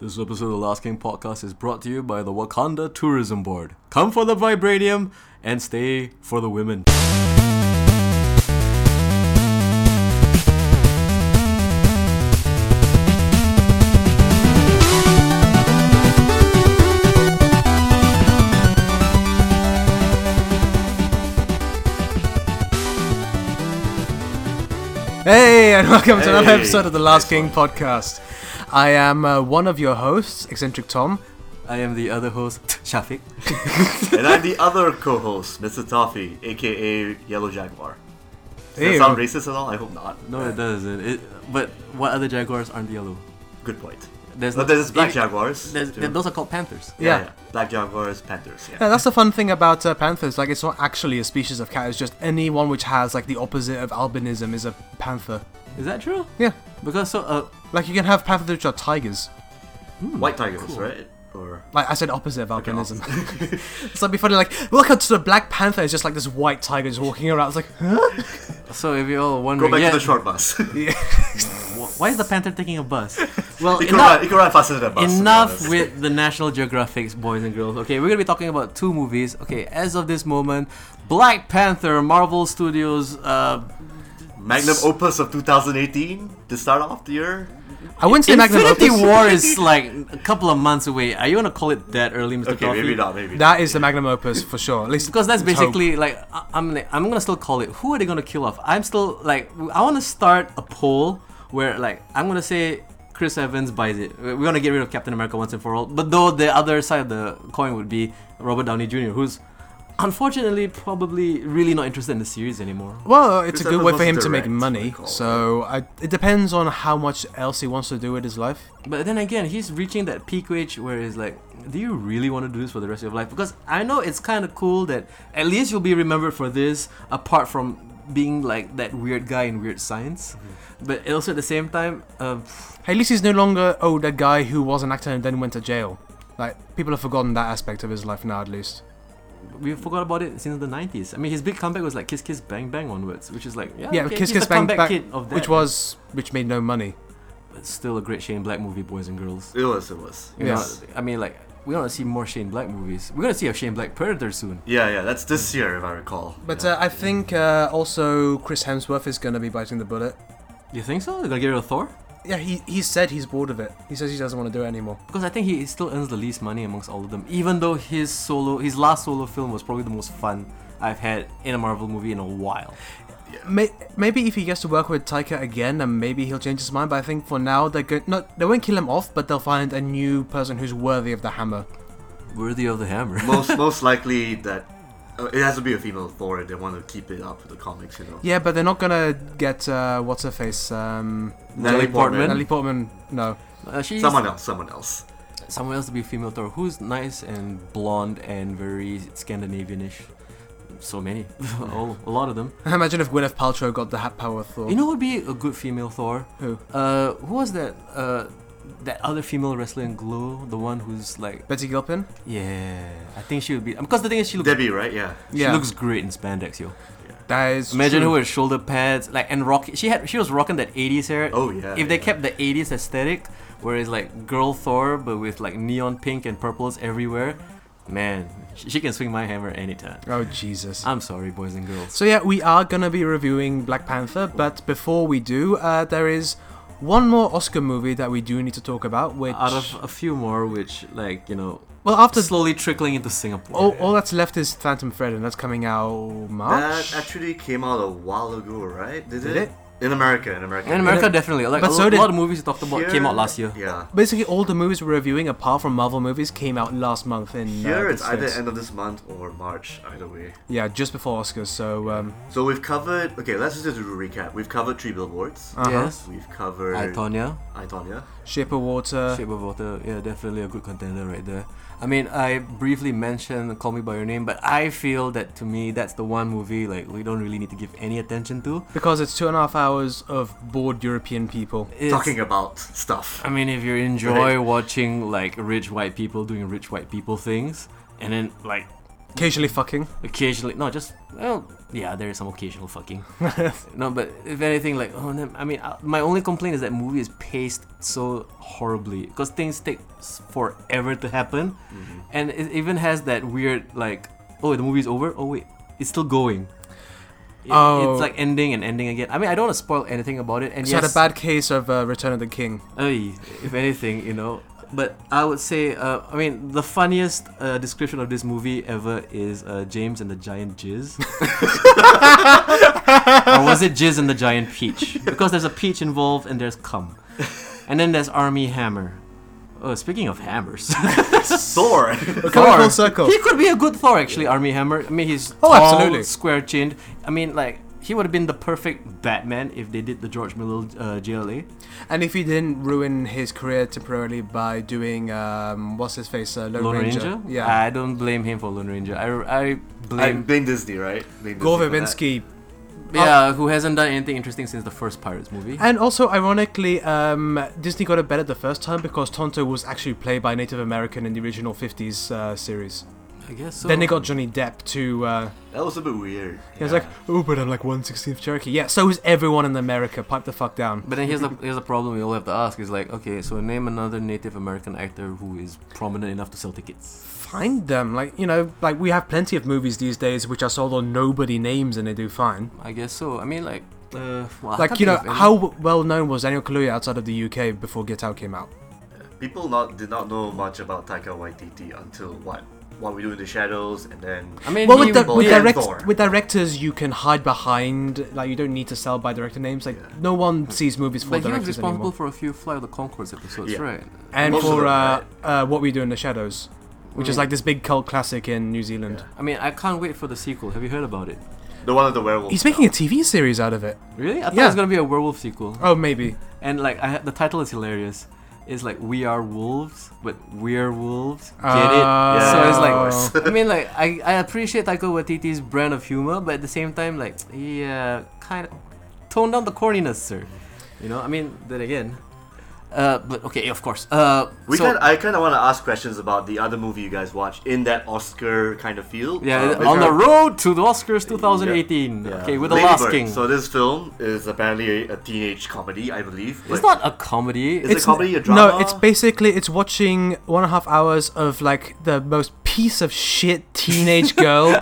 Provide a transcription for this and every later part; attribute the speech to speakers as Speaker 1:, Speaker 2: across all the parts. Speaker 1: This episode of the Last King podcast is brought to you by the Wakanda Tourism Board. Come for the vibranium and stay for the women.
Speaker 2: Hey, and welcome to another
Speaker 1: Hey,
Speaker 2: episode of the Last King podcast. I am uh, one of your hosts, Eccentric Tom.
Speaker 1: I am the other host, Shafiq.
Speaker 3: And I'm the other co-host, Mr. Toffee, aka Yellow Jaguar. Does
Speaker 2: Ew.
Speaker 3: that sound racist at all? I hope not.
Speaker 1: No, it doesn't. It, but what other jaguars aren't yellow?
Speaker 3: Good point.
Speaker 1: There's
Speaker 3: But
Speaker 1: no-
Speaker 3: there's black
Speaker 1: it-
Speaker 3: jaguars.
Speaker 1: there's-
Speaker 3: too.
Speaker 1: those are called panthers.
Speaker 3: yeah,
Speaker 2: yeah.
Speaker 3: yeah. black jaguars, panthers. Yeah.
Speaker 2: Yeah, that's the fun thing about uh, panthers. Like, it's not actually a species of cat. It's just anyone which has like the opposite of albinism is a panther.
Speaker 1: Is that true?
Speaker 2: Yeah,
Speaker 1: Because so uh,
Speaker 2: like you can have panthers which are tigers.
Speaker 3: White tigers, right? Or
Speaker 2: Like I said, opposite of albinism. so it'd be funny. Like, welcome to the Black Panther. It's just like this white tiger just walking around. It's like, huh?
Speaker 1: so if you're all
Speaker 3: go
Speaker 1: wondering,
Speaker 3: back
Speaker 1: yeah,
Speaker 3: to the short bus. you
Speaker 1: wh- why is the panther taking a bus? Well,
Speaker 3: can run, you can run faster than a bus. to be
Speaker 1: Enough
Speaker 3: honest.
Speaker 1: with the National Geographic, boys and girls. Okay, we're gonna be talking about two movies. Okay, as of this moment, Black Panther, Marvel Studios. Uh,
Speaker 3: Magnum opus of 2018 to start off the year.
Speaker 2: I wouldn't say magnum
Speaker 1: Infinity
Speaker 2: opus.
Speaker 1: War is like a couple of months away. Are you gonna call it that early, Mr.
Speaker 3: Okay,
Speaker 1: Coffee?
Speaker 3: maybe not. Maybe not.
Speaker 2: That is the magnum opus for sure. At least
Speaker 1: Because that's
Speaker 2: let's hope.
Speaker 1: basically like I- I'm. gonna- I'm gonna still call it. Who are they gonna kill off? I'm still like I want to start a poll where like I'm gonna say Chris Evans buys it. We're gonna get rid of Captain America once and for all. But though the other side of the coin would be Robert Downey Jr., who's unfortunately probably really not interested in the series anymore.
Speaker 2: Well, it's
Speaker 3: Chris
Speaker 2: a good
Speaker 3: Evans
Speaker 2: way
Speaker 3: was
Speaker 2: for him to make
Speaker 3: direct,
Speaker 2: money.
Speaker 3: I call it.
Speaker 2: So I, it depends on how much else he wants to do with his life.
Speaker 1: But then again, he's reaching that peak age where he's like, do you really want to do this for the rest of your life? Because I know it's kind of cool that at least you'll be remembered for this, apart from being like that weird guy in weird science. But also at the same time, um,
Speaker 2: Hey, at least he's no longer oh that guy who was an actor and then went to jail. Like people have forgotten that aspect of his life now, at least.
Speaker 1: we forgot about it since the 90s. I mean, his big comeback was like Kiss Kiss Bang Bang onwards, which is like, yeah,
Speaker 2: Yeah,
Speaker 1: okay,
Speaker 2: Kiss
Speaker 1: he's
Speaker 2: Kiss
Speaker 1: the
Speaker 2: Bang
Speaker 1: comeback
Speaker 2: Bang,
Speaker 1: kid of that.
Speaker 2: which was which made no money.
Speaker 1: But still a great Shane Black movie, boys and girls.
Speaker 3: It was. It was.
Speaker 1: You
Speaker 2: Yes.
Speaker 1: know, I mean, like, we want to see more Shane Black movies. We're going to see a Shane Black Predator soon.
Speaker 3: Yeah, yeah. That's this year, if I recall.
Speaker 2: But
Speaker 3: yeah.
Speaker 2: uh, I think uh, also Chris Hemsworth is going to be biting the bullet.
Speaker 1: You think so? They're going to get rid of Thor?
Speaker 2: Yeah, he, he said he's bored of it. He says he doesn't want to do it anymore.
Speaker 1: Because I think he still earns the least money amongst all of them, even though his solo, his last solo film was probably the most fun I've had in a Marvel movie in a while.
Speaker 2: May- maybe if he gets to work with Taika again, and maybe he'll change his mind. But I think for now, they're going not they won't kill him off, but they'll find a new person who's worthy of the hammer.
Speaker 1: Worthy of the hammer.
Speaker 3: most most likely that uh, it has to be a female Thor. if They want to keep it up with the comics, you know.
Speaker 2: Yeah, but they're not gonna get uh, what's her face, um,
Speaker 3: Natalie Portman.
Speaker 2: Natalie Portman. No,
Speaker 1: Uh, she's
Speaker 3: Someone else. Someone else.
Speaker 1: someone else to be female Thor, who's nice and blonde and very Scandinavianish. So many, oh, a lot of them.
Speaker 2: imagine if Gwyneth Paltrow got the hat power Thor.
Speaker 1: You know, who would be a good female Thor.
Speaker 2: who?
Speaker 1: Uh, who was that? Uh, that other female wrestler in Glow, the one who's like,
Speaker 2: Betty Gilpin.
Speaker 1: yeah, I think she would be. Because the thing is, she looks,
Speaker 3: Debbie, right? Yeah.
Speaker 1: she
Speaker 2: yeah,
Speaker 1: looks great in spandex, yo.
Speaker 2: that is
Speaker 1: Imagine her
Speaker 2: true.
Speaker 1: with shoulder pads, like and rock. She had she was rocking that '80s hair.
Speaker 3: Oh yeah.
Speaker 1: if they
Speaker 3: yeah.
Speaker 1: kept the '80s aesthetic, where it's like girl Thor but with like neon pink and purples everywhere, man, she, she can swing my hammer anytime.
Speaker 2: Oh Jesus.
Speaker 1: I'm sorry, boys and girls.
Speaker 2: So yeah, we are gonna be reviewing Black Panther, but before we do, uh, there is one more Oscar movie that we do need to talk about, which
Speaker 1: Out of a few more, which like you know,
Speaker 2: well after
Speaker 1: slowly trickling into Singapore.
Speaker 2: all, all that's left is Phantom Thread, and that's coming out March.
Speaker 3: That actually came out a while ago, right? Did,
Speaker 2: Did it?
Speaker 3: In America, in America.
Speaker 1: in America, definitely. Like
Speaker 2: But
Speaker 1: a,
Speaker 2: so
Speaker 1: lo-
Speaker 2: did-
Speaker 1: lot of movies we talked about came out
Speaker 3: Here-
Speaker 1: last year.
Speaker 3: Yeah.
Speaker 2: Basically, all the movies we're reviewing, apart from Marvel movies, came out last month in. uh,
Speaker 3: Here
Speaker 2: the
Speaker 3: it's either
Speaker 2: States.
Speaker 3: end of this month or March, either way.
Speaker 2: Yeah, just before Oscars. So um,
Speaker 3: So we've covered. Okay, let's just do a recap. We've covered three billboards.
Speaker 2: Uh-huh.
Speaker 1: Yes.
Speaker 3: We've covered.
Speaker 1: I, Tonya.
Speaker 3: I, Tonya.
Speaker 2: Shape of Water.
Speaker 1: Shape of Water, yeah, definitely a good contender right there. I mean, I briefly mentioned Call Me by Your Name, but I feel that to me, that's the one movie like we don't really need to give any attention to.
Speaker 2: Because it's two and a half hours of bored European people.
Speaker 1: It's, Um,
Speaker 3: Talking about stuff.
Speaker 1: I mean, if you enjoy watching like rich white people doing rich white people things, and then like
Speaker 2: Occasionally fucking.
Speaker 1: occasionally no just well yeah there is some occasional fucking no but if anything like oh no, i mean uh, my only complaint is that movie is paced so horribly because things take s- forever to happen
Speaker 3: Mm-hmm.
Speaker 1: and it even has that weird like oh the movie's over oh wait it's still going It-
Speaker 2: Oh.
Speaker 1: it's like ending and ending again i mean i don't want to spoil anything about it and
Speaker 2: So I had
Speaker 1: yes,
Speaker 2: a bad case of uh, Return of the King.
Speaker 1: Ay, if anything, you know. But I would say, uh, I mean, the funniest uh, description of this movie ever is uh, James and the Giant Jizz. or was it Jizz and the Giant Peach? Because there's a peach involved and there's cum. And then there's Army Hammer. Oh, speaking of hammers,
Speaker 3: Thor.
Speaker 2: Coming
Speaker 1: Thor.
Speaker 2: full circle.
Speaker 1: he could be a good Thor, actually, Army Hammer. I mean, he's
Speaker 2: Oh,
Speaker 1: tall,
Speaker 2: absolutely.
Speaker 1: square chinned. I mean, like, he would have been the perfect Batman if they did the George Miller uh, JLA.
Speaker 2: And if he didn't ruin his career temporarily by doing um, what's his face, uh, Lone,
Speaker 1: Lone
Speaker 2: Ranger.
Speaker 1: Ranger? Ah,
Speaker 2: Yeah.
Speaker 1: I don't blame him for Lone Ranger. I, I
Speaker 3: I
Speaker 1: blame.
Speaker 3: blame Disney, right? Blame
Speaker 2: Gore
Speaker 3: Disney for that.
Speaker 2: Verbinski.
Speaker 1: yeah, who hasn't done anything interesting since the first Pirates movie.
Speaker 2: And also, ironically, um, Disney got it better the first time because Tonto was actually played by a Native American in the original 50s uh, series.
Speaker 1: I guess so.
Speaker 2: Then they got Johnny Depp to. Uh,
Speaker 3: That was a bit weird.
Speaker 2: He was like, oh, but I'm like 116th Cherokee. Yeah, so is everyone in America. Pipe the fuck down.
Speaker 1: But then here's the here's the problem we all have to ask is like okay so name another Native American actor who is prominent enough to sell tickets.
Speaker 2: Find them. Like, you know, like we have plenty of movies these days which are sold on nobody names and they do fine.
Speaker 1: I guess so. I mean like uh, well, Oh, I
Speaker 2: Like,
Speaker 1: can't
Speaker 2: you know,
Speaker 1: think of any-
Speaker 2: how w- well known was Daniel Kaluuya outside of the UK before Get Out came out?
Speaker 3: people not did not know much about Taika Waititi until what what we do in the shadows and then
Speaker 1: I mean
Speaker 2: Well,
Speaker 1: he
Speaker 2: with, the,
Speaker 1: was-
Speaker 2: with,
Speaker 3: yeah, Thor.
Speaker 2: direct, with directors, you can hide behind. Like, you don't need to sell by director names. Like, no one sees movies for
Speaker 1: but he was
Speaker 2: directors
Speaker 1: responsible
Speaker 2: anymore.
Speaker 1: for a few Fly of the Concords episodes,
Speaker 3: Yeah.
Speaker 1: right?
Speaker 2: And
Speaker 3: most of
Speaker 2: for
Speaker 3: them,
Speaker 2: uh, uh, What We Do in the Shadows, which
Speaker 1: Mm.
Speaker 2: is like this big cult classic in New Zealand.
Speaker 1: I mean I can't wait for the sequel. Have you heard about it?
Speaker 3: the one of the werewolves.
Speaker 2: He's making a TV series out of it.
Speaker 1: Really? I thought
Speaker 2: Yeah.
Speaker 1: it was gonna be a werewolf sequel.
Speaker 2: Oh, maybe.
Speaker 1: And like I, the title is hilarious. It's like we are wolves, but we're wolves. Get it?
Speaker 2: Oh.
Speaker 1: So it's
Speaker 3: Yeah, of
Speaker 1: like I mean like I, I appreciate Taika Waititi's brand of humor, but at the same time like yeah, kind of tone down the corniness, sir. You know? I mean, then again. Uh, but okay, of course. Uh,
Speaker 3: we
Speaker 1: so,
Speaker 3: kind I kind of want to ask questions about the other movie you guys watched in that Oscar kind of field.
Speaker 1: yeah,
Speaker 3: Uh,
Speaker 1: on the
Speaker 3: because-
Speaker 1: road to the Oscars 2018.
Speaker 3: Yeah.
Speaker 1: Okay, with the
Speaker 3: Lady
Speaker 1: Last
Speaker 3: Bird.
Speaker 1: King.
Speaker 3: So this film is apparently a, a teenage comedy, I believe.
Speaker 1: it's
Speaker 3: but
Speaker 1: not a comedy.
Speaker 3: Is it
Speaker 2: n-
Speaker 3: comedy, a drama?
Speaker 2: No, it's basically it's watching one and a half hours of like the most piece of shit teenage girl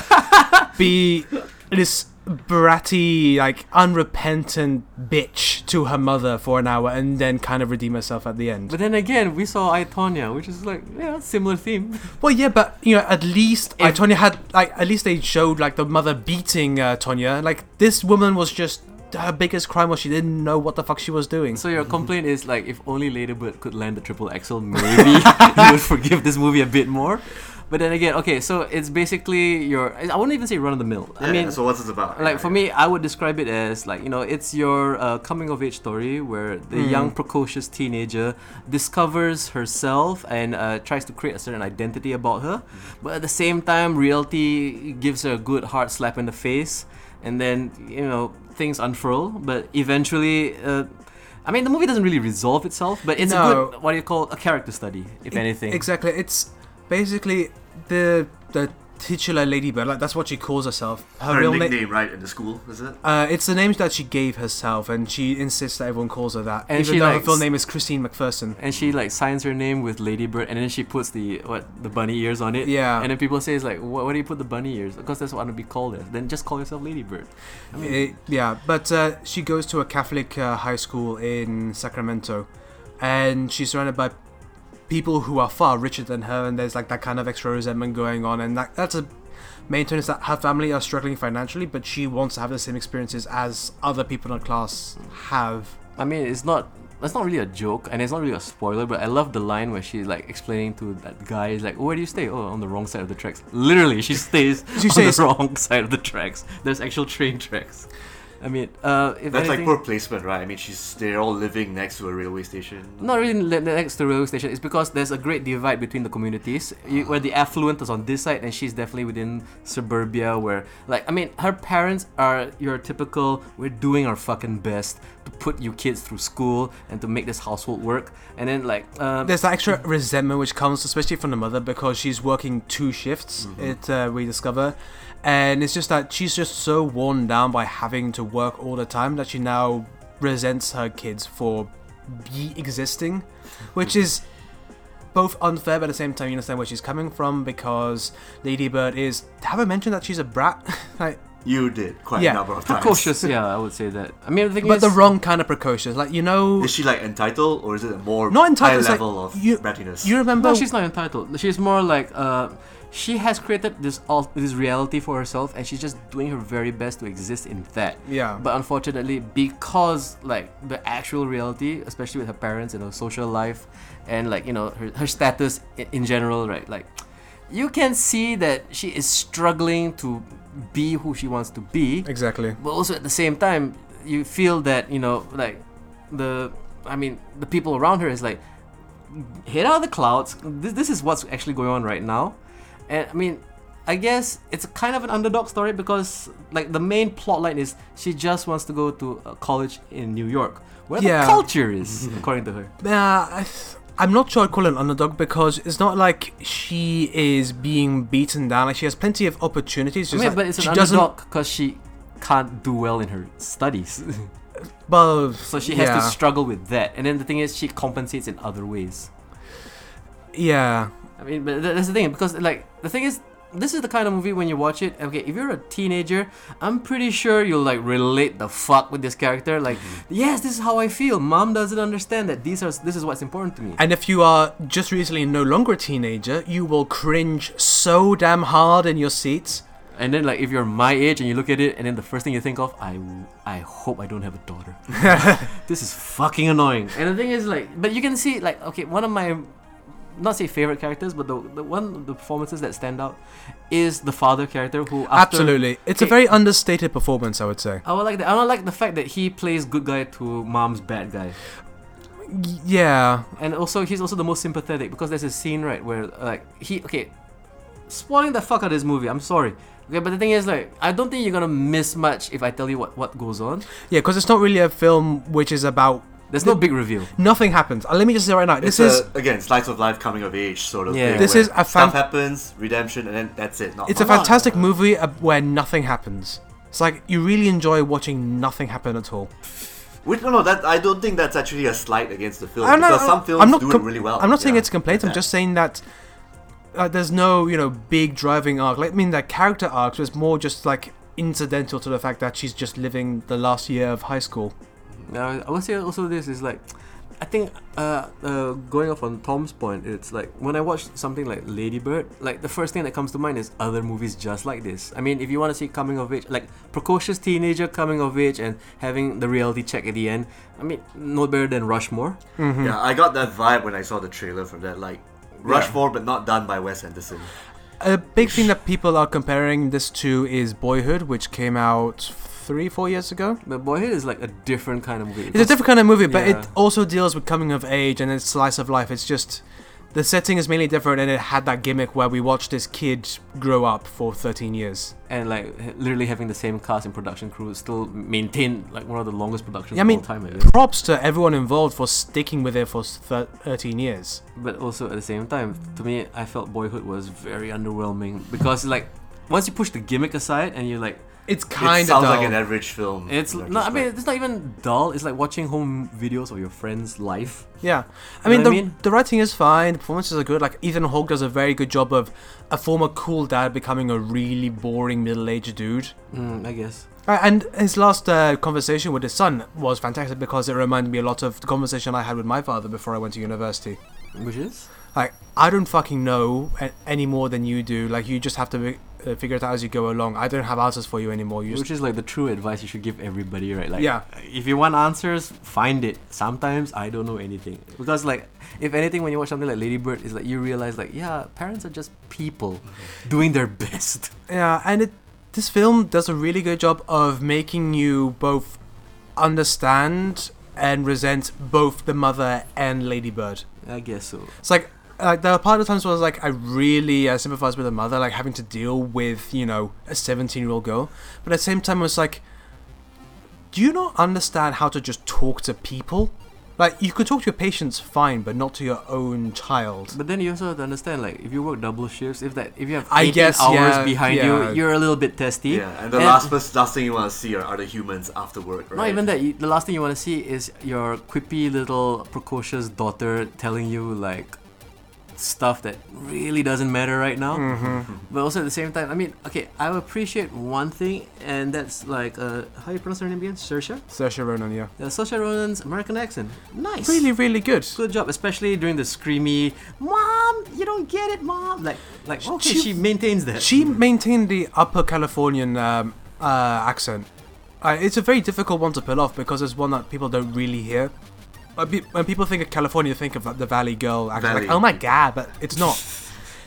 Speaker 2: be this bratty, like unrepentant bitch to her mother for an hour, and then kind of redeem herself at the end.
Speaker 1: but then again, we saw I, Tonya, which is like, yeah, similar theme.
Speaker 2: well, yeah, but you know, at least I,
Speaker 1: If-
Speaker 2: Tonya had like at least they showed like the mother beating uh, Tonya. Like this woman was just her biggest crime was she didn't know what the fuck she was doing.
Speaker 1: So your complaint is like if only Lady Bird could land the triple axel, maybe you would forgive this movie a bit more. But then again, okay, so it's basically your I wouldn't even say run of the mill.
Speaker 3: Yeah,
Speaker 1: I mean
Speaker 3: so what's it about?
Speaker 1: like for me, I would describe it as like you know, it's your uh, coming of age story where the
Speaker 2: Hmm.
Speaker 1: young precocious teenager discovers herself and uh, tries to create a certain identity about her, but at the same time, reality gives her a good hard slap in the face, and then you know things unfurl. But eventually, uh, I mean, the movie doesn't really resolve itself, but it's
Speaker 2: No.
Speaker 1: a good what do you call a character study, if anything.
Speaker 2: Exactly. It's basically the the titular ladybird. Like that's what she calls herself. Her,
Speaker 3: her
Speaker 2: real name.
Speaker 3: nickname, right, in the school, is it?
Speaker 2: Uh, it's the name that she gave herself, and she insists that everyone calls her that,
Speaker 1: And
Speaker 2: even
Speaker 1: she
Speaker 2: though her
Speaker 1: likes-
Speaker 2: full name is Christine McPherson.
Speaker 1: and she like signs her name with Ladybird, and then she puts the what the bunny ears on it.
Speaker 2: Yeah.
Speaker 1: And then people say it's like, why, why do you put the bunny ears? Because that's what I'm gonna be called as. Then just call yourself Ladybird. I mean,
Speaker 2: It- yeah, but uh, she goes to a Catholic uh, high school in Sacramento, and she's surrounded by people who are far richer than her, and there's like that kind of extra resentment going on, and that, that's a main tone is that her family are struggling financially, but she wants to have the same experiences as other people in her class have.
Speaker 1: I mean, it's not. That's not really a joke, and it's not really a spoiler. But I love the line where she's like explaining to that guy, he's like, "Where do you stay? Oh, on the wrong side of the tracks." Literally, she stays
Speaker 2: She
Speaker 1: on
Speaker 2: stays-
Speaker 1: the wrong side of the tracks. There's actual train tracks. I mean, uh, if
Speaker 3: That's like
Speaker 1: anything,
Speaker 3: poor placement, right? I mean, she's they're all living next to a railway station.
Speaker 1: not really le- next to the railway station. It's because there's a great divide between the communities, you, where the affluent is on this side, and she's definitely within suburbia. Where, like, I mean, her parents are your typical. We're doing our fucking best to put you kids through school and to make this household work. And then, like, um,
Speaker 2: There's that extra resentment which comes, especially from the mother, because she's working two shifts. It uh, we discover, and it's just that she's just so worn down by having to work all the time that she now resents her kids for be existing, which is both unfair, but at the same time you understand where she's coming from because Ladybird is. Have I mentioned that she's a brat? like,
Speaker 3: You did quite
Speaker 2: Yeah.
Speaker 3: a number of times.
Speaker 1: precocious. yeah, I would say that. I mean, the thing
Speaker 2: but
Speaker 1: is,
Speaker 2: the wrong kind of precocious. Like you know,
Speaker 3: Is she like entitled, or is it a more
Speaker 2: Not entitled, it's
Speaker 3: high
Speaker 2: like,
Speaker 3: level of
Speaker 2: you-
Speaker 3: brattiness?
Speaker 2: you remember?
Speaker 1: No, she's not entitled. She's more like uh, she has created this all this reality for herself, and she's just doing her very best to exist in that.
Speaker 2: Yeah.
Speaker 1: But unfortunately, because like the actual reality, especially with her parents and her social life, and like you know her, her status in, in general, right? Like, you can see that she is struggling to be who she wants to be
Speaker 2: exactly.
Speaker 1: but also at the same time you feel that you know like the i mean the people around her is like head out of the clouds this, this is what's actually going on right now and i mean i guess it's kind of an underdog story because like the main plot line is she just wants to go to a college in new york where
Speaker 2: Yeah.
Speaker 1: the culture is according to her
Speaker 2: Nah, I th- I'm not sure I'd call it an underdog because it's not like she is being beaten down. Like she has plenty of
Speaker 1: I
Speaker 2: opportunities. just
Speaker 1: mean,
Speaker 2: like
Speaker 1: but it's
Speaker 2: she
Speaker 1: an
Speaker 2: doesn't.
Speaker 1: underdog because she can't do well in her studies
Speaker 2: But
Speaker 1: so she has to
Speaker 2: yeah,
Speaker 1: struggle with that and then the thing is she compensates in other ways
Speaker 2: yeah,
Speaker 1: I mean, but th- that's the thing because like the thing is, this is the kind of movie when you watch it. Okay, if you're a teenager, I'm pretty sure you'll like relate the fuck with this character. Like, yes, this is how I feel. Mom doesn't understand that these are this is what's important to me.
Speaker 2: and if you are just recently no longer a teenager, you will cringe so damn hard in your seats.
Speaker 1: And then like if you're my age and you look at it, and then the first thing you think of, I I hope I don't have a daughter. this is fucking annoying. And the thing is like, but you can see like okay, one of my not say favorite characters, but the, the one of the performances that stand out is the father character who after
Speaker 2: Absolutely, it's a
Speaker 1: Okay.
Speaker 2: very understated performance, I would say.
Speaker 1: I would like that. I don't like the fact that he plays good guy to mom's bad guy,
Speaker 2: Y- yeah,
Speaker 1: and also he's also the most sympathetic because there's a scene right where like he okay, spoiling the fuck out of this movie. I'm sorry. Okay, but the thing is like I don't think you're gonna miss much if I tell you what what goes on.
Speaker 2: yeah, because it's not really a film which is about
Speaker 1: There's no big reveal.
Speaker 2: nothing happens. Uh, Let me just say right now,
Speaker 3: It's
Speaker 2: this is
Speaker 3: a, again slice of life, coming of age sort of
Speaker 1: Yeah.
Speaker 3: thing.
Speaker 2: This
Speaker 3: where
Speaker 2: is a fan-
Speaker 3: stuff happens, redemption, and then that's it. Not
Speaker 2: It's a
Speaker 3: much.
Speaker 2: fantastic movie uh, where nothing happens. It's like you really enjoy watching nothing happen at all.
Speaker 3: Which, no, no, that I don't think that's actually a slight against the film
Speaker 2: I'm not-
Speaker 3: because some films
Speaker 2: I'm not
Speaker 3: do
Speaker 2: com-
Speaker 3: it really well.
Speaker 2: I'm not saying
Speaker 3: Oh, yeah.
Speaker 2: it's a complaint. I'm
Speaker 3: Yeah.
Speaker 2: just saying that uh, there's no you know big driving arc. Like, I mean, the character arcs was more just like incidental to the fact that she's just living the last year of high school.
Speaker 1: Uh, I would say also this is like, I think uh, uh, going off on Tom's point, it's like when I watch something like Ladybird, like the first thing that comes to mind is other movies just like this. I mean, if you want to see coming of age, like precocious teenager coming of age and having the reality check at the end, I mean, no better than Rushmore. Mm-hmm.
Speaker 3: Yeah, I got that vibe when I saw the trailer from that, like Rushmore, but not done by Wes Anderson.
Speaker 2: A big thing that people are comparing this to is Boyhood, which came out three, four years ago.
Speaker 1: But Boyhood is like a different kind of movie.
Speaker 2: It's a different kind of movie, but
Speaker 1: Yeah.
Speaker 2: it also deals with coming of age and it's slice of life. It's just the setting is mainly different, and it had that gimmick where we watched this kid grow up for 13 years.
Speaker 1: and like h- literally having the same cast and production crew still maintain like one of the longest productions
Speaker 2: Yeah, I
Speaker 1: of
Speaker 2: mean,
Speaker 1: all time. I guess.
Speaker 2: props to everyone involved for sticking with it for thir- 13 years.
Speaker 1: but also at the same time, to me, I felt Boyhood was very underwhelming because like once you push the gimmick aside and you're like,
Speaker 2: It's kind
Speaker 3: it
Speaker 2: of
Speaker 3: sounds like an average film.
Speaker 1: it's
Speaker 3: in
Speaker 1: not. I mean,
Speaker 3: retrospect.
Speaker 1: it's not even dull. It's like watching home videos of your friend's life.
Speaker 2: Yeah,
Speaker 1: You
Speaker 2: I mean,
Speaker 1: know
Speaker 2: the,
Speaker 1: what I mean?
Speaker 2: the writing is fine. The performances are good. Like Ethan Hawke does a very good job of a former cool dad becoming a really boring middle-aged dude.
Speaker 1: Mm, I guess.
Speaker 2: Uh, And his last uh, conversation with his son was fantastic because it reminded me a lot of the conversation I had with my father before I went to university.
Speaker 1: Which is
Speaker 2: Like, I don't fucking know a- any more than you do. Like, you just have to uh, figure it out as you go along. I don't have answers for you anymore. You
Speaker 1: which
Speaker 2: just,
Speaker 1: is like the true advice you should give everybody, right? Like,
Speaker 2: Yeah.
Speaker 1: If you want answers, find it. Sometimes I don't know anything because like. If anything, when you watch something like Ladybird, it's like you realize, like, yeah, parents are just people doing their best.
Speaker 2: yeah, and it this film does a really good job of making you both understand and resent both the mother and Ladybird.
Speaker 1: I guess so.
Speaker 2: It's like like there are part of the times where I was like, I really uh, sympathize with the mother, like having to deal with you know a seventeen-year-old girl, but at the same time, I was like, do you not understand how to just talk to people? Like you could talk to your patients fine, but not to your own child.
Speaker 1: But then you also have to understand, like, if you work double shifts, if that if you have
Speaker 2: I
Speaker 1: 18
Speaker 2: guess,
Speaker 1: hours
Speaker 2: yeah,
Speaker 1: behind
Speaker 2: yeah.
Speaker 1: you, you're a little bit testy.
Speaker 3: Yeah, and the last person, last thing you want to see are, are the humans after work, right?
Speaker 1: Not even that. You, the last thing you want to see is your quippy little precocious daughter telling you like stuff that really doesn't matter right now.
Speaker 2: Mm-hmm.
Speaker 1: But also at the same time, I mean, okay, I appreciate one thing, and that's like, uh, how you pronounce her name again? Saoirse.
Speaker 2: Saoirse Ronan, yeah,
Speaker 1: Uh, Saoirse Ronan's American accent, nice.
Speaker 2: really, really good.
Speaker 1: Good job, especially during the screamy "Mom, you don't get it, Mom." Like, like okay,
Speaker 2: She-
Speaker 1: she, maintains that.
Speaker 2: She maintained the upper Californian um, uh, accent. Uh, it's a very difficult one to pull off because it's one that people don't really hear. Uh, pe- When people think of California, they think of like, the Valley Girl accent. Like,
Speaker 3: Valley.
Speaker 2: oh my god, but it's not.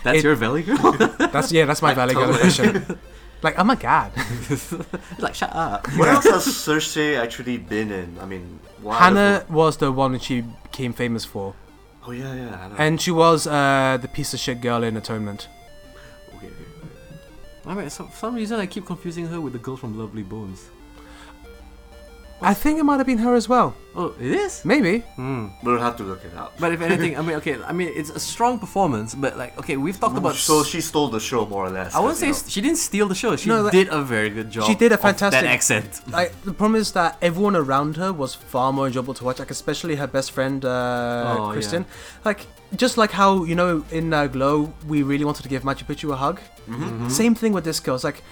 Speaker 1: That's
Speaker 2: it-
Speaker 1: your valley girl.
Speaker 2: That's yeah, that's my Valley Girl
Speaker 3: totally.
Speaker 2: impression. Like, oh my god,
Speaker 1: like, shut up.
Speaker 3: What else has Cersei actually been in? I mean, why
Speaker 2: Hannah was the one that she became famous for,
Speaker 3: the- Oh yeah, yeah. Hannah.
Speaker 2: and she was uh, the piece of shit girl in Atonement.
Speaker 3: okay, okay.
Speaker 1: I mean, so, for some reason, I keep confusing her with the girl from Lovely Bones.
Speaker 2: I think it might have been her as well.
Speaker 1: Oh, it is.
Speaker 2: Maybe.
Speaker 1: Hmm.
Speaker 3: We'll have to look it up.
Speaker 1: But if anything, I mean, okay, I mean, it's a strong performance. But like, okay, we've talked about.
Speaker 3: so she stole the show more or less.
Speaker 1: I wouldn't
Speaker 3: 'cause,
Speaker 1: say
Speaker 3: you
Speaker 1: st- she didn't steal the show. She
Speaker 2: No, like-
Speaker 1: did a very good job.
Speaker 2: She did a
Speaker 1: of that
Speaker 2: fantastic-
Speaker 1: accent.
Speaker 2: like the problem is that everyone around her was far more enjoyable to watch. Like especially her best friend uh,
Speaker 1: Oh,
Speaker 2: Kristen. Like just like how you know in uh, Glow we really wanted to give Machu Picchu a hug.
Speaker 3: know.
Speaker 1: Mm-hmm.
Speaker 3: Mhm.
Speaker 2: Same thing with this girl. It's like,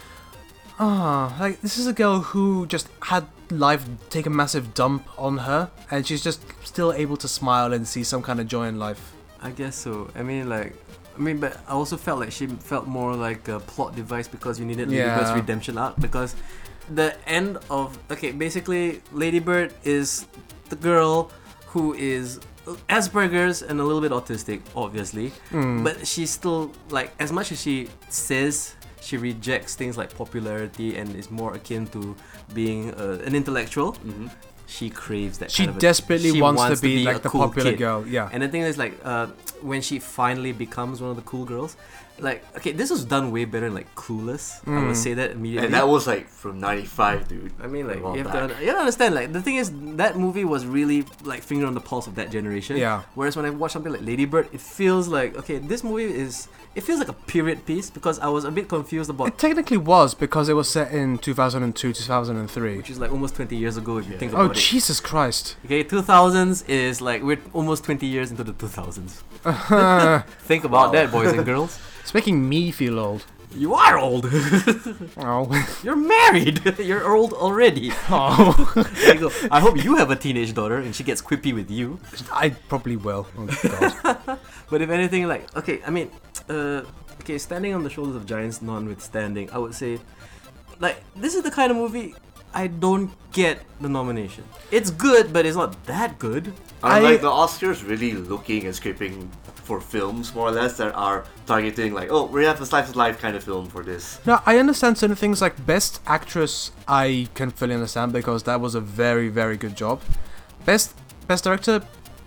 Speaker 2: ah, like this is a girl who just had life take a massive dump on her, and she's just still able to smile and see some kind of joy in life.
Speaker 1: I guess so. I mean, like, I mean, but I also felt like she felt more like a plot device because you needed Ladybird's
Speaker 2: Yeah.
Speaker 1: redemption arc because the end of okay, basically, Ladybird is the girl who is Asperger's and a little bit autistic, obviously,
Speaker 2: Mm.
Speaker 1: but she's still like as much as she says. She rejects things like popularity and is more akin to being uh, an intellectual.
Speaker 2: Mm-hmm.
Speaker 3: Mhm.
Speaker 1: She craves that.
Speaker 2: she
Speaker 1: kind of a-
Speaker 2: desperately
Speaker 1: she
Speaker 2: wants, to be, like
Speaker 1: a
Speaker 2: the
Speaker 1: cool
Speaker 2: popular
Speaker 1: kid.
Speaker 2: girl. Yeah.
Speaker 1: And the thing is, like, uh, when she finally becomes one of the cool girls, like, okay, this was done way better, than, like, Clueless. I
Speaker 2: Mm.
Speaker 1: would say that immediately.
Speaker 3: And that was like from '95, dude.
Speaker 1: I mean, like,
Speaker 3: Well
Speaker 1: you have
Speaker 3: back.
Speaker 1: to, you have to understand, like, the thing is, that movie was really, like, finger on the pulse of that generation.
Speaker 2: Yeah.
Speaker 1: Whereas when I watch something like Lady Bird, it feels like, okay, this movie is, it feels like a period piece because I was a bit confused about,
Speaker 2: It technically was because it was set in 2002, 2003.
Speaker 1: which is, like, almost 20 years ago if you
Speaker 3: Yeah.
Speaker 1: think
Speaker 2: Oh
Speaker 1: about it.
Speaker 2: Jesus Christ!
Speaker 1: Okay, 2000s is, like, we're almost 20 years into the 2000s. Think about
Speaker 3: Wow.
Speaker 1: that, boys and girls.
Speaker 2: It's making me feel old.
Speaker 1: You are old.
Speaker 2: Oh,
Speaker 1: You're married. You're old already.
Speaker 2: oh.
Speaker 1: There you go. I hope you have a teenage daughter and she gets quippy with you.
Speaker 2: I probably will. Oh, God.
Speaker 1: But if anything, like, okay, I mean, uh, okay, standing on the shoulders of giants, notwithstanding, I would say, like, this is the kind of movie I don't get the nomination. It's good, but it's not that good.
Speaker 3: And,
Speaker 2: I-
Speaker 3: like the Oscars really looking and scraping for films more or less that are targeting like, oh, we have a slice of life kind of film for this.
Speaker 2: no, I understand certain things like best actress. I can fully understand because that was a very, very good job. Best best director,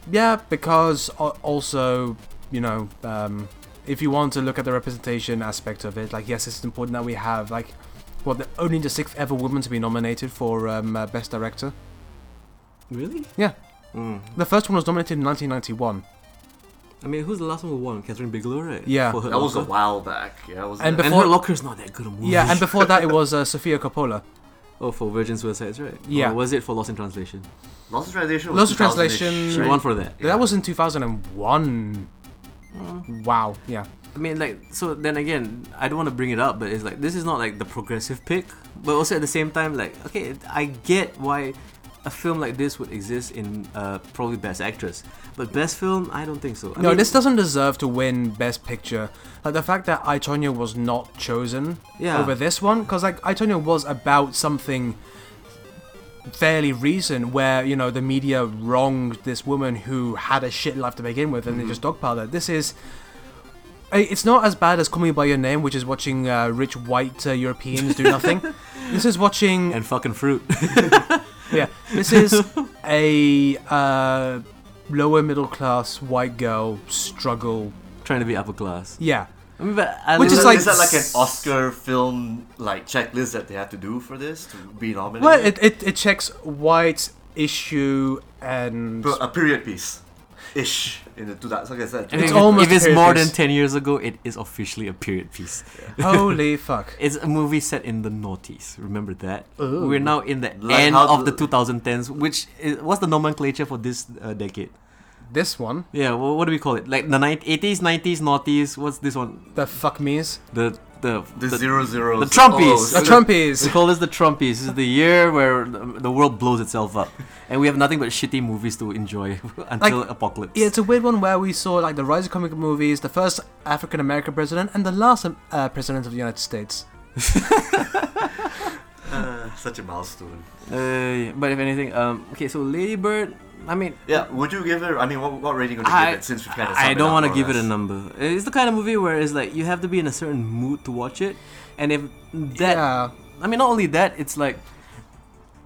Speaker 2: yeah, because al- also you know, um, if you want to look at the representation aspect of it, like yes, it's important that we have like. Well, the, only the sixth ever woman to be nominated for um, uh, Best Director.
Speaker 1: Really?
Speaker 2: Yeah.
Speaker 1: Mm.
Speaker 2: The first one was nominated in 1991.
Speaker 1: I mean, who's the last one who won? Catherine Bigelow, right?
Speaker 2: Yeah.
Speaker 1: For her
Speaker 3: That was a
Speaker 1: Locker?
Speaker 3: while back. Yeah, was
Speaker 2: And
Speaker 3: it?
Speaker 1: And
Speaker 2: Before-
Speaker 1: her locker's not that good a movie.
Speaker 2: Yeah, and before that it was uh, Sofia Coppola.
Speaker 1: oh, for Virgin Suicides, right?
Speaker 2: Yeah.
Speaker 1: Or was it for Lost in Translation?
Speaker 3: Lost in Translation.
Speaker 2: Lost
Speaker 3: Was
Speaker 2: in
Speaker 3: 2000-ish,
Speaker 2: Translation-
Speaker 1: She
Speaker 3: right?
Speaker 1: won for that.
Speaker 2: That was in 2001.
Speaker 1: Mm.
Speaker 2: Wow. Yeah.
Speaker 1: I mean, like, so then again, I don't want to bring it up, but it's like this is not like the progressive pick, but also at the same time, like, okay, I get why a film like this would exist in uh, probably Best Actress, but Best Film, I don't think so. I
Speaker 2: no,
Speaker 1: mean,
Speaker 2: this doesn't deserve to win Best Picture. Like the fact that I Tonya was not chosen
Speaker 1: Yeah.
Speaker 2: over this one, because like I Tonya was about something fairly recent, where you know the media
Speaker 1: Mm-hmm.
Speaker 2: wronged this woman who had a shit life to begin with, and they just dogpiled her. This is Uh, It's not as bad as Call Me by Your Name, which is watching uh, rich white uh, Europeans do nothing. this is watching.
Speaker 1: and fucking fruit.
Speaker 2: Yeah, this is a uh, lower middle class white girl struggle.
Speaker 1: Trying to be upper class.
Speaker 2: Yeah,
Speaker 1: I mean, but at
Speaker 2: Which
Speaker 1: least-
Speaker 2: is
Speaker 3: is,
Speaker 2: like-
Speaker 3: is that like an Oscar film like checklist that they have to do for this to be nominated?
Speaker 2: well, it, it, it checks white issue and
Speaker 3: a period piece, ish. In the 2000s, like I said,
Speaker 1: I think
Speaker 2: It's
Speaker 1: if-
Speaker 2: almost
Speaker 1: if it's
Speaker 2: a period
Speaker 1: more
Speaker 2: piece.
Speaker 1: than ten years ago, it is officially a period piece.
Speaker 2: holy fuck.
Speaker 1: It's a movie set in the noughties. Remember that.
Speaker 2: Ooh.
Speaker 1: We're now in the
Speaker 3: Like
Speaker 1: end
Speaker 3: how
Speaker 1: of the
Speaker 3: the-
Speaker 1: 2010s, which is, what's the nomenclature for this uh, decade?
Speaker 2: This one,
Speaker 1: Yeah, wha- what do we call it? Like the 90s, 80s, 90s, noughties. What's this one?
Speaker 2: the fuck me's,
Speaker 1: The the
Speaker 3: the, zero zero,
Speaker 1: the Trumpies. So-
Speaker 2: the
Speaker 1: We
Speaker 2: Trumpies.
Speaker 1: call this the Trumpies. This is the year where the the world blows itself up, and we have nothing but shitty movies to enjoy until apocalypse.
Speaker 2: Yeah, it's a weird one where we saw like the rise of comic movies, the first African American president, and the last um, uh, president of the United States.
Speaker 3: Uh, such a milestone.
Speaker 1: Uh, but if anything, um, okay, so Lady Bird. I mean,
Speaker 3: Yeah, would you give it? I mean, what, what rating would you
Speaker 1: I-
Speaker 3: give it? Since we kind of
Speaker 1: I don't
Speaker 3: want to
Speaker 1: give it a number. It's the kind of movie where it's like you have to be in a certain mood to watch it, and if that,
Speaker 2: yeah,
Speaker 1: I mean, not only that, it's like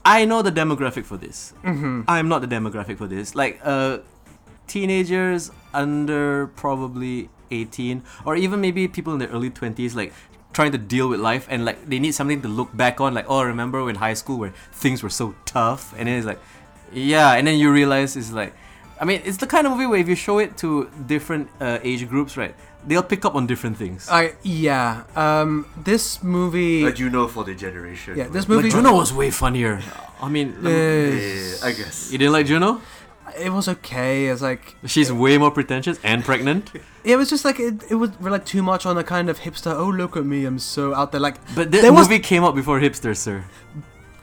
Speaker 1: I know the demographic for this.
Speaker 2: hmm
Speaker 1: I'm not the demographic for this. Like, uh, teenagers under probably 18, or even maybe people in their early 20s, like trying to deal with life and like they need something to look back on. Like, oh, remember when high school where things were so tough? And then it's like, yeah, and then you realize it's like, I mean, it's the kind of movie where if you show it to different uh, age groups, right, they'll pick up on different things.
Speaker 2: I yeah. Um, this movie.
Speaker 3: But you know, for the generation.
Speaker 2: Yeah, this
Speaker 1: But
Speaker 2: movie-
Speaker 1: Juno was way funnier. I mean,
Speaker 2: is-
Speaker 3: Yeah, I guess.
Speaker 1: you didn't like Juno?
Speaker 2: it was okay. It's like
Speaker 1: She's way more pretentious and pregnant.
Speaker 2: it was just like it, it was like too much on a kind of hipster. Oh look at me, I'm so out there. Like
Speaker 1: But this
Speaker 2: There was-
Speaker 1: movie came out before Hipster, sir.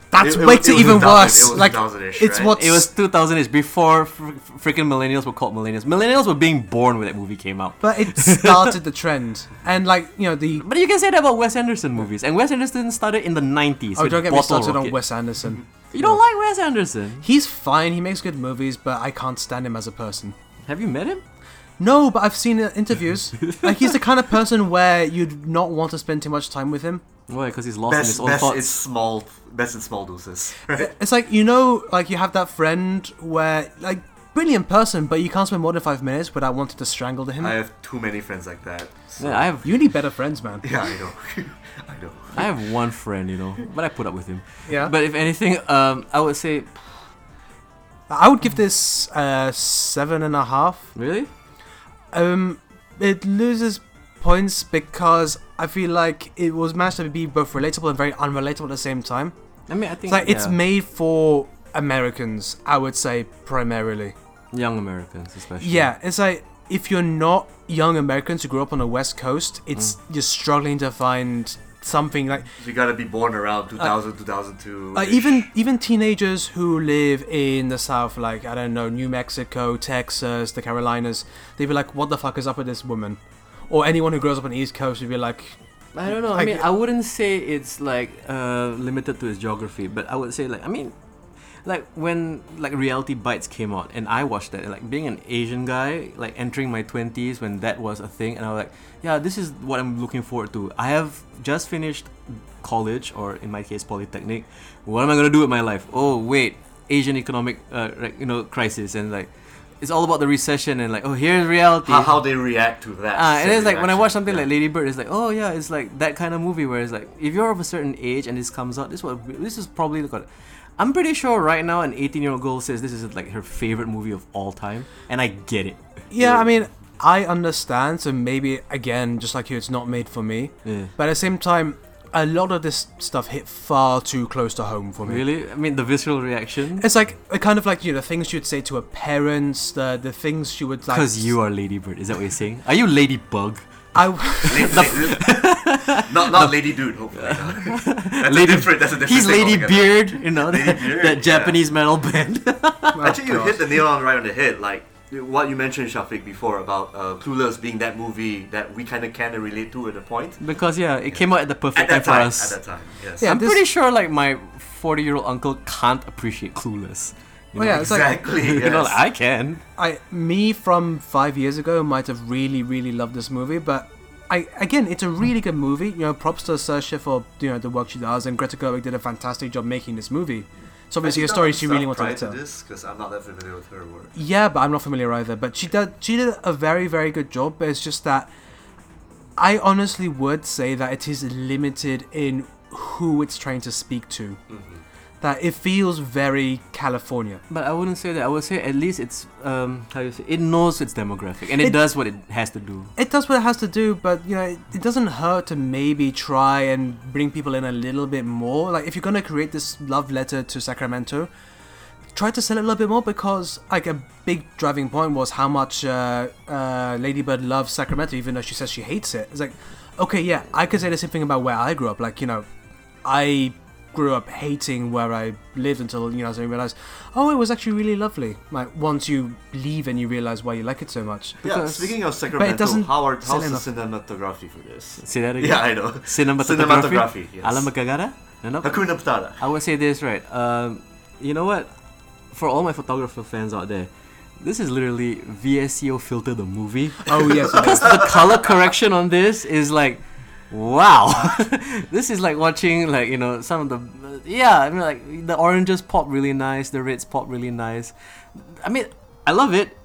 Speaker 2: that's
Speaker 3: It- it
Speaker 2: way
Speaker 3: was-
Speaker 2: too
Speaker 3: it was
Speaker 2: even
Speaker 3: 2000,
Speaker 2: worse.
Speaker 3: it was
Speaker 2: like
Speaker 3: 2000-ish,
Speaker 2: it's
Speaker 3: right?
Speaker 2: what's
Speaker 1: It was 2000 ish before fr- freaking millennials were called millennials. Millennials were being born when that movie came out.
Speaker 2: but it started the trend and like you know the
Speaker 1: But you can say that about Wes Anderson movies, and Wes Anderson started in the 90s.
Speaker 2: oh
Speaker 1: with
Speaker 2: don't get me
Speaker 1: Bottle
Speaker 2: started on
Speaker 1: Rocket.
Speaker 2: Wes Anderson.
Speaker 1: You don't like Wes Anderson?
Speaker 2: He's fine. He makes good movies, but I can't stand him as a person.
Speaker 1: Have you met him?
Speaker 2: No, but I've seen uh, interviews. like he's the kind of person where you'd not want to spend too much time with him.
Speaker 1: Why? Because he's lost in his
Speaker 3: Best,
Speaker 1: own
Speaker 3: best
Speaker 1: thoughts.
Speaker 3: in small, best in small doses.
Speaker 2: It's like you know, like you have that friend where like brilliant person, but you can't spend more than five minutes without wanting to strangle him.
Speaker 3: I have too many friends like that. so-
Speaker 1: Yeah, I have
Speaker 2: You need better friends, man.
Speaker 3: Yeah, I know. I know.
Speaker 1: I have one friend, you know, but I put up with him.
Speaker 2: Yeah.
Speaker 1: But if anything, um, I would say
Speaker 2: I would give this uh, seven and a half.
Speaker 1: really.
Speaker 2: Um, it loses points because I feel like it was managed to be both relatable and very unrelatable at the same time.
Speaker 1: I mean, I think
Speaker 2: It's like it's
Speaker 1: yeah,
Speaker 2: made for Americans, I would say primarily.
Speaker 1: young Americans, especially.
Speaker 2: Yeah, it's like if you're not young Americans who grew up on the West Coast, it's
Speaker 1: Mm.
Speaker 2: you're struggling to find something like
Speaker 3: You gotta be born around
Speaker 1: Uh,
Speaker 3: 2000, 2002.
Speaker 2: Uh, even even teenagers who live in the South, like I don't know, New Mexico, Texas, the Carolinas, they'd be like, "What the fuck is up with this woman?" Or anyone who grows up on the East Coast would be like,
Speaker 1: I don't know. I,
Speaker 2: I
Speaker 1: mean,
Speaker 2: g-
Speaker 1: I wouldn't say it's like uh, limited to its geography, but I would say like I mean, like when like Reality Bites came out, and I watched that, and, like being an Asian guy, like entering my twenties when that was a thing, and I was like, yeah, this is what I'm looking forward to. I have just finished college, or in my case, polytechnic. What am I gonna do with my life? Oh wait, Asian economic, uh, like, you know, crisis, and like it's all about the recession, and like oh here's reality.
Speaker 3: how, how they react to that.
Speaker 1: Ah, and
Speaker 3: same
Speaker 1: it's like when I watch
Speaker 3: reaction,
Speaker 1: something
Speaker 3: yeah.
Speaker 1: like Lady Bird, it's like, oh yeah, it's like that kind of movie where it's like, if you're of a certain age and this comes out, this what this is probably the. I'm pretty sure right now an 18 year old girl says this is like her favorite movie of all time, and I get it.
Speaker 2: "Yeah, I mean, I understand, so maybe again, just like you, it's not made for me."
Speaker 1: Yeah.
Speaker 2: But at the same time, a lot of this stuff hit far too close to home for me.
Speaker 1: Really, I mean the visceral reaction
Speaker 2: It's like uh, kind of like you know the things you'd say to her parents, the the things she would like.
Speaker 1: because you are Lady Bird. Is that what you're saying? Are you Ladybug?
Speaker 2: I
Speaker 3: not not Lady Dude, hopefully. that's
Speaker 1: Lady-
Speaker 3: a different. That's a different.
Speaker 1: He's
Speaker 3: thing
Speaker 1: Lady
Speaker 3: altogether.
Speaker 1: Beard, you know
Speaker 3: Lady
Speaker 1: that,
Speaker 3: Beard,
Speaker 1: that
Speaker 3: yeah.
Speaker 1: Japanese metal band.
Speaker 2: Oh,
Speaker 3: Actually,
Speaker 1: Oh,
Speaker 3: you hit the nail on right on the head. Like what you mentioned, Shafiq, before about uh, Clueless being that movie that we kind of can relate to at a point.
Speaker 1: because yeah, it came out at the
Speaker 3: At
Speaker 1: perfect time
Speaker 3: that
Speaker 1: for
Speaker 3: time.
Speaker 1: us.
Speaker 3: At that time. Yes.
Speaker 2: Yeah.
Speaker 1: I'm
Speaker 2: this-
Speaker 1: pretty sure like my 40 year old uncle can't appreciate Clueless. You
Speaker 3: Oh,
Speaker 2: Well,
Speaker 1: know,
Speaker 2: yeah, it's like
Speaker 3: exactly.
Speaker 1: you know,
Speaker 3: yes.
Speaker 1: like, I can.
Speaker 2: I me from five years ago might have really really loved this movie, but I again it's a really good movie. You know, props to Saoirse for you know the work she does, and Greta Gerwig did a fantastic job making this movie. It's obviously a story she really wanted to
Speaker 3: to
Speaker 2: tell.
Speaker 3: because I'm not that familiar with her work.
Speaker 2: Yeah, but I'm not familiar either. But she did she did a very very good job. But it's just that I honestly would say that it is limited in who it's trying to speak to. That it feels very California.
Speaker 1: But I wouldn't say that. I would say at least it's um how you say it knows its demographic and it,
Speaker 2: It-
Speaker 1: does what it has to do.
Speaker 2: It does what it has to do, but you know it, it doesn't hurt to maybe try and bring people in a little bit more. Like if you're gonna create this love letter to Sacramento. Try to sell it a little bit more because, like, a big driving point was how much uh, uh, Ladybird loves Sacramento, even though she says she hates it. It's like, okay, yeah, I could say the same thing about where I grew up. Like, you know, I grew up hating where I lived until, you know, I realized, oh, it was actually really lovely. Like, once you leave and you realize why you like it so much.
Speaker 3: Yeah,
Speaker 1: Because-
Speaker 3: speaking of Sacramento,
Speaker 2: doesn't
Speaker 3: how are,
Speaker 2: sell
Speaker 3: how's the cinematography for this?
Speaker 1: Say that again.
Speaker 3: Yeah, I know.
Speaker 1: Cinematography.
Speaker 3: Cinematography, yes.
Speaker 1: Alam Kagara? No, no.
Speaker 3: Hakuna Matata.
Speaker 1: I would say this right. Um, you know what? For all my photographer fans out there, this is literally VSCO filter the movie.
Speaker 2: Oh, yes, it
Speaker 1: Because the color correction on this is like, wow, this is like watching like you know some of the yeah. I mean like the oranges pop really nice, the reds pop really nice. I mean I love it.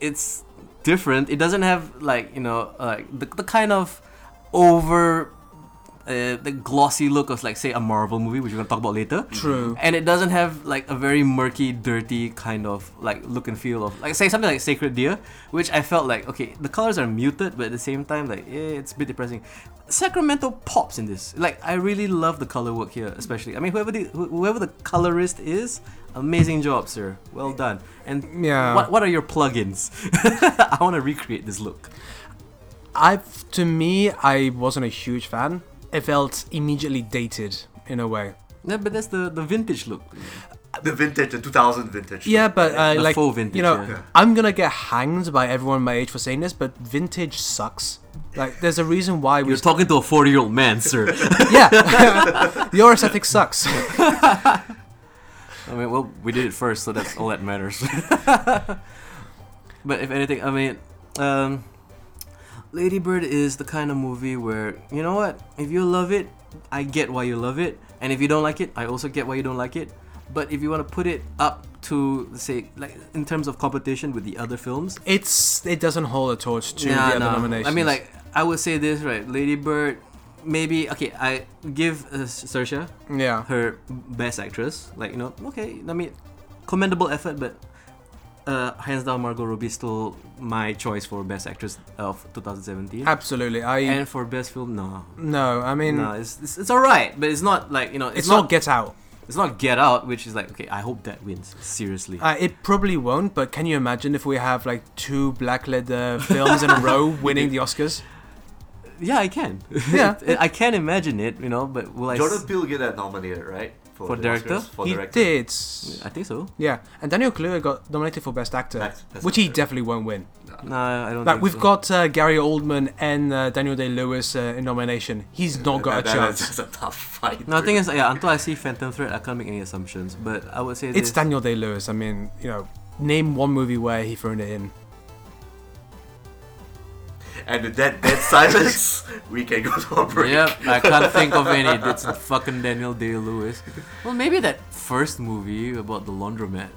Speaker 1: It's different. It doesn't have like you know like the, the kind of over. Uh, the glossy look of like say a Marvel movie, which we're gonna talk about later
Speaker 2: True.
Speaker 1: and it doesn't have like a very murky, dirty kind of like look and feel of like say something like Sacred Deer, which I felt like okay, the colors are muted, but at the same time like eh, it's a bit depressing. Sacramento pops in this. Like I really love the color work here, especially. I mean, whoever the wh- whoever the colorist is, amazing job, sir. Well done. And
Speaker 2: Yeah.
Speaker 1: what what are your plugins? I want to recreate this look.
Speaker 2: I've to me, I wasn't a huge fan. It felt immediately dated in a way.
Speaker 1: Yeah, but that's the the vintage look.
Speaker 3: The vintage, the 2000 vintage.
Speaker 2: Yeah, but uh,
Speaker 1: The
Speaker 2: like
Speaker 1: full vintage,
Speaker 2: you know,
Speaker 1: yeah.
Speaker 2: I'm gonna get hanged by everyone my age for saying this, but vintage sucks. Like, there's a reason why we.
Speaker 1: You're talking to a forty year old man, sir.
Speaker 2: yeah, your aesthetic sucks.
Speaker 1: I mean, well, we did it first, so that's all that matters. but if anything, I mean, um, Lady Bird is the kind of movie where you know what? If you love it, I get why you love it, and if you don't like it, I also get why you don't like it. But if you want to put it up to say, like in terms of competition with the other films,
Speaker 2: It's it doesn't hold a torch to
Speaker 1: Nah,
Speaker 2: the other
Speaker 1: nah. I
Speaker 2: nominations.
Speaker 1: mean, like I would say this right, Lady Bird. Maybe okay. I give uh, Saoirse
Speaker 2: yeah,
Speaker 1: her best actress. Like you know, okay, I mean, commendable effort, but uh, hands down, Margot Robbie is still my choice for best actress of 2017.
Speaker 2: absolutely. I
Speaker 1: and for best film, no,
Speaker 2: no, I mean,
Speaker 1: no, it's it's, it's all right, but it's not like you know,
Speaker 2: it's,
Speaker 1: it's,
Speaker 2: not,
Speaker 1: not,
Speaker 2: Get Out.
Speaker 1: it's not Get Out, which is like okay, I hope that wins seriously.
Speaker 2: Uh, it probably won't, but can you imagine if we have like two black-led uh, films in a row winning the Oscars?
Speaker 1: yeah, I can.
Speaker 2: Yeah.
Speaker 1: I can imagine it, you know, but will I? s-
Speaker 3: Jordan Peele get that nominated, right?
Speaker 1: For
Speaker 3: the
Speaker 1: director?
Speaker 3: Oscars? For
Speaker 2: he
Speaker 3: director.
Speaker 2: did.
Speaker 1: I think so.
Speaker 2: Yeah, and Daniel Kluger got nominated for Best Actor,
Speaker 3: Best- Best
Speaker 2: which he
Speaker 3: Actor.
Speaker 2: definitely won't win.
Speaker 1: No, I don't.
Speaker 2: Like
Speaker 1: think
Speaker 2: we've
Speaker 1: so.
Speaker 2: got uh, Gary Oldman and uh, Daniel Day Lewis uh, in nomination. He's not got a
Speaker 3: That- that-
Speaker 2: chance.
Speaker 3: That's a tough fight.
Speaker 1: No, the thing
Speaker 3: dude.
Speaker 1: is, yeah, until I see Phantom Thread, I can't make any assumptions. But I would say
Speaker 2: It's
Speaker 1: this.
Speaker 2: Daniel Day Lewis. I mean, you know, name one movie where he thrown it in.
Speaker 3: And with that dead silence, we can go to a break.
Speaker 1: Yep, I can't think of any. It's fucking Daniel Day Lewis. Well, maybe that first movie about the laundromat.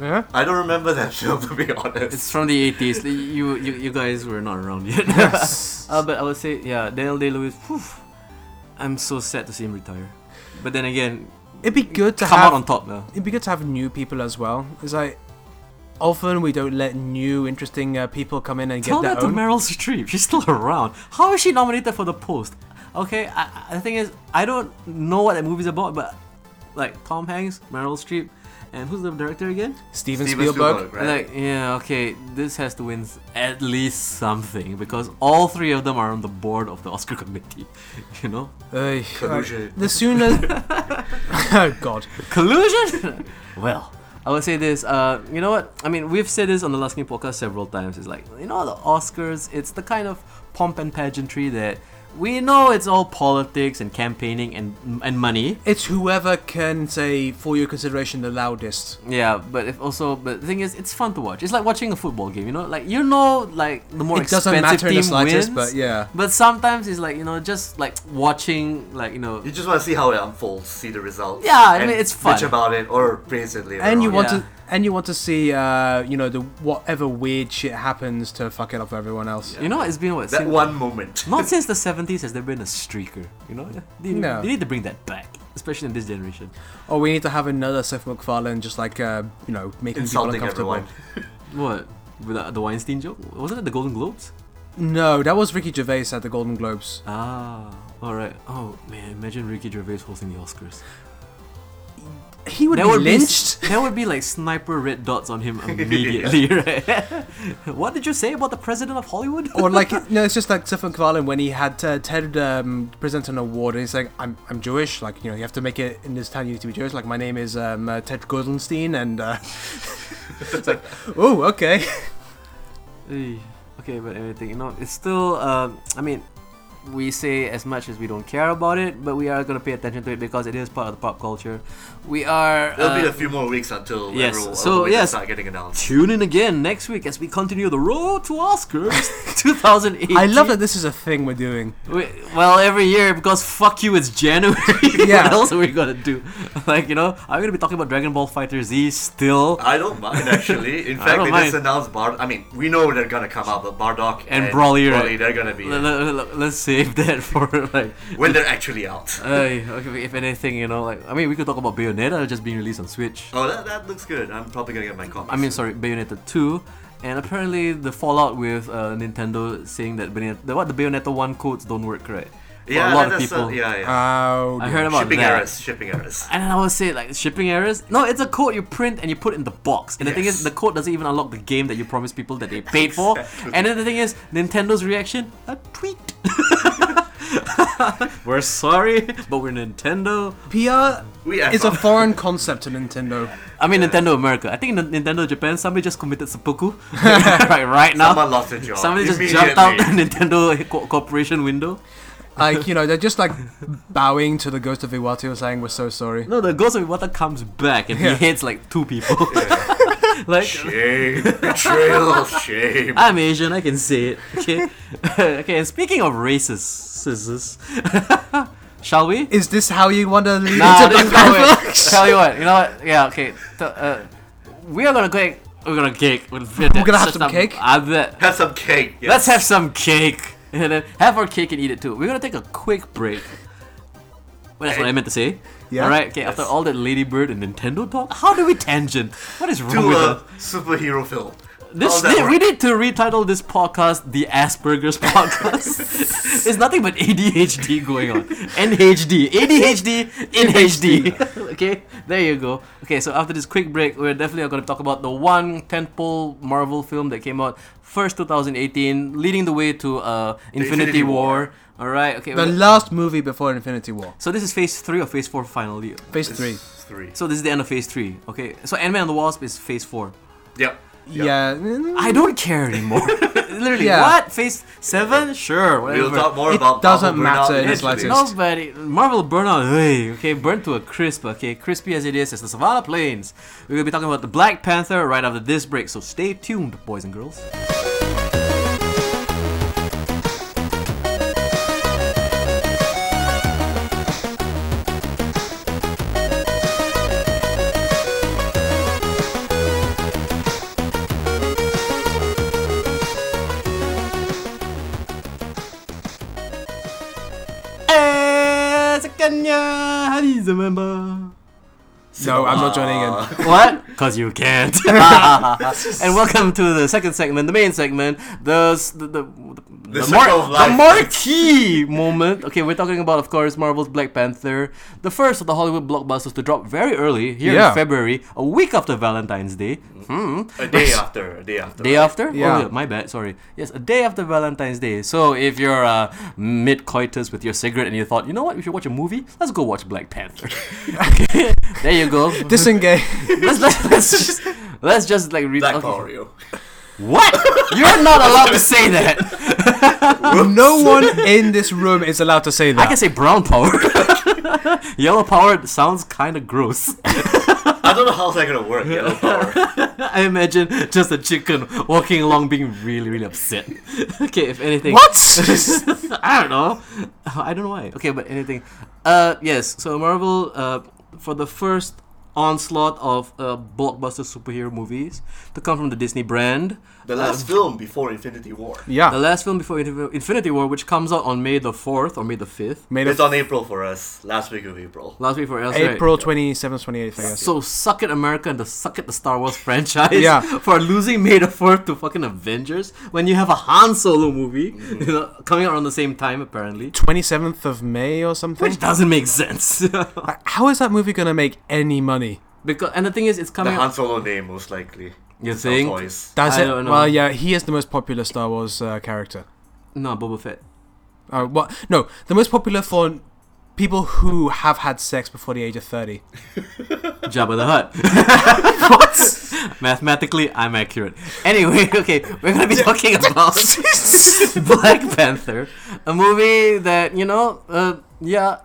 Speaker 2: Yeah.
Speaker 3: I don't remember that film, to be honest.
Speaker 1: It's from the 80s. You you, you guys were not around yet. uh, but I would say, yeah, Daniel Day Lewis. Whew, I'm so sad to see him retire. But then again,
Speaker 2: It'd be good to
Speaker 1: come out
Speaker 2: have.
Speaker 1: on top now.
Speaker 2: it'd be good to have new people as well. It's like often we don't let new, interesting uh, people come in and
Speaker 1: Tell
Speaker 2: get
Speaker 1: that
Speaker 2: their
Speaker 1: to
Speaker 2: own.
Speaker 1: Meryl Streep. She's still around. How is she nominated for the post? Okay, I, I- the thing is, I don't know what that movie's about, but like Tom Hanks, Meryl Streep, and who's the director again?
Speaker 2: Steven,
Speaker 3: Steven
Speaker 2: Spielberg.
Speaker 3: right?
Speaker 1: Like, yeah, okay, this has to win s- at least something because all three of them are on the board of the Oscar committee. You know,
Speaker 2: Ugh,
Speaker 3: Collusion.
Speaker 2: the sooner. oh God.
Speaker 1: collusion. well, I would say this. Uh, you know what? I mean, we've said this on the Last Game podcast several times. It's like you know the Oscars. It's the kind of pomp and pageantry that we know it's all politics and campaigning and and money.
Speaker 2: It's whoever can say for your consideration the loudest.
Speaker 1: Yeah, but if also, but the thing is, it's fun to watch. It's like watching a football game. You know, like you know, like the more
Speaker 2: it doesn't matter
Speaker 1: expensive
Speaker 2: in the
Speaker 1: team wins.
Speaker 2: slightest, but yeah.
Speaker 1: But sometimes it's like you know, just like watching, like you know,
Speaker 3: You just want to see how it unfolds, see the results.
Speaker 1: Yeah, I
Speaker 3: and
Speaker 1: mean, it's fun.
Speaker 3: Bitch about it or praise it later.
Speaker 2: And you
Speaker 3: on.
Speaker 2: want
Speaker 1: Yeah.
Speaker 2: to and you want to see uh, you know the whatever weird shit happens to fuck it up for everyone else.
Speaker 1: you know, it's been what
Speaker 3: that
Speaker 1: since-
Speaker 3: one moment.
Speaker 1: not since the seventies has there been a streaker. You know, they,
Speaker 2: No.
Speaker 1: they need to bring that back, especially in this generation.
Speaker 2: Or we need to have another Seth MacFarlane just like uh, you know making
Speaker 3: Insulting
Speaker 2: people uncomfortable.
Speaker 3: everyone.
Speaker 1: What with the, the Weinstein joke? Wasn't it the Golden Globes?
Speaker 2: No, that was Ricky Gervais at the Golden Globes.
Speaker 1: Ah, all right. Oh man, imagine Ricky Gervais hosting the Oscars.
Speaker 2: He would
Speaker 1: There
Speaker 2: be
Speaker 1: would be
Speaker 2: lynched.
Speaker 1: There would be like sniper red dots on him immediately, right? what did you say about the president of Hollywood?
Speaker 2: or like no, it's just like Seth MacFarlane when he had uh, Ted um, present an award and he's like, "I'm I'm Jewish, like you know you have to make it in this town you need to be Jewish." Like my name is um, uh, Ted Goldenstein, and uh, it's like, oh okay,
Speaker 1: Eh, okay, but everything you know, it's still. Um, I mean, we say as much as we don't care about it, but we are gonna pay attention to it because it is part of the pop culture. We are.
Speaker 3: It'll be
Speaker 1: uh,
Speaker 3: a few more weeks until
Speaker 1: yes,
Speaker 3: everyone-
Speaker 1: so,
Speaker 3: all the way to
Speaker 1: yes.
Speaker 3: start getting announced.
Speaker 1: Tune in again next week as we continue the road to Oscars 2018.
Speaker 2: I love that this is a thing we're doing.
Speaker 1: We, well, every year because fuck you, it's January.
Speaker 2: Yeah.
Speaker 1: what else are we gonna do? Like you know, I'm gonna be talking about Dragon Ball Fighter Z still.
Speaker 3: I don't mind actually. In
Speaker 1: I
Speaker 3: fact,
Speaker 1: don't
Speaker 3: they just
Speaker 1: mind.
Speaker 3: announced Bard. I mean, we know they're gonna come out, but Bardock
Speaker 1: And
Speaker 3: and,
Speaker 1: Brawly, right?
Speaker 3: Brawly, they're gonna be
Speaker 1: Let's save that for like
Speaker 3: when they're actually out.
Speaker 1: Ay, okay, if anything, you know, like I mean, we could talk about Bayonetta just being released on Switch.
Speaker 3: Oh, that, that looks good. I'm probably gonna get my copy.
Speaker 1: I mean, sorry, Bayonetta two, and apparently the fallout with uh, Nintendo saying that Bayonetta, the, what the Bayonetta one codes don't work right. For a
Speaker 3: yeah,
Speaker 1: lot of
Speaker 3: that- that's
Speaker 1: people.
Speaker 3: uh, yeah, yeah.
Speaker 2: Oh,
Speaker 1: I
Speaker 2: dear.
Speaker 1: heard about
Speaker 3: shipping
Speaker 1: that.
Speaker 3: errors. Shipping errors.
Speaker 1: And I would say like shipping errors. No, it's a code you print and you put in the box. And the thing
Speaker 3: Yes.
Speaker 1: is, the code doesn't even unlock the game that you promised people that they paid for. And then the thing is, Nintendo's reaction: a tweet. we're sorry, but we're Nintendo.
Speaker 2: PR
Speaker 3: We have
Speaker 2: is a
Speaker 3: some-
Speaker 2: foreign concept to Nintendo.
Speaker 1: I mean, Nintendo America. I think in Nintendo Japan, somebody just committed seppuku right right now.
Speaker 3: someone lost a job.
Speaker 1: Somebody just jumped out the
Speaker 3: immediately.
Speaker 1: Nintendo co- corporation window.
Speaker 2: Like you know they're just like bowing to the ghost of Iwate, saying, "We're so sorry."
Speaker 1: No, the Ghost of Iwata comes back and
Speaker 2: Yeah.
Speaker 1: he hits like two people. like
Speaker 3: Shame, betrayal, shame.
Speaker 1: I'm Asian, I can say it. Okay. okay, and speaking of racists, shall we?
Speaker 2: Is this how you want to lead
Speaker 1: Nah,
Speaker 2: into
Speaker 1: this is
Speaker 2: the
Speaker 1: how it-
Speaker 2: climax?
Speaker 1: Tell you what, you know what? Yeah, okay. T- uh, we are gonna cake. We're gonna cake. We're
Speaker 2: gonna have some cake?
Speaker 1: I bet.
Speaker 3: Have some cake. Yes.
Speaker 1: Let's have some cake. And then have our cake and eat it too. We're gonna take a quick break. Well, that's what I meant to say.
Speaker 2: Yeah.
Speaker 1: All right. Okay. After
Speaker 3: Yes.
Speaker 1: all that Lady Bird and Nintendo talk, how do we tangent? What is wrong
Speaker 3: to
Speaker 1: with us?
Speaker 3: a superhero film. How's
Speaker 1: This
Speaker 3: that
Speaker 1: we
Speaker 3: work?
Speaker 1: need to retitle this podcast the Asperger's podcast. it's nothing but ADHD going on. NHD, ADHD, NHD. okay, there you go. Okay, so after this quick break, we're definitely going to talk about the one tentpole Marvel film that came out first 2018, leading the way to uh, Infinity,
Speaker 3: Infinity
Speaker 1: War.
Speaker 3: War.
Speaker 1: All right. Okay.
Speaker 2: The
Speaker 1: we're-
Speaker 2: last movie before Infinity War,
Speaker 1: so this is phase three or phase four finally.
Speaker 2: Phase
Speaker 3: It's
Speaker 2: Three.
Speaker 3: Three.
Speaker 1: So this is the end of phase three. Okay. So Ant Man and the Wasp is phase four.
Speaker 3: Yep. yep.
Speaker 2: Yeah, mm,
Speaker 1: I don't care anymore. Literally,
Speaker 2: Yeah.
Speaker 1: what phase seven? Sure, whatever.
Speaker 3: We'll talk more
Speaker 2: It
Speaker 3: about
Speaker 2: doesn't
Speaker 3: Marvel
Speaker 2: matter
Speaker 3: Burnout
Speaker 2: in the
Speaker 3: eventually.
Speaker 2: slightest.
Speaker 1: Nobody, Marvel Burnout, hey, okay, burnt to a crisp, okay, crispy as it is, it's the Savannah Plains. We're gonna be talking about the Black Panther right after this break, so stay tuned, boys and girls. Eh, Sakanya, how do you remember?
Speaker 2: no, I'm not joining in.
Speaker 1: Ah. What? Cause you can't. and welcome to the second segment, the main segment, the s- the the, the,
Speaker 3: circle of
Speaker 1: the
Speaker 3: life.
Speaker 1: marquee moment. Okay, we're talking about, of course, Marvel's Black Panther, the first of the Hollywood blockbusters to drop very early here
Speaker 2: Yeah.
Speaker 1: in February, a week after Valentine's Day. Hmm.
Speaker 3: A day after. A day after.
Speaker 1: Day after?
Speaker 2: Yeah.
Speaker 1: Oh, my bad. Sorry. Yes, a day after Valentine's Day. So if you're uh, mid coitus with your cigarette and you thought, you know what, we should watch a movie. Let's go watch Black Panther. okay. There you go.
Speaker 2: Disengage.
Speaker 1: let's, let's, let's just let's just like read.
Speaker 3: Black
Speaker 1: okay.
Speaker 3: Mario.
Speaker 1: What? You're not allowed to say that.
Speaker 2: no one in this room is allowed to say that.
Speaker 1: I can say brown power. Yellow power sounds kind of gross.
Speaker 3: I don't know how that's gonna work. Yellow power.
Speaker 1: I imagine just a chicken walking along being really, really upset. okay, if anything.
Speaker 2: what?
Speaker 1: I don't know. I don't know why. Okay, but anything. Uh, yes. So Marvel, uh, for the first onslaught of uh, blockbuster superhero movies to come from the Disney brand,
Speaker 3: The last film before Infinity War.
Speaker 1: the
Speaker 2: yeah.
Speaker 1: last film before Infi- Infinity War, which comes out on May the fourth or May the fifth,
Speaker 2: Made
Speaker 3: It's
Speaker 2: of
Speaker 3: on April for us. Last week of April.
Speaker 1: last week for us, right?
Speaker 2: April 27th, 28th, I guess.
Speaker 1: So suck it, America, and the suck it, the Star Wars franchise
Speaker 2: Yeah.
Speaker 1: for losing May the Fourth to fucking Avengers when you have a Han Solo movie you know, coming out around the same time apparently,
Speaker 2: 27th of May or something?
Speaker 1: which doesn't make sense.
Speaker 2: Like, How is that movie going to make any money?
Speaker 1: because and the thing is, it's
Speaker 3: The
Speaker 1: coming.
Speaker 3: Han
Speaker 1: out
Speaker 3: Solo name, most likely.
Speaker 1: you
Speaker 3: Sounds
Speaker 1: think?
Speaker 3: Always.
Speaker 2: Does
Speaker 1: I
Speaker 2: it?
Speaker 1: don't know.
Speaker 2: Well, yeah, he is the most popular Star Wars uh, character.
Speaker 1: No, Boba Fett.
Speaker 2: Uh, well, no, the most popular for people who have had sex before the age of 30.
Speaker 1: Jabba the Hutt. what? Mathematically, I'm accurate. Anyway, okay, we're gonna be talking about Black Panther, a movie that you know, uh, yeah.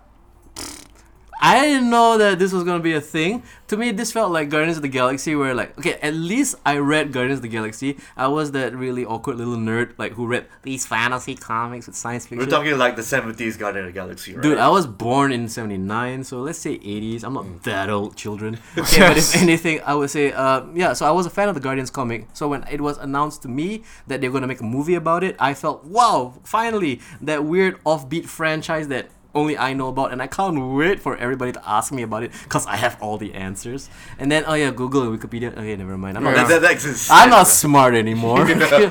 Speaker 1: I didn't know that this was gonna be a thing. To me, this felt like Guardians of the Galaxy, where like, okay, at least I read Guardians of the Galaxy. I was that really awkward little nerd, like who read these fantasy comics with science
Speaker 3: We're
Speaker 1: fiction.
Speaker 3: talking like the 70s Guardian of the Galaxy, right? Mm.
Speaker 1: Dude, I was born in '79, so let's say '80s. I'm not that old, children. Okay, but if anything, I would say, uh, yeah. So I was a fan of the Guardians comic. So when it was announced to me that they're gonna make a movie about it, I felt, wow, finally, that weird offbeat franchise that only I know about, and I can't wait for everybody to ask me about it because I have all the answers. And then, oh yeah, Google and Wikipedia. Okay, never mind. I'm not.
Speaker 3: that, that, that exists.
Speaker 1: I'm not smart anymore.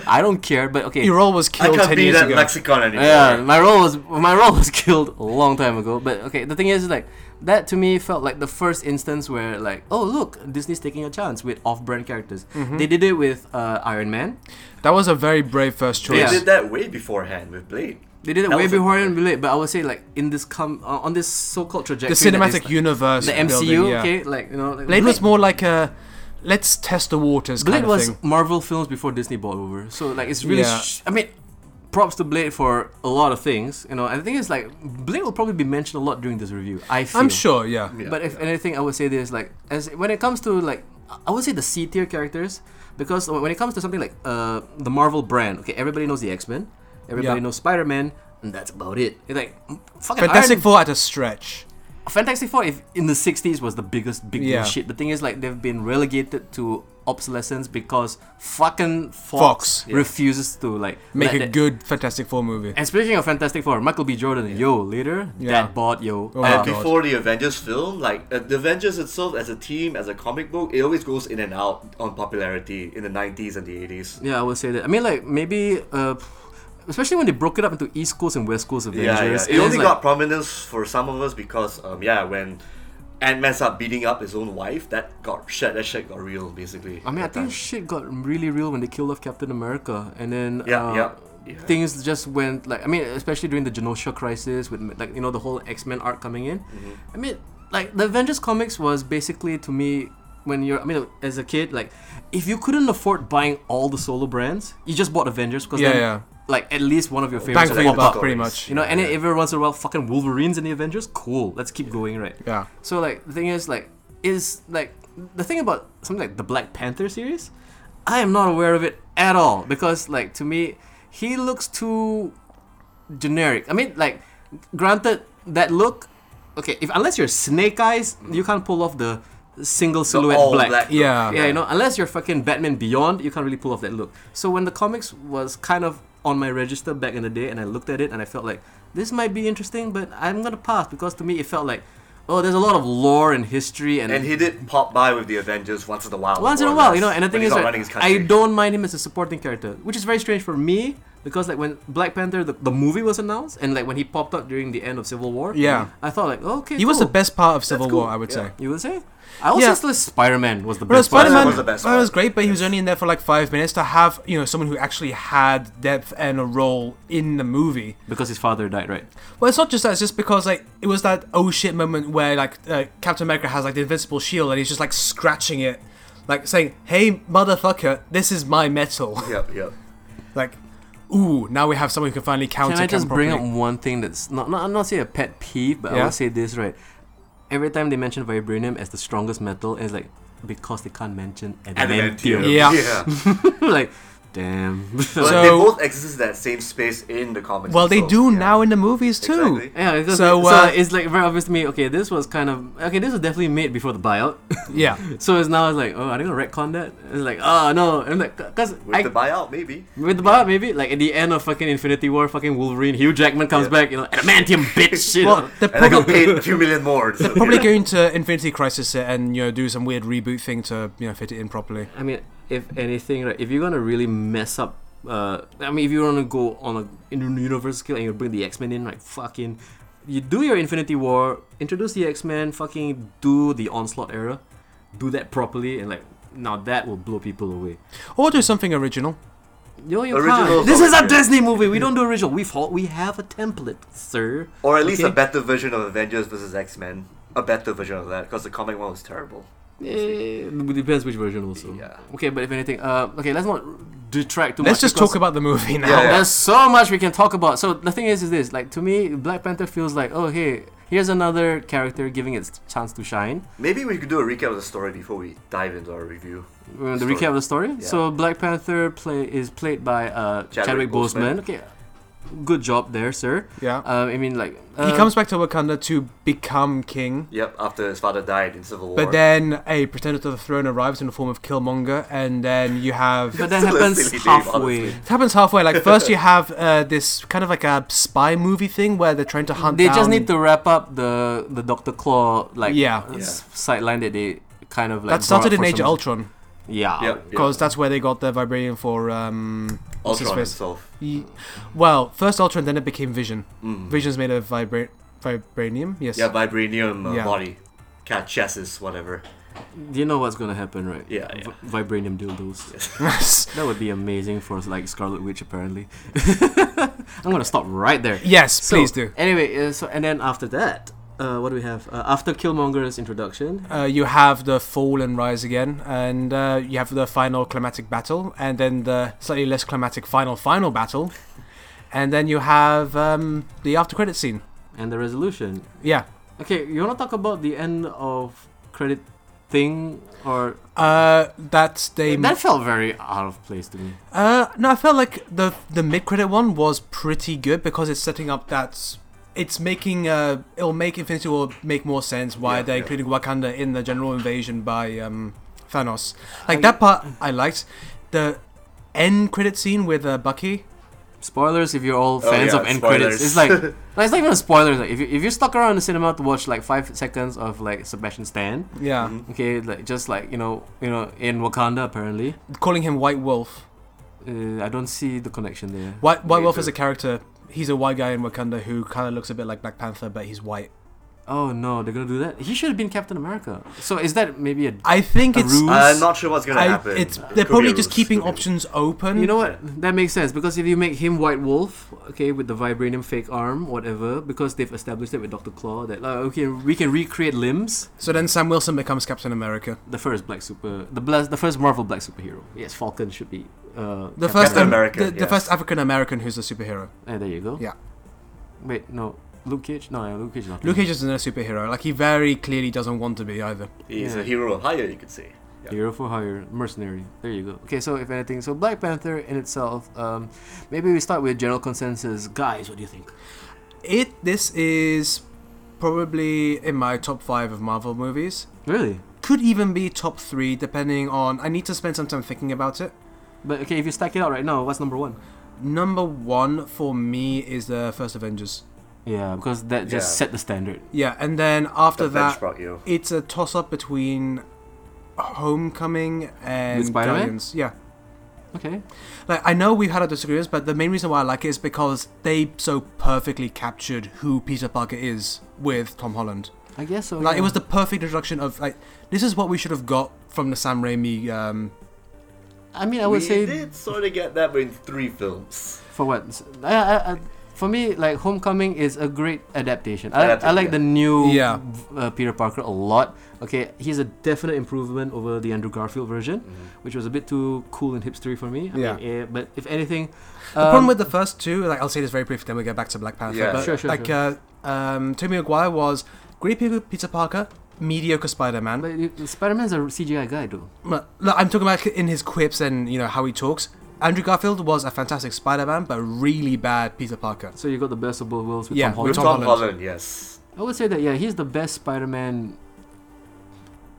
Speaker 1: I don't care. But okay,
Speaker 2: Your role was
Speaker 3: I
Speaker 2: killed
Speaker 3: can't
Speaker 2: 10
Speaker 3: be
Speaker 2: years
Speaker 3: that
Speaker 2: ago.
Speaker 3: lexicon anymore.
Speaker 1: Yeah, my role was my role was killed a long time ago. But okay, the thing is like that to me felt like the first instance where like oh look Disney's taking a chance with off-brand characters.
Speaker 2: Mm-hmm.
Speaker 1: They did it with uh, Iron Man.
Speaker 2: That was a very brave first choice.
Speaker 3: They
Speaker 1: Yeah.
Speaker 3: did that way beforehand with Blade.
Speaker 1: They did it
Speaker 3: That
Speaker 1: way
Speaker 3: was a-
Speaker 1: before Iron Man, but I would say like in this come uh, on this so-called
Speaker 2: The
Speaker 1: trajectory. that
Speaker 2: cinematic
Speaker 1: they-
Speaker 2: universe.
Speaker 1: the MCU,
Speaker 2: building, yeah.
Speaker 1: okay, like you know, like,
Speaker 2: Blade was more like a let's test the waters
Speaker 1: Blade
Speaker 2: kind of
Speaker 1: was
Speaker 2: thing.
Speaker 1: Marvel films before Disney bought over. So like it's really
Speaker 2: Yeah.
Speaker 1: sh- I mean props to Blade for a lot of things, you know. And the thing is like Blade will probably be mentioned a lot during this review. I feel.
Speaker 2: I'm sure, yeah.
Speaker 3: Yeah.
Speaker 1: but if anything, I would say this like as when it comes to like I- I would say the C tier characters because when it comes to something like uh the Marvel brand, okay, everybody knows the X Men, everybody
Speaker 2: Yeah.
Speaker 1: knows Spider Man, and that's about it. It's like m- fucking
Speaker 2: Fantastic
Speaker 1: Iron-
Speaker 2: Four at a stretch.
Speaker 1: Fantastic Four. If in the '60s was the biggest big deal
Speaker 2: Yeah.
Speaker 1: shit, the thing is like they've been relegated to obsolescence because fucking Fox,
Speaker 2: Fox.
Speaker 1: refuses to like
Speaker 2: Make
Speaker 1: let
Speaker 2: a
Speaker 1: the-
Speaker 2: good Fantastic Four movie.
Speaker 1: And speaking of Fantastic Four, Michael B. Jordan, yo, later
Speaker 2: Yeah.
Speaker 1: that bought yo.
Speaker 2: Oh,
Speaker 1: Uh,
Speaker 2: wow.
Speaker 3: And
Speaker 2: God.
Speaker 3: before the Avengers film, like uh, the Avengers itself as a team, as a comic book, it always goes in and out on popularity in the 90s and the 80s.
Speaker 1: Yeah, I would say that. I mean, like maybe, uh, especially when they broke it up into East Coast and West Coast Avengers.
Speaker 3: Yeah, yeah. It
Speaker 1: was
Speaker 3: only
Speaker 1: like-
Speaker 3: got prominence for some of us because, um, yeah, when Ant Man started beating up his own wife, that got shit. That shit got real, basically.
Speaker 1: I mean, I
Speaker 3: at
Speaker 1: think
Speaker 3: that time.
Speaker 1: shit got really real when they killed off Captain America, and then
Speaker 3: Yeah,
Speaker 1: uh,
Speaker 3: yeah, yeah.
Speaker 1: things just went like I mean, especially during the Genosha crisis with like you know the whole X Men arc coming in.
Speaker 3: Mm-hmm.
Speaker 1: I mean, like the Avengers comics was basically to me when you're I mean as a kid like if you couldn't afford buying all the solo brands, you just bought Avengers because
Speaker 2: Yeah,
Speaker 1: then,
Speaker 2: yeah.
Speaker 1: like at least one of your favorites
Speaker 2: Bang
Speaker 1: would
Speaker 2: for your
Speaker 1: pop up.
Speaker 2: buck,
Speaker 3: Fox.
Speaker 2: pretty much.
Speaker 1: You know, and then every once in a while, fucking Wolverines in the Avengers, cool. Let's keep going, right?
Speaker 2: Yeah.
Speaker 1: So like, the thing is like, is like the thing about something like the Black Panther series, I am not aware of it at all because like to me, he looks too generic. I mean, like, granted that look, okay, if unless you're Snake Eyes, you can't pull off the single
Speaker 3: The
Speaker 1: silhouette
Speaker 3: all
Speaker 1: black.
Speaker 3: black
Speaker 2: Yeah.
Speaker 1: Yeah, you know, unless you're fucking Batman Beyond, you can't really pull off that look. So when the comics was kind of on my register back in the day, and I looked at it and I felt like this might be interesting, but I'm gonna pass because to me it felt like, oh, there's a lot of lore and history and.
Speaker 3: And he did pop by with the Avengers once in a while.
Speaker 1: once in a
Speaker 3: more or
Speaker 1: while,
Speaker 3: less,
Speaker 1: you know, and the
Speaker 3: when
Speaker 1: thing
Speaker 3: he's
Speaker 1: is,
Speaker 3: not
Speaker 1: like,
Speaker 3: running his
Speaker 1: I
Speaker 3: country.
Speaker 1: don't mind him as a supporting character, which is very strange for me because, like, when Black Panther the, the movie was announced, and like when he popped up during the end of Civil War,
Speaker 2: Yeah.
Speaker 1: I thought like, okay,
Speaker 2: He was the
Speaker 1: cool.
Speaker 2: best part of Civil
Speaker 3: cool,
Speaker 2: War, I would
Speaker 3: yeah.
Speaker 2: say.
Speaker 1: You would say? I also
Speaker 2: Yeah.
Speaker 1: thought Spider Man was the
Speaker 2: But
Speaker 1: best. part.
Speaker 2: Spider Man
Speaker 3: was the best
Speaker 2: Spider-Man was
Speaker 3: part.
Speaker 2: great, but he was only in there for like five minutes to have you know someone who actually had depth and a role in the movie.
Speaker 1: because his father died, right?
Speaker 2: Well, it's not just that. It's just because like it was that oh shit moment where like uh, Captain America has like the invincible shield and he's just like scratching it, like saying, "Hey motherfucker, this is my metal."
Speaker 3: Yep, yep.
Speaker 2: like, ooh, now we have someone who can finally counter.
Speaker 1: Can I just bring up
Speaker 2: properly.
Speaker 1: one thing that's not, not I'm not say a pet peeve, but I
Speaker 2: Yeah?
Speaker 1: will say this right. Every time they mention vibranium as the strongest metal, it's like because they can't mention adamantium.
Speaker 2: Yeah.
Speaker 1: like, damn.
Speaker 3: But
Speaker 2: So-
Speaker 3: they both exist in that same space in the comics.
Speaker 2: Well, they
Speaker 3: itself,
Speaker 2: do
Speaker 3: yeah.
Speaker 2: now in the movies too.
Speaker 3: Exactly.
Speaker 1: yeah, it's just,
Speaker 2: So,
Speaker 1: so,
Speaker 2: uh,
Speaker 1: it's like very obvious to me. Okay, this was kind of okay. This was definitely made before the buyout,
Speaker 2: Yeah,
Speaker 1: so it's now it's like, oh, are they gonna retcon that? It's like, oh no, and I'm like, cause
Speaker 3: With
Speaker 1: I,
Speaker 3: the buyout, maybe.
Speaker 1: With the buyout, maybe like at the end of fucking Infinity War, fucking Wolverine, Hugh Jackman comes
Speaker 3: Yeah.
Speaker 1: back, you know, adamantium bitch. You
Speaker 2: Well,
Speaker 1: know?
Speaker 2: they're
Speaker 3: And I got
Speaker 2: probably,
Speaker 3: paid a few million more. so,
Speaker 2: probably
Speaker 3: yeah.
Speaker 2: going to Infinity Crisis it and you know do some weird reboot thing to you know fit it in properly.
Speaker 1: I mean, if anything, right, if you're gonna really mess up, uh, I mean, if you wanna go on a in- universe scale and you bring the X Men in, like fucking, you do your Infinity War, introduce the X Men, fucking do the Onslaught era, do that properly, and like now that will blow people away.
Speaker 2: Or do something original.
Speaker 1: No, you
Speaker 3: Original
Speaker 1: can't. This is a
Speaker 3: Soldier.
Speaker 1: Disney movie. We don't do original. We fall, we have a template, sir.
Speaker 3: Or at least a
Speaker 1: Okay.
Speaker 3: better version of Avengers versus X Men. A better version of that, because the comic one was terrible.
Speaker 1: Eh, it depends which version also.
Speaker 3: Yeah.
Speaker 1: Okay, but if anything, uh, okay, let's not detract too
Speaker 2: Let's
Speaker 1: much.
Speaker 2: just talk
Speaker 1: because
Speaker 2: about the movie now.
Speaker 3: Yeah, yeah.
Speaker 1: There's so much we can talk about. So the thing is, is this like to me, Black Panther feels like oh hey, here's another character giving its chance to shine.
Speaker 3: Maybe we could do a recap of the story before we dive into our review.
Speaker 1: Uh, the
Speaker 3: Story.
Speaker 1: recap of the story.
Speaker 3: Yeah.
Speaker 1: So Black Panther play is played by uh,
Speaker 3: Chadwick
Speaker 1: Chadwick,
Speaker 3: Boseman.
Speaker 1: Boseman. Okay, good job there, sir.
Speaker 2: Yeah.
Speaker 1: Uh, I mean like
Speaker 2: he
Speaker 1: uh,
Speaker 2: comes back to Wakanda to become king,
Speaker 3: Yep, after his father died in Civil War.
Speaker 2: but then a pretender to the throne arrives in the form of Killmonger, and then you have.
Speaker 1: But that
Speaker 3: Still a
Speaker 1: happens
Speaker 3: silly name,
Speaker 1: halfway.
Speaker 3: honestly.
Speaker 2: It happens halfway. Like first, you have uh, this kind of like a spy movie thing where they're trying to hunt.
Speaker 1: They just
Speaker 2: down-
Speaker 1: need to wrap up the the Doctor Claw like uh,
Speaker 2: Yeah.
Speaker 1: s- sideline that they kind of like
Speaker 2: that started
Speaker 1: brought up
Speaker 2: in
Speaker 1: for
Speaker 2: Age
Speaker 1: some-
Speaker 2: of Ultron uh,
Speaker 1: Yeah.
Speaker 3: Yep, yep.
Speaker 2: because that's where they got their vibranium for. Um, what's his
Speaker 3: Ultron
Speaker 2: face?
Speaker 3: himself.
Speaker 2: Ye- Well, first Ultron, then it became Vision.
Speaker 3: Mm.
Speaker 2: Vision's made of vibra- vibranium. Yes.
Speaker 3: Yeah, vibranium uh,
Speaker 2: Yeah.
Speaker 3: body. Cat chassis, whatever.
Speaker 1: Do you know what's gonna happen, right?
Speaker 3: Yeah, yeah.
Speaker 1: Vi- vibranium dildos. That would be amazing for like Scarlet Witch, apparently. I'm gonna stop right there.
Speaker 2: yes.
Speaker 1: So,
Speaker 2: please do.
Speaker 1: Anyway, uh, so and then after that, uh, what do we have? Uh, after Killmonger's introduction,
Speaker 2: Uh, you have the fall and rise again, and uh, you have the final climatic battle, and then the slightly less climatic final final battle, and then you have um, the after credit scene.
Speaker 1: and the resolution.
Speaker 2: Yeah.
Speaker 1: Okay, you wanna talk about the end of credit thing or
Speaker 2: Uh, that they.
Speaker 1: that felt very out of place to me.
Speaker 2: Uh, no, I felt like the the mid credit one was pretty good because it's setting up that it's making uh it'll make Infinity War make more sense why
Speaker 3: Yeah,
Speaker 2: they're
Speaker 3: yeah.
Speaker 2: including Wakanda in the general invasion by um Thanos. Like
Speaker 1: I-
Speaker 2: that part I liked. The end credit scene with uh, Bucky.
Speaker 1: Spoilers if you're all
Speaker 3: Oh,
Speaker 1: fans
Speaker 3: yeah,
Speaker 1: of end
Speaker 3: spoilers.
Speaker 1: credits. It's like like, it's not even a spoiler. Like if you if you stuck around in the cinema to watch like five seconds of like Sebastian Stan,
Speaker 2: Yeah,
Speaker 3: Mhm.
Speaker 1: okay, like just like you know you know in Wakanda apparently.
Speaker 3: Mm-hmm.
Speaker 2: calling him White Wolf.
Speaker 1: Uh, I don't see the connection there.
Speaker 2: White White
Speaker 3: Me
Speaker 2: Wolf
Speaker 3: too.
Speaker 2: is a character. He's a white guy in Wakanda who kind of looks a bit like Black Panther, but he's white.
Speaker 1: Oh no, they're gonna do that. He should have been Captain America. So is that maybe a?
Speaker 2: I think
Speaker 1: A
Speaker 2: it's.
Speaker 1: ruse?
Speaker 3: I'm Uh, not sure what's gonna
Speaker 2: I,
Speaker 3: happen.
Speaker 2: it's
Speaker 3: Could be
Speaker 2: they're
Speaker 3: a
Speaker 2: probably just
Speaker 3: ruse,
Speaker 2: keeping
Speaker 3: could be a ruse.
Speaker 2: options open.
Speaker 1: You know what? That makes sense because if you make him White Wolf, okay, with the vibranium fake arm, whatever, because they've established it with Doctor Claw that like, okay, we can recreate limbs.
Speaker 2: So then Sam Wilson becomes Captain America.
Speaker 1: The first black super, the bla- the first Marvel black superhero. Yes, Falcon should be. Uh,
Speaker 2: The
Speaker 1: Captain
Speaker 2: first
Speaker 3: Captain
Speaker 2: um,
Speaker 3: America,
Speaker 2: the, the
Speaker 3: yeah.
Speaker 2: first African American who's a superhero.
Speaker 1: Eh, there you go.
Speaker 2: Yeah.
Speaker 1: Wait, no, Luke Cage. No, no Luke Cage. is Not
Speaker 2: Luke Cage isn't a superhero. Like he very clearly doesn't want to be either.
Speaker 3: He's
Speaker 1: Yeah.
Speaker 3: a hero of hire, you could say. Yeah.
Speaker 1: Hero for hire, mercenary. There you go. Okay, so if anything, so Black Panther in itself, um, maybe we start with general consensus. Guys, what do you think?
Speaker 2: It this is probably in my top five of Marvel movies.
Speaker 1: Really?
Speaker 2: Could even be top three depending on. I need to spend some time thinking about it.
Speaker 1: But okay, if you stack it out right now, what's number one?
Speaker 2: Number one for me is the first Avengers.
Speaker 1: Yeah, because that just
Speaker 3: Yeah.
Speaker 1: set the standard.
Speaker 2: Yeah, and then after
Speaker 3: The bench
Speaker 2: that,
Speaker 3: brought you.
Speaker 2: it's a toss up between Homecoming and
Speaker 1: Spider-Man?
Speaker 2: Guardians. Yeah.
Speaker 1: Okay.
Speaker 2: Like I know we've had our disagreements, but the main reason why I like it is because they so perfectly captured who Peter Parker is with Tom Holland.
Speaker 1: I guess so.
Speaker 2: Like
Speaker 1: Oh, yeah.
Speaker 2: it was the perfect introduction of like this is what we should have got from the Sam Raimi. Um,
Speaker 1: I mean, I would
Speaker 3: we
Speaker 1: say
Speaker 3: did sort of get that in three films.
Speaker 1: for what? I, I, I, for me, like Homecoming is a great adaptation. I, like- I
Speaker 3: Adaptation,
Speaker 1: like the new
Speaker 2: Yeah.
Speaker 1: uh, Peter Parker a lot. Okay, he's a definite improvement over the Andrew Garfield version,
Speaker 2: Mm-hmm.
Speaker 1: which was a bit too cool and hipstery for me. I
Speaker 2: Yeah.
Speaker 1: mean, eh, but if anything, um,
Speaker 2: The problem with the first two, like I'll say this very briefly, then we get back to Black Panther.
Speaker 3: Yeah.
Speaker 2: but
Speaker 1: Sure, sure,
Speaker 2: like Uh, um, Tobey Maguire was great Pe- Peter Parker, mediocre Spider-Man.
Speaker 1: but you- Spider-Man's a CGI guy, though.
Speaker 2: Well, look, I'm talking about in his quips and you know how he talks. Andrew Garfield was a fantastic Spider-Man, but really bad Peter Parker.
Speaker 1: So you got the best of both worlds with
Speaker 2: Yeah,
Speaker 1: Tom
Speaker 2: with
Speaker 1: Holland.
Speaker 2: Oh, Tom
Speaker 3: Tom,
Speaker 2: Holland.
Speaker 3: Holland. yes.
Speaker 1: I would say that yeah, he's the best Spider-Man,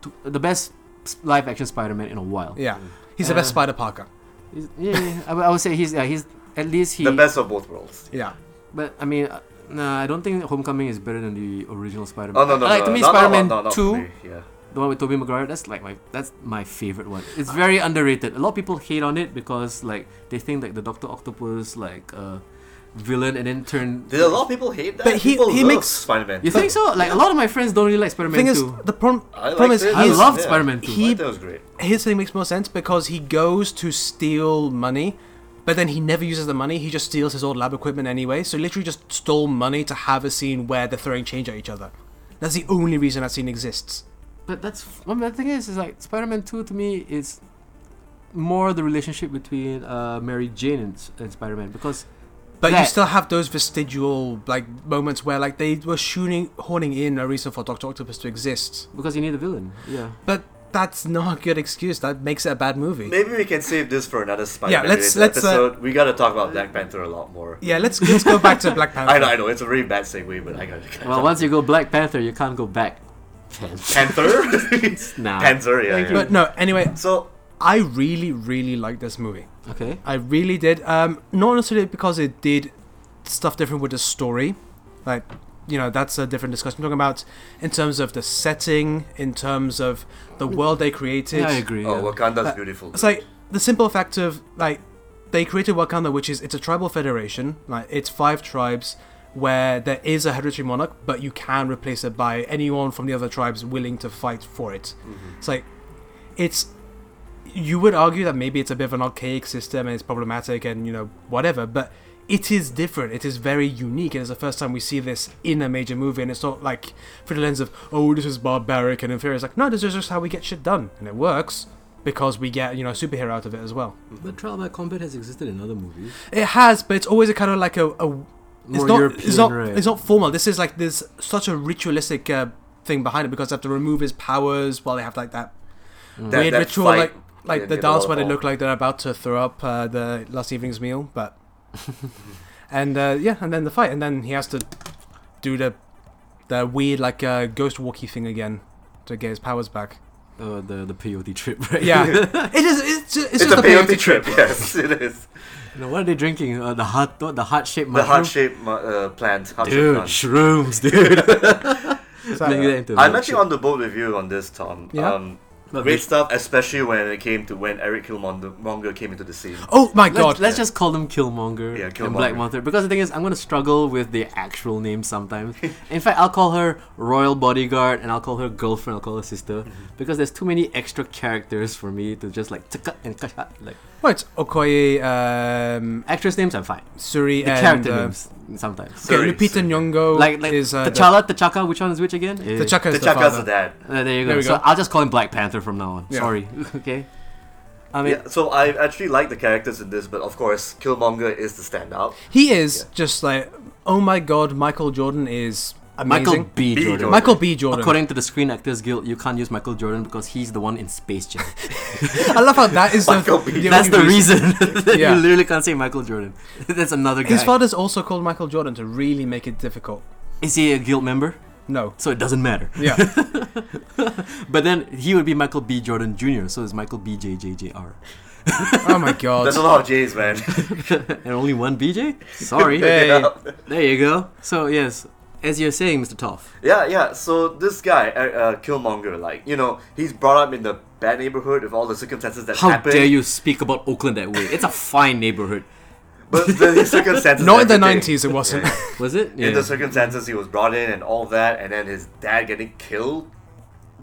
Speaker 1: to, the best s- live-action Spider-Man in a while.
Speaker 2: Yeah, he's the best
Speaker 1: Uh,
Speaker 2: Spider Parker.
Speaker 1: He's- yeah, yeah, I, would- I would say he's yeah, he's at least he.
Speaker 3: the best of both worlds.
Speaker 2: Yeah,
Speaker 1: But I mean, uh, nah, I don't think Homecoming is better than the original Spider-Man. Uh,
Speaker 3: Oh no no
Speaker 1: like
Speaker 3: no,
Speaker 1: to me,
Speaker 3: no, no,
Speaker 1: Spider-Man
Speaker 3: no, no, not
Speaker 1: Two,
Speaker 3: for me, Yeah.
Speaker 1: the one with Tobey Maguire, that's like my that's my favorite one. It's
Speaker 3: Uh,
Speaker 1: very underrated. A lot of people hate on it because like they think like the Doctor Octopus like uh, villain and then turn.
Speaker 3: Did a lot of people hate that?
Speaker 2: But he-
Speaker 3: people
Speaker 2: he
Speaker 3: love
Speaker 2: makes-
Speaker 3: Spider-Man.
Speaker 1: You think so? Like a lot of my friends don't really like Spider-Man
Speaker 2: thing is,
Speaker 1: Two.
Speaker 2: the problem
Speaker 3: I
Speaker 2: problem
Speaker 3: liked
Speaker 2: is
Speaker 3: it.
Speaker 1: I
Speaker 2: he's,
Speaker 1: loved
Speaker 3: yeah.
Speaker 1: Spider-Man Two.
Speaker 3: I
Speaker 2: He-
Speaker 3: thought that was great.
Speaker 2: his thing makes more sense because he goes to steal money, but then he never uses the money. He just steals his old lab equipment anyway. So he literally just stole money to have a scene where they're throwing change at each other. That's the only reason that scene exists.
Speaker 1: But that's I mean, the thing is, is like Spider-Man Two to me is more the relationship between uh, Mary Jane and, S- and Spider-Man because
Speaker 2: But you
Speaker 1: That-
Speaker 2: still have those vestigial like moments where like they were shooting honing in a reason for Doctor Octopus to exist.
Speaker 1: because you need a villain. Yeah.
Speaker 2: But that's not a good excuse. That makes it a bad movie.
Speaker 3: Maybe we can save this for another Spider-Man
Speaker 2: let's-
Speaker 3: related
Speaker 2: let's, uh,
Speaker 3: episode. we gotta talk about Black Panther a lot more.
Speaker 2: Yeah, let's let's go back to Black Panther.
Speaker 3: I know, I know. It's a really bad segue, but I gotta.
Speaker 1: Well, once you go Black Panther, you can't go back. Panther.
Speaker 3: Panther.
Speaker 1: Nah.
Speaker 3: Panther. Yeah.
Speaker 1: Thank
Speaker 3: yeah.
Speaker 1: you.
Speaker 2: But no, anyway,
Speaker 3: so
Speaker 2: I really really liked this movie.
Speaker 1: Okay.
Speaker 2: I really did. Um, not necessarily because it did stuff different with the story, like you know that's a different discussion. I'm talking about in terms of the setting, in terms of the world they created.
Speaker 1: Mm. Yeah, I agree. yeah.
Speaker 3: oh, Wakanda's
Speaker 2: Uh,
Speaker 3: beautiful.
Speaker 2: It's like the simple fact of like they created Wakanda, which is it's a tribal federation. Like it's five tribes where there is a hereditary monarch, but you can replace it by anyone from the other tribes willing to fight for it.
Speaker 3: Mm-hmm.
Speaker 2: It's like it's you would argue that maybe it's a bit of an archaic system and it's problematic and you know whatever, but it is different. It is very unique. It is the first time we see this in a major movie, and it's not like through the lens of oh this is barbaric and inferior. It's like no, this is just how we get shit done, and it works because we get you know a superhero out of it as well.
Speaker 1: But Trial by Combat has existed in other movies.
Speaker 2: It has, but it's always a kind of like a, a it's
Speaker 1: More
Speaker 2: not
Speaker 1: European,
Speaker 2: it's not
Speaker 1: right?
Speaker 2: it's not formal. This is like there's such a ritualistic uh, thing behind it because they have to remove his powers while they have like that
Speaker 3: that,
Speaker 2: uh, weird
Speaker 3: that
Speaker 2: ritual,
Speaker 3: fight
Speaker 2: like like
Speaker 3: in-
Speaker 2: the
Speaker 3: in
Speaker 2: dance where they
Speaker 3: waterfall.
Speaker 2: look like they're about to throw up uh, the last evening's meal, but and uh, yeah, and then the fight, and then he has to do the the weird like uh, ghost walkie thing again to get his powers back.
Speaker 1: Uh, the the peyote trip, right?
Speaker 2: Yeah, it is. It's just, it's
Speaker 3: It's,
Speaker 2: just
Speaker 3: a
Speaker 2: the
Speaker 3: peyote
Speaker 2: peyote
Speaker 3: trip. Yes, it is.
Speaker 1: You know, what are they drinking? Uh, the heart, the heart shaped
Speaker 3: The
Speaker 1: mushroom.
Speaker 3: heart-shaped mu- uh, plant.
Speaker 1: Dude,
Speaker 3: Heart-shaped plant.
Speaker 1: shrooms, dude.
Speaker 2: It's
Speaker 1: Make that
Speaker 2: like-
Speaker 1: into
Speaker 3: I'm
Speaker 1: milkshake.
Speaker 3: actually on the boat with you on this, Tom.
Speaker 2: Yeah.
Speaker 3: Um,
Speaker 1: But
Speaker 3: great stuff, especially when it came to when Eric Killmonger came into the scene.
Speaker 2: Oh my
Speaker 1: Let's,
Speaker 2: god!
Speaker 1: let's just call them Killmonger,
Speaker 3: Yeah,
Speaker 1: and
Speaker 3: Killmonger.
Speaker 1: Black Panther because the thing is, I'm gonna struggle with the actual names sometimes. In fact, I'll call her Royal Bodyguard, and I'll call her girlfriend, I'll call her sister,
Speaker 2: Mm-hmm.
Speaker 1: because there's too many extra characters for me to just like tuck and cut out. Like
Speaker 2: Right, Okoye, um,
Speaker 1: actress names, I'm fine.
Speaker 2: Suri,
Speaker 1: The
Speaker 2: and
Speaker 1: character
Speaker 2: uh,
Speaker 1: names sometimes.
Speaker 2: okay,
Speaker 3: Suri,
Speaker 2: Lupita
Speaker 3: Suri.
Speaker 2: Nyong'o
Speaker 1: Like like
Speaker 2: is uh, the-
Speaker 1: T'Challa, T'Chaka. Which one is which again? Eh.
Speaker 2: T'Chaka is the
Speaker 3: T'Chaka's
Speaker 2: father.
Speaker 3: the dad.
Speaker 1: Uh, there you go.
Speaker 2: There we
Speaker 1: so
Speaker 2: go.
Speaker 1: I'll just call him Black Panther from now on.
Speaker 2: Yeah.
Speaker 1: Sorry. okay. I mean,
Speaker 3: yeah, so I actually like the characters in this, but of course, Killmonger is the standout.
Speaker 2: He is just like, oh my god, Michael Jordan is amazing.
Speaker 1: Michael B.
Speaker 3: B.
Speaker 1: Jordan.
Speaker 3: Jordan.
Speaker 2: Michael B. Jordan.
Speaker 1: According to the Screen Actors Guild, you can't use Michael Jordan because he's the one in Space Jam.
Speaker 2: I love how that is the,
Speaker 3: Michael B.
Speaker 2: the
Speaker 1: That's the
Speaker 2: only
Speaker 1: reason. that
Speaker 2: Yeah.
Speaker 1: You literally can't say Michael Jordan. That's another guy.
Speaker 2: His father's also called Michael Jordan to really make it difficult.
Speaker 1: Is he a guild member?
Speaker 2: No.
Speaker 1: So it doesn't matter.
Speaker 2: Yeah.
Speaker 1: But then he would be Michael B. Jordan Jr., so it's Michael B. J. J. J. R.
Speaker 2: oh my god.
Speaker 3: There's a lot of J's, man.
Speaker 1: and only one BJ? Sorry.
Speaker 2: Hey.
Speaker 1: There you go. So, yes, as you're saying, Mr. Toff.
Speaker 3: Yeah, yeah. So this guy, uh, uh, Killmonger, like you know, he's brought up in the bad neighborhood with all the circumstances that
Speaker 1: How
Speaker 3: happened.
Speaker 1: dare you speak about Oakland that way? It's a fine neighborhood.
Speaker 3: But the his circumstances.
Speaker 2: Not in the
Speaker 3: everything.
Speaker 2: 90s, it wasn't.
Speaker 3: Yeah.
Speaker 1: Was it?
Speaker 3: In the circumstances he was brought in and all that, and then his dad getting killed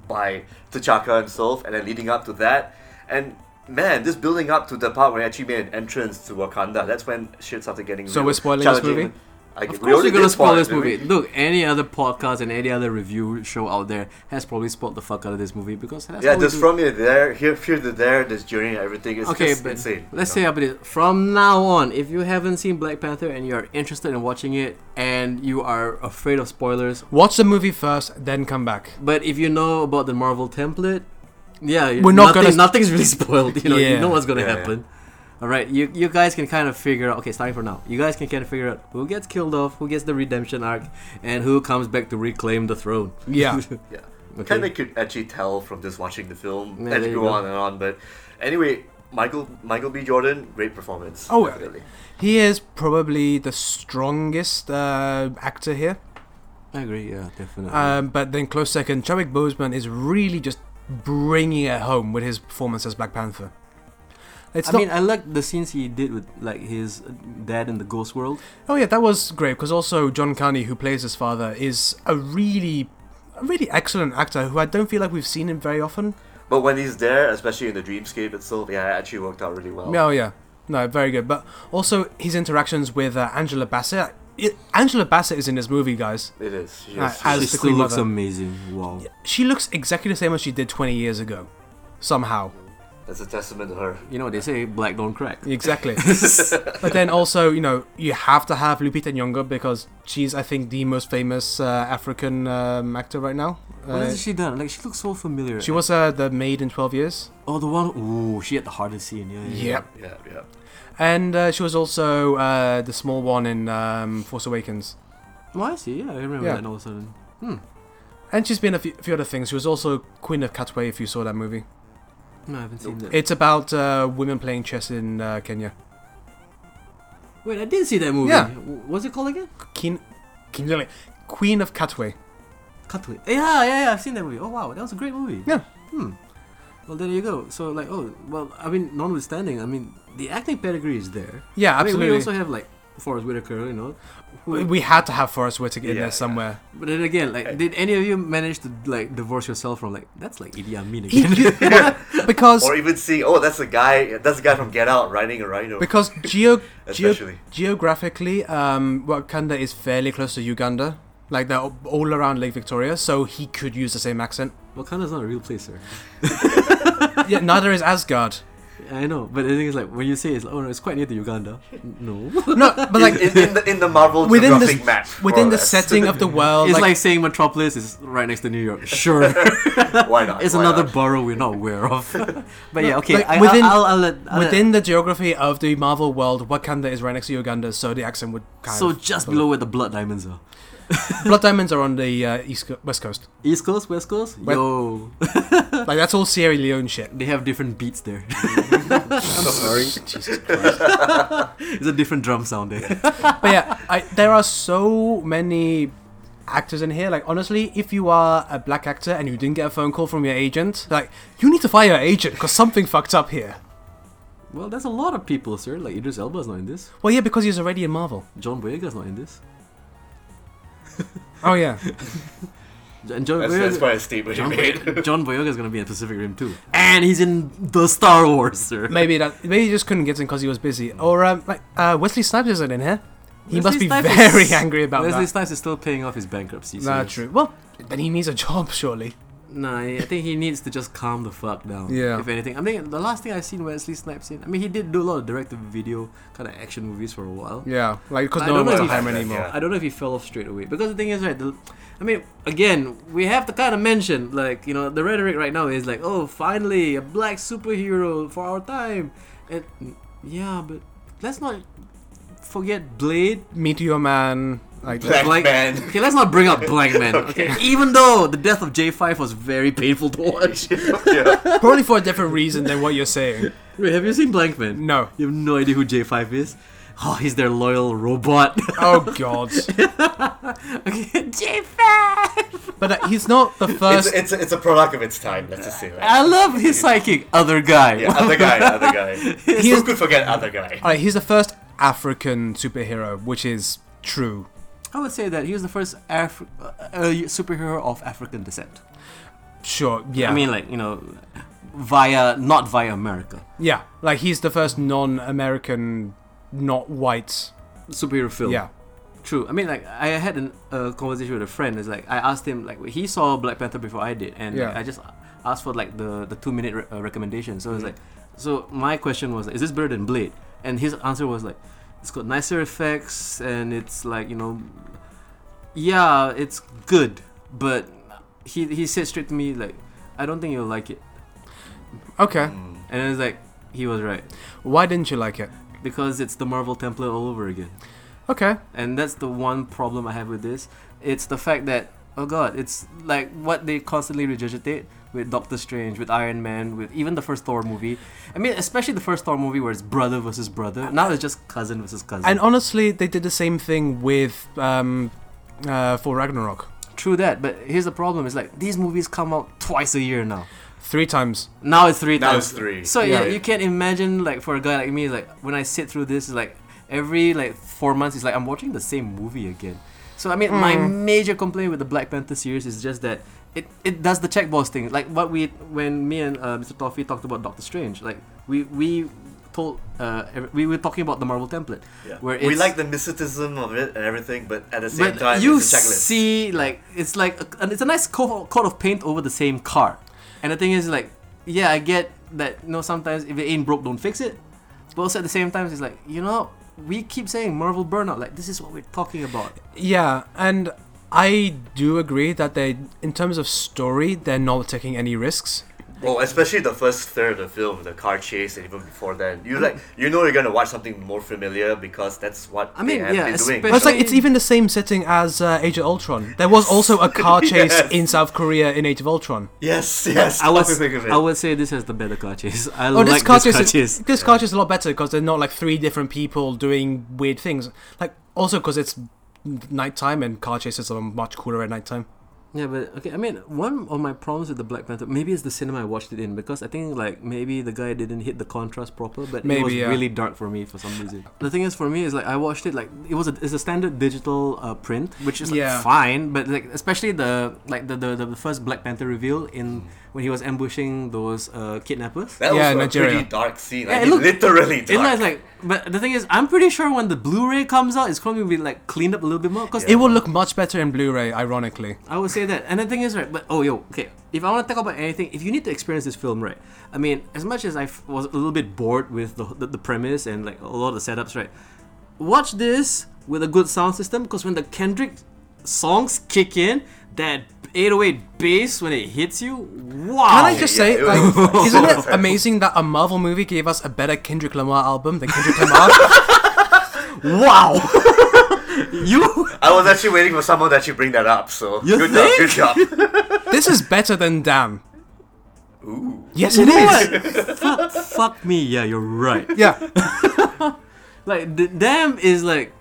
Speaker 3: by T'Chaka himself, and then leading up to that, and man, this building up to the part where he actually made an entrance to Wakanda. That's when shit started getting.
Speaker 2: So
Speaker 3: real
Speaker 2: we're spoiling this
Speaker 3: challenging.
Speaker 2: movie?
Speaker 3: I,
Speaker 1: Of
Speaker 3: we
Speaker 1: course,
Speaker 3: already
Speaker 1: you're gonna
Speaker 3: did
Speaker 1: spoil
Speaker 3: spoil it,
Speaker 1: this
Speaker 3: didn't we?
Speaker 1: movie. Look, any other podcast and any other review show out there has probably spoiled the fuck out of this movie because that's
Speaker 3: Yeah,
Speaker 1: how we
Speaker 3: just
Speaker 1: do.
Speaker 3: from here to there, here, here to there, this journey, and everything is
Speaker 1: okay,
Speaker 3: just
Speaker 1: but
Speaker 3: insane.
Speaker 1: let's
Speaker 3: you
Speaker 1: say up it is. From now on, if you haven't seen Black Panther and you're interested in watching it and you are afraid of spoilers,
Speaker 2: Watch the movie first, then come back.
Speaker 1: but if you know about the Marvel template, yeah, you-
Speaker 2: We're not
Speaker 1: nothing-
Speaker 2: gonna-
Speaker 1: Nothing's really spoiled. You know, you
Speaker 2: Yeah.
Speaker 1: know what's gonna
Speaker 3: Yeah, yeah.
Speaker 1: happen. All right, you you guys can kind of figure out. Okay, starting from now, you guys can kind of figure out who gets killed off, who gets the redemption arc, and who comes back to reclaim the throne.
Speaker 2: Yeah.
Speaker 3: Yeah.
Speaker 1: Okay.
Speaker 3: Kind of could actually tell from just watching the film
Speaker 1: Yeah,
Speaker 3: as
Speaker 1: there
Speaker 3: we
Speaker 1: you
Speaker 3: go
Speaker 1: go.
Speaker 3: on and on. But anyway, Michael Michael B. Jordan, great performance.
Speaker 2: Oh, yeah.
Speaker 3: definitely.
Speaker 2: He is probably the strongest uh, actor here.
Speaker 1: I agree. Yeah, definitely.
Speaker 2: Um, but then close second, Chadwick Boseman is really just bringing it home with his performance as Black Panther. It's
Speaker 1: I
Speaker 2: not.
Speaker 1: mean, I like the scenes he did with like his dad in the Ghost World.
Speaker 2: oh yeah, that was great because also John Carney, who plays his father, is a really, a really excellent actor who I don't feel like we've seen him very often.
Speaker 3: But when he's there, especially in the dreamscape itself, yeah, it actually worked out really well.
Speaker 2: Yeah, Oh yeah, no, very good. But also his interactions with uh, Angela Bassett. It, Angela Bassett is in this movie, guys.
Speaker 3: It is. She
Speaker 2: Uh,
Speaker 3: is-
Speaker 2: as
Speaker 1: she
Speaker 2: the
Speaker 1: still
Speaker 2: Queen
Speaker 1: looks
Speaker 2: Mother.
Speaker 1: amazing. Wow.
Speaker 2: She looks exactly the same as she did 20 years ago, somehow.
Speaker 3: that's a testament to her.
Speaker 1: You know what they say, black don't crack.
Speaker 2: Exactly. but then also, you know, you have to have Lupita Nyong'o because she's, I think, the most famous uh, African um, actor right now.
Speaker 1: What
Speaker 2: Uh,
Speaker 1: has she done? Like she looks so familiar.
Speaker 2: she was uh, the maid in 12 Years.
Speaker 1: Oh, the one. Ooh, she had the hardest scene. Yeah. Yeah. yeah.
Speaker 2: Yep.
Speaker 3: Yeah, yeah.
Speaker 2: And uh, she was also uh, the small one in um, Force Awakens.
Speaker 1: Oh, I see. Yeah, I remember
Speaker 2: Yeah.
Speaker 1: that all of a sudden.
Speaker 2: And she's been a few, few other things. She was also Queen of Katwe, if you saw that movie.
Speaker 1: No, I haven't seen that.
Speaker 2: It's about uh, women playing chess in uh, Kenya.
Speaker 1: Wait, I did see that movie.
Speaker 2: Yeah.
Speaker 1: W- What's it called again?
Speaker 2: Queen, Queen- Queen of Katwe.
Speaker 1: Cutlet. Yeah, yeah, yeah. I've seen that movie. Oh wow, that was a great movie.
Speaker 2: Yeah.
Speaker 1: Hmm. Well, there you go. So like, oh, well, I mean, notwithstanding, I mean, the acting pedigree is there.
Speaker 2: Yeah,
Speaker 1: I mean, we
Speaker 2: absolutely.
Speaker 1: also have like Forrest Whitaker, you know.
Speaker 2: we,
Speaker 1: Who,
Speaker 2: had to have Forrest Whitaker in
Speaker 3: Yeah,
Speaker 2: there somewhere.
Speaker 1: but then again, like, did any of you manage to like divorce yourself from like that's like Idi Amin again?
Speaker 2: because
Speaker 3: Or even see, oh, that's a guy. That's a guy from Get Out riding a rhino.
Speaker 2: because geo, geo
Speaker 3: Especially.
Speaker 2: geographically, um, Wakanda is fairly close to Uganda. Like they're all around Lake Victoria, so he could use the same accent.
Speaker 1: Wakanda's not a real place, sir.
Speaker 2: Yeah, neither is Asgard.
Speaker 1: I know, but the thing is, like, when you say it's like, oh no, it's quite near to Uganda. N- No,
Speaker 2: No, but like
Speaker 3: in, in the in the Marvel
Speaker 2: within
Speaker 3: geographic
Speaker 2: the
Speaker 3: map.
Speaker 2: within the
Speaker 3: set.
Speaker 2: setting of the world,
Speaker 1: it's like,
Speaker 2: like,
Speaker 1: saying Metropolis is right next to New York. Sure,
Speaker 3: Why not?
Speaker 1: it's
Speaker 3: Why
Speaker 1: another
Speaker 3: not?
Speaker 1: borough we're not aware of. but yeah, okay,
Speaker 2: like,
Speaker 1: I,
Speaker 2: within-
Speaker 1: I'll, I'll, I'll let I'll let-
Speaker 2: within the geography of the Marvel world, Wakanda is right next to Uganda, so the accent would kind
Speaker 1: so
Speaker 2: of
Speaker 1: just below where the blood diamonds are.
Speaker 2: Blood Diamonds are on the uh, east co- west coast.
Speaker 1: East Coast, West Coast,
Speaker 2: West-
Speaker 1: yo,
Speaker 2: Like that's all Sierra Leone shit.
Speaker 1: they have different beats there. I'm sorry, Jesus it's a different drum sound there.
Speaker 2: but yeah, I, there are so many actors in here. Like honestly, if you are a black actor and you didn't get a phone call from your agent, like you need to fire your agent because something fucked up here.
Speaker 1: well, that's a lot of people, sir. Like Idris Elba's not in this.
Speaker 2: Well, yeah, because he's already in Marvel.
Speaker 1: John Boyega's not in this.
Speaker 2: Oh yeah,
Speaker 1: And John
Speaker 3: That's,
Speaker 1: Boyega-
Speaker 3: that's quite a statement you
Speaker 1: John,
Speaker 3: made.
Speaker 1: Boy- John Boyega's gonna be in Pacific Rim too, and he's in the Star Wars, sir.
Speaker 2: maybe that maybe he just couldn't get in because he was busy. Or um, like uh, Wesley Snipes isn't in here. He must
Speaker 1: Wesley
Speaker 2: be
Speaker 1: Snipes
Speaker 2: very
Speaker 1: is-
Speaker 2: angry about
Speaker 1: Wesley
Speaker 2: that.
Speaker 1: Snipes is still paying off his bankruptcy. so
Speaker 2: Nah,
Speaker 1: it's-
Speaker 2: true. Well, then he needs a job, surely.
Speaker 1: Nah, I I think he needs to just calm the fuck down.
Speaker 2: Yeah.
Speaker 1: If anything, I mean, the last thing I seen Wesley Snipes in, I mean, he did do a lot of direct-to-video kind of action movies for a while.
Speaker 2: Yeah, like because
Speaker 1: I
Speaker 2: no
Speaker 1: don't
Speaker 2: one wants
Speaker 1: know
Speaker 2: to
Speaker 1: if-
Speaker 2: hire him anymore.
Speaker 3: Yeah.
Speaker 1: I don't know if he fell off straight away because the thing is, right? The, I mean, again, we have to kind of mention, like, you know, the rhetoric right now is like, oh, finally a black superhero for our time, and yeah, but let's not forget Blade.
Speaker 2: Meteor Man, like
Speaker 3: Black Man.
Speaker 1: Okay, let's not bring up Blank Man. okay. even though the death of J5 was very painful to watch.
Speaker 3: yeah.
Speaker 2: probably for a different reason than what you're saying.
Speaker 1: Wait, have you seen Blank Man?
Speaker 2: No.
Speaker 1: You have no idea who J5 is. Oh, he's their loyal robot.
Speaker 2: Oh God.
Speaker 1: okay, J5.
Speaker 2: But uh, he's not the
Speaker 3: It's,
Speaker 2: first.
Speaker 3: it's, it's a product of its time. Let's just say that.
Speaker 1: I love his psychic other guy.
Speaker 3: Yeah, other guy, other guy.
Speaker 2: is-
Speaker 3: Who could forget other guy?
Speaker 2: Alright, he's the first African superhero, which is true.
Speaker 1: I would say that he was the first Af- uh, uh, superhero of African descent.
Speaker 2: Sure. Yeah.
Speaker 1: I mean, like you know, via not via America
Speaker 2: yeah. Like he's the first non-American, not white.
Speaker 1: superhero film.
Speaker 2: Yeah.
Speaker 1: True. I mean, like I had an, a conversation with a friend. It's like I asked him, like he saw Black Panther before I did, and
Speaker 2: Yeah.
Speaker 1: like, I just asked for like the the two minute re- uh, recommendation. So it's like, so my question was, is this better than Blade? And his answer was like, it's got nicer effects, and it's like you know, yeah, it's good, but he he said straight to me like, I don't think you'll like it.
Speaker 2: Okay.
Speaker 1: And it's like he was right
Speaker 2: Why didn't you like it?
Speaker 1: because it's the Marvel template all over again.
Speaker 2: Okay.
Speaker 1: and that's the one problem I have with this. It's the fact that oh god, it's like what they constantly regurgitate with Doctor Strange, with Iron Man, with even the first Thor movie. I mean, especially the first Thor movie where it's brother versus brother. Now it's just cousin versus cousin.
Speaker 2: And honestly, they did the same thing with um, uh, for Ragnarok,
Speaker 1: True that, but here's the problem: is like these movies come out twice a year now.
Speaker 2: three times.
Speaker 1: Now it's three
Speaker 3: Now
Speaker 1: times.
Speaker 3: it's three.
Speaker 1: So
Speaker 2: Yeah.
Speaker 1: yeah. you can imagine like for a guy like me, like when I sit through this, like every like four months, it's like I'm watching the same movie again. So I mean, my major complaint with the Black Panther series is just that it, it does the checkbox thing, like what we when me and uh, Mr. Toffee talked about Doctor Strange, like we we told uh, ev- we were talking about the Marvel template,
Speaker 3: Yeah.
Speaker 1: where
Speaker 3: we
Speaker 1: it's-
Speaker 3: like the mysticism of it and everything, but at the same
Speaker 1: but
Speaker 3: time,
Speaker 1: you
Speaker 3: it's a checklist.
Speaker 1: see like it's like a, and it's a nice coat, coat of paint over the same car and the thing is like yeah i get that you know sometimes if it ain't broke don't fix it but also at the same time it's like you know we keep saying marvel burnout like this is what we're talking about
Speaker 2: Yeah, and I do agree that they, in terms of story, they're not taking any risks.
Speaker 3: Well, especially the first third of the film, the car chase, and even before then, you like you know you're gonna watch something more familiar because that's what
Speaker 1: I mean,
Speaker 3: they have
Speaker 1: yeah,
Speaker 3: been doing.
Speaker 2: But it's like
Speaker 1: Actually-
Speaker 2: it's even the same setting as uh, Age of Ultron. There was also a car chase
Speaker 3: Yes.
Speaker 2: in South Korea in Age of Ultron.
Speaker 3: yes, yes.
Speaker 1: I would,
Speaker 3: come to think of it.
Speaker 1: I would say this is the better car chase. I
Speaker 2: Oh,
Speaker 1: like
Speaker 2: this car chase,
Speaker 1: this car
Speaker 2: is-
Speaker 1: chase.
Speaker 2: this car chase is a lot better because they're not like three different people doing weird things. Like also because it's nighttime and car chases are much cooler at nighttime.
Speaker 1: Yeah, but okay. I mean, one of my problems with the Black Panther maybe it's the cinema I watched it in because I think like maybe the guy didn't hit the contrast proper, but it was
Speaker 2: Maybe, yeah.
Speaker 1: really dark for me for some reason. The thing is, for me, is like I watched it like it was a it's a standard digital uh, print, which is like,
Speaker 2: Yeah.
Speaker 1: fine, but like especially the like the, the the first Black Panther reveal in when he was ambushing those uh, kidnappers.
Speaker 3: that
Speaker 2: Yeah,
Speaker 3: was a
Speaker 2: Nigeria.
Speaker 3: pretty dark scene.
Speaker 1: Yeah,
Speaker 3: Like,
Speaker 1: it looked-
Speaker 3: literally
Speaker 1: It's
Speaker 3: dark.
Speaker 1: like, but the thing is, I'm pretty sure when the Blu-ray comes out, it's going to be like cleaned up a little bit more because
Speaker 2: It will look much better in Blu-ray, ironically.
Speaker 1: I would say that. And the thing is, right, but oh, yo, okay. If I want to talk about anything, if you need to experience this film, right, I mean, as much as I f- was a little bit bored with the, the, the premise and like a lot of the setups, right, watch this with a good sound system because when the Kendrick songs kick in, that 808 bass when it hits you, wow.
Speaker 2: Can I just
Speaker 3: yeah,
Speaker 2: say,
Speaker 3: it
Speaker 2: like,
Speaker 3: was-
Speaker 2: isn't
Speaker 3: it
Speaker 2: it
Speaker 3: was-
Speaker 2: amazing that a Marvel movie gave us a better Kendrick Lamar album than Kendrick Lamar?
Speaker 1: wow. you.
Speaker 3: I was actually waiting for someone to actually bring that up. So
Speaker 1: You
Speaker 3: good
Speaker 1: think?
Speaker 3: job, good job.
Speaker 2: this is better than Damn.
Speaker 3: Ooh.
Speaker 2: Yes, it is.
Speaker 1: fuck, fuck me. Yeah, you're right.
Speaker 2: Yeah.
Speaker 1: Like, the, damn is like.